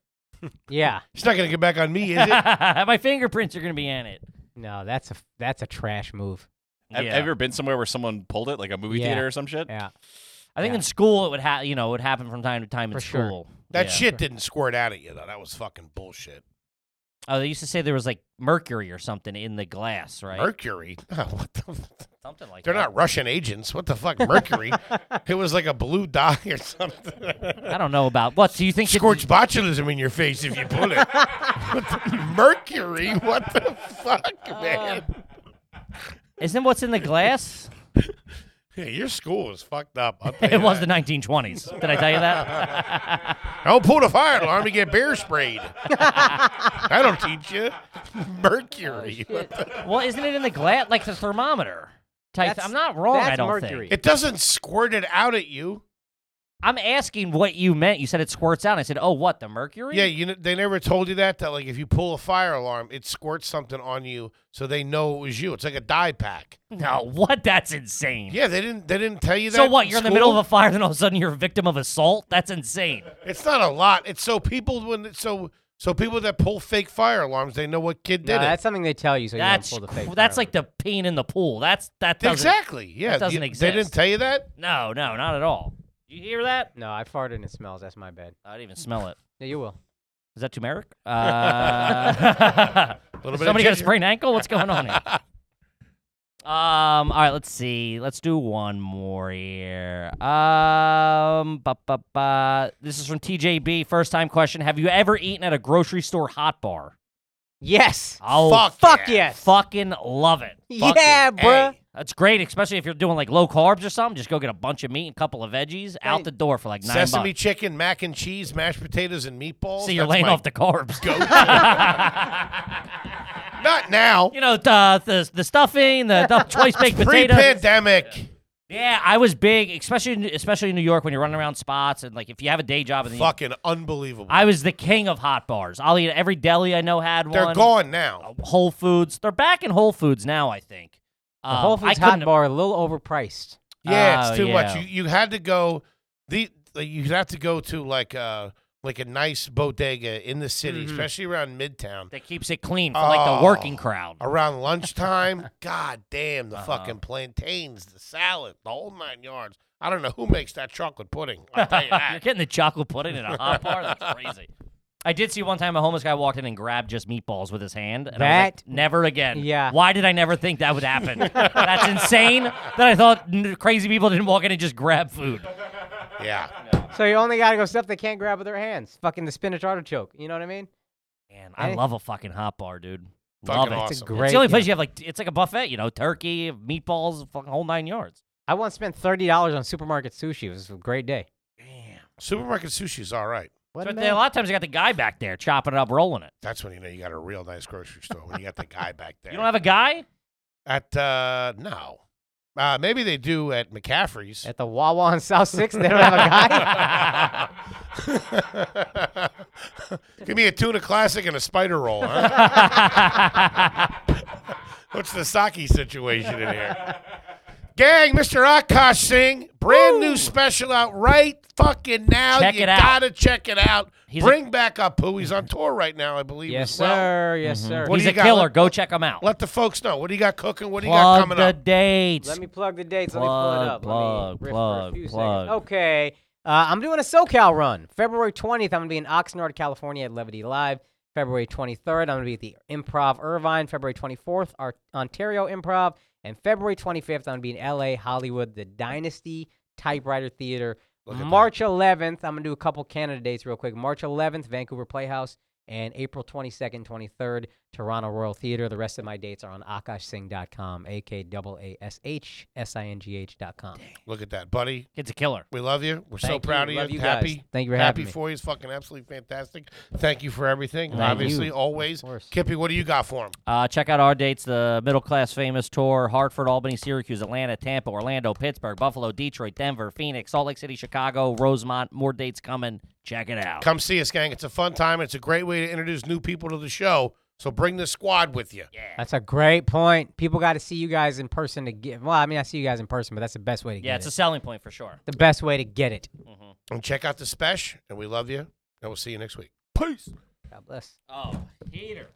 [SPEAKER 5] Yeah.
[SPEAKER 1] It's not going to get back on me, is it?
[SPEAKER 2] My fingerprints are going to be in it.
[SPEAKER 5] No, that's a that's a trash move.
[SPEAKER 4] Have,
[SPEAKER 2] yeah.
[SPEAKER 4] have you ever been somewhere where someone pulled it, like a movie
[SPEAKER 5] Yeah.
[SPEAKER 4] theater or some shit?
[SPEAKER 5] Yeah.
[SPEAKER 2] I think
[SPEAKER 5] Yeah.
[SPEAKER 2] in school it would ha- you know, it would happen from time to time in
[SPEAKER 5] For sure.
[SPEAKER 2] school.
[SPEAKER 1] that
[SPEAKER 2] Yeah.
[SPEAKER 1] shit didn't squirt out at you, though. That was fucking bullshit.
[SPEAKER 2] Oh, they used to say there was like mercury or something in the glass, right?
[SPEAKER 1] Mercury? what the f-
[SPEAKER 2] something like
[SPEAKER 1] They're
[SPEAKER 2] that.
[SPEAKER 1] not Russian agents. What the fuck? Mercury? it was like a blue dye or something.
[SPEAKER 2] I don't know about what. Do you think it-
[SPEAKER 1] Scorch botulism in your face if you pull it. What the- Mercury? What the fuck,
[SPEAKER 2] Oh,
[SPEAKER 1] man?
[SPEAKER 2] isn't what's in the glass?
[SPEAKER 1] Yeah, your school was fucked up. I'll tell you
[SPEAKER 2] it was the
[SPEAKER 1] that.
[SPEAKER 2] 1920s. Did I tell you that?
[SPEAKER 1] Don't pull the fire alarm. You get bear sprayed. I don't teach you. Mercury.
[SPEAKER 2] Oh,
[SPEAKER 1] What the-
[SPEAKER 2] well, isn't it in the glass like the thermometer? Type.
[SPEAKER 5] That's-
[SPEAKER 2] I'm not wrong. I
[SPEAKER 5] that's
[SPEAKER 2] don't
[SPEAKER 5] mercury.
[SPEAKER 2] think.
[SPEAKER 1] it doesn't squirt it out at you.
[SPEAKER 2] I'm asking what you meant. You said it squirts out. I said, oh, what the mercury?
[SPEAKER 1] Yeah, you know, they never told you that that like if you pull a fire alarm, it squirts something on you so they know it was you. It's like a dye pack.
[SPEAKER 2] No, what? That's insane.
[SPEAKER 1] Yeah, they didn't they didn't tell you that.
[SPEAKER 2] So what? You're in the middle of a fire, then all of a sudden you're a victim of assault. That's insane.
[SPEAKER 1] a It's not a lot. It's so people when so so people that pull fake fire alarms, they know what kid
[SPEAKER 5] No,
[SPEAKER 1] did
[SPEAKER 5] that's something they tell you so
[SPEAKER 2] that's
[SPEAKER 5] you don't pull the fake.
[SPEAKER 2] cr- that's
[SPEAKER 5] fire
[SPEAKER 2] like the peeing in the pool. That's that
[SPEAKER 1] it.
[SPEAKER 2] doesn't.
[SPEAKER 1] Exactly. Yeah.
[SPEAKER 2] doesn't
[SPEAKER 1] you- They
[SPEAKER 2] exist.
[SPEAKER 1] didn't tell you that?
[SPEAKER 2] No, no, not at all. You hear that?
[SPEAKER 5] alarm. No, I farted and it smells. That's my bad.
[SPEAKER 2] I don't even smell it.
[SPEAKER 5] Yeah, you will.
[SPEAKER 2] Is that turmeric? Uh,
[SPEAKER 1] A little
[SPEAKER 2] Is
[SPEAKER 1] bit of
[SPEAKER 2] somebody got a
[SPEAKER 1] ginger.
[SPEAKER 2] sprained ankle? What's going on here? Um. All right. Let's see. Let's do one more here. Um. Ba, ba, ba. This is from TJB. First time question. Have you ever eaten at a grocery store hot bar?
[SPEAKER 5] Yes.
[SPEAKER 2] Oh,
[SPEAKER 1] Fuck
[SPEAKER 5] Fuck
[SPEAKER 1] yeah.
[SPEAKER 5] yes.
[SPEAKER 2] Fucking love it. Fuck
[SPEAKER 5] yeah,
[SPEAKER 2] it.
[SPEAKER 5] bruh.
[SPEAKER 1] Hey,
[SPEAKER 2] That's great, especially if you're doing like low carbs or something. Just go get a bunch of meat and a couple of veggies out the door for like nine
[SPEAKER 1] Sesame
[SPEAKER 2] bucks.
[SPEAKER 1] chicken, mac and cheese, mashed potatoes, and meatballs.
[SPEAKER 2] See, you're
[SPEAKER 1] That's
[SPEAKER 2] laying
[SPEAKER 1] my-
[SPEAKER 2] off the carbs.
[SPEAKER 1] Not now.
[SPEAKER 2] you know the the, the stuffing, the, the twice baked potatoes.
[SPEAKER 1] Pre-pandemic.
[SPEAKER 2] Yeah, I was big, especially in, especially in New York when you're running around spots and like if you have a day job. And
[SPEAKER 1] Fucking unbelievable.
[SPEAKER 2] I was the king of hot bars. I'll eat every deli I know had
[SPEAKER 1] They're
[SPEAKER 2] one.
[SPEAKER 1] gone now.
[SPEAKER 2] Whole Foods. They're back in Whole Foods now. I think.
[SPEAKER 5] The
[SPEAKER 2] Um,
[SPEAKER 5] Whole
[SPEAKER 2] I
[SPEAKER 5] Foods
[SPEAKER 2] couldn't-
[SPEAKER 5] hot bar a little overpriced.
[SPEAKER 1] Yeah, it's
[SPEAKER 2] Oh,
[SPEAKER 1] too much.
[SPEAKER 2] yeah.
[SPEAKER 1] You you had to go the like, you'd have to go to like uh like a nice bodega in the city,
[SPEAKER 2] Mm-hmm.
[SPEAKER 1] especially around Midtown.
[SPEAKER 2] That keeps it clean for like the
[SPEAKER 1] Oh.
[SPEAKER 2] working crowd.
[SPEAKER 1] Around lunchtime, god damn,
[SPEAKER 2] Uh-huh.
[SPEAKER 1] the fucking plantains, the salad, the whole nine yards. I don't know who makes that chocolate pudding. I'll tell you
[SPEAKER 2] You're
[SPEAKER 1] that.
[SPEAKER 2] getting the chocolate pudding in a hot bar. That's crazy. I did see one time a homeless guy walked in and grabbed just meatballs with his hand. And I was like,
[SPEAKER 5] That-
[SPEAKER 2] never again.
[SPEAKER 5] Yeah.
[SPEAKER 2] Why did I never think that would happen? That's insane. That I thought n- crazy people didn't walk in and just grab food.
[SPEAKER 1] yeah.
[SPEAKER 5] So you only gotta go stuff they can't grab with their hands. Fucking the spinach artichoke. You know what I mean?
[SPEAKER 2] Man, I
[SPEAKER 5] Hey.
[SPEAKER 2] love a fucking hot bar, dude. love
[SPEAKER 1] Fucking
[SPEAKER 2] it.
[SPEAKER 5] Eh. It's a
[SPEAKER 1] awesome.
[SPEAKER 5] great.
[SPEAKER 2] It's the only
[SPEAKER 5] yeah.
[SPEAKER 2] place you have like it's like a buffet, you know, turkey, meatballs, fucking whole nine yards.
[SPEAKER 5] I once spent thirty dollars on supermarket sushi. It was a great day.
[SPEAKER 1] Supermarket sushi's all right.
[SPEAKER 5] What
[SPEAKER 2] So
[SPEAKER 5] a
[SPEAKER 2] they- a
[SPEAKER 5] man.
[SPEAKER 2] lot of times I got the guy back there chopping it up, rolling it.
[SPEAKER 1] That's when you know you got a real nice grocery store when you got the guy back there.
[SPEAKER 2] You don't have a guy?
[SPEAKER 1] at uh no. Uh maybe they do at McCaffrey's.
[SPEAKER 5] At the Wawa on South Sixth, they don't have a guy.
[SPEAKER 1] Give me a tuna classic and a spider roll, huh? What's the sake situation in here? Gang, Mr. Akash Singh, brand new special out right fucking now.
[SPEAKER 2] Check
[SPEAKER 1] you
[SPEAKER 2] it out.
[SPEAKER 1] gotta check it out.
[SPEAKER 2] He's a-
[SPEAKER 1] Bring back up who he's on tour right now, I believe.
[SPEAKER 5] yes,
[SPEAKER 1] as well.
[SPEAKER 5] sir. Yes, sir.
[SPEAKER 1] What do
[SPEAKER 2] He's
[SPEAKER 1] you
[SPEAKER 2] a
[SPEAKER 1] got?
[SPEAKER 2] killer. Go check him out.
[SPEAKER 1] Let the folks know. What do you got cooking? What do you got
[SPEAKER 2] Plug
[SPEAKER 1] coming
[SPEAKER 2] the
[SPEAKER 1] up?
[SPEAKER 2] dates.
[SPEAKER 5] Let me plug the dates. Let me pull it
[SPEAKER 2] Plug,
[SPEAKER 5] up.
[SPEAKER 2] plug,
[SPEAKER 5] Let me riff
[SPEAKER 2] plug,
[SPEAKER 5] for a few
[SPEAKER 2] plug.
[SPEAKER 5] Seconds. Okay. Uh, I'm doing a SoCal run. February 20th, I'm going to be in Oxnard, California at Levity Live. February 23rd, I'm going to be at the Improv Irvine. February 24th, our Ontario Improv. And February 25th, I'm going to be in LA, Hollywood, the Dynasty Typewriter Theater. March 11th, I'm going to do a couple Canada dates real quick. March 11th, Vancouver Playhouse. And April 22nd, 23rd, Toronto Royal Theater. The rest of my dates are on akashsing.com, A K A S H S I N G H.com.
[SPEAKER 1] Look at that, buddy.
[SPEAKER 2] It's a killer.
[SPEAKER 1] We love you. We're so
[SPEAKER 5] Thank
[SPEAKER 1] proud
[SPEAKER 5] you.
[SPEAKER 1] of
[SPEAKER 5] Love
[SPEAKER 1] you.
[SPEAKER 5] you guys.
[SPEAKER 1] happy.
[SPEAKER 5] Thank you for
[SPEAKER 1] happy
[SPEAKER 5] having me.
[SPEAKER 1] for you. It's fucking absolutely fantastic. Thank you for everything.
[SPEAKER 5] Thank
[SPEAKER 1] Obviously,
[SPEAKER 5] you.
[SPEAKER 1] always.
[SPEAKER 5] Of course.
[SPEAKER 1] Kippy, what do you got for him?
[SPEAKER 2] Uh, check out our dates: the Middle Class Famous Tour, Hartford, Albany, Syracuse, Atlanta, Tampa, Orlando, Pittsburgh, Buffalo, Detroit, Denver, Phoenix, Salt Lake City, Chicago, Rosemont. More dates coming. Check it
[SPEAKER 5] Oh.
[SPEAKER 2] out.
[SPEAKER 1] Come see us, gang. It's a fun time. It's a great way to introduce new people to the show. So bring the squad with you.
[SPEAKER 5] That's a great point. People got to see you guys in person to get. Well, I mean, I see you guys in person, but that's the best way to
[SPEAKER 2] yeah,
[SPEAKER 5] get
[SPEAKER 2] it's a
[SPEAKER 5] it.
[SPEAKER 2] selling point for sure.
[SPEAKER 5] the best way to get it.
[SPEAKER 1] And check out the special. And we love you. And we'll see you next week.
[SPEAKER 5] God bless.
[SPEAKER 2] Oh, Peter.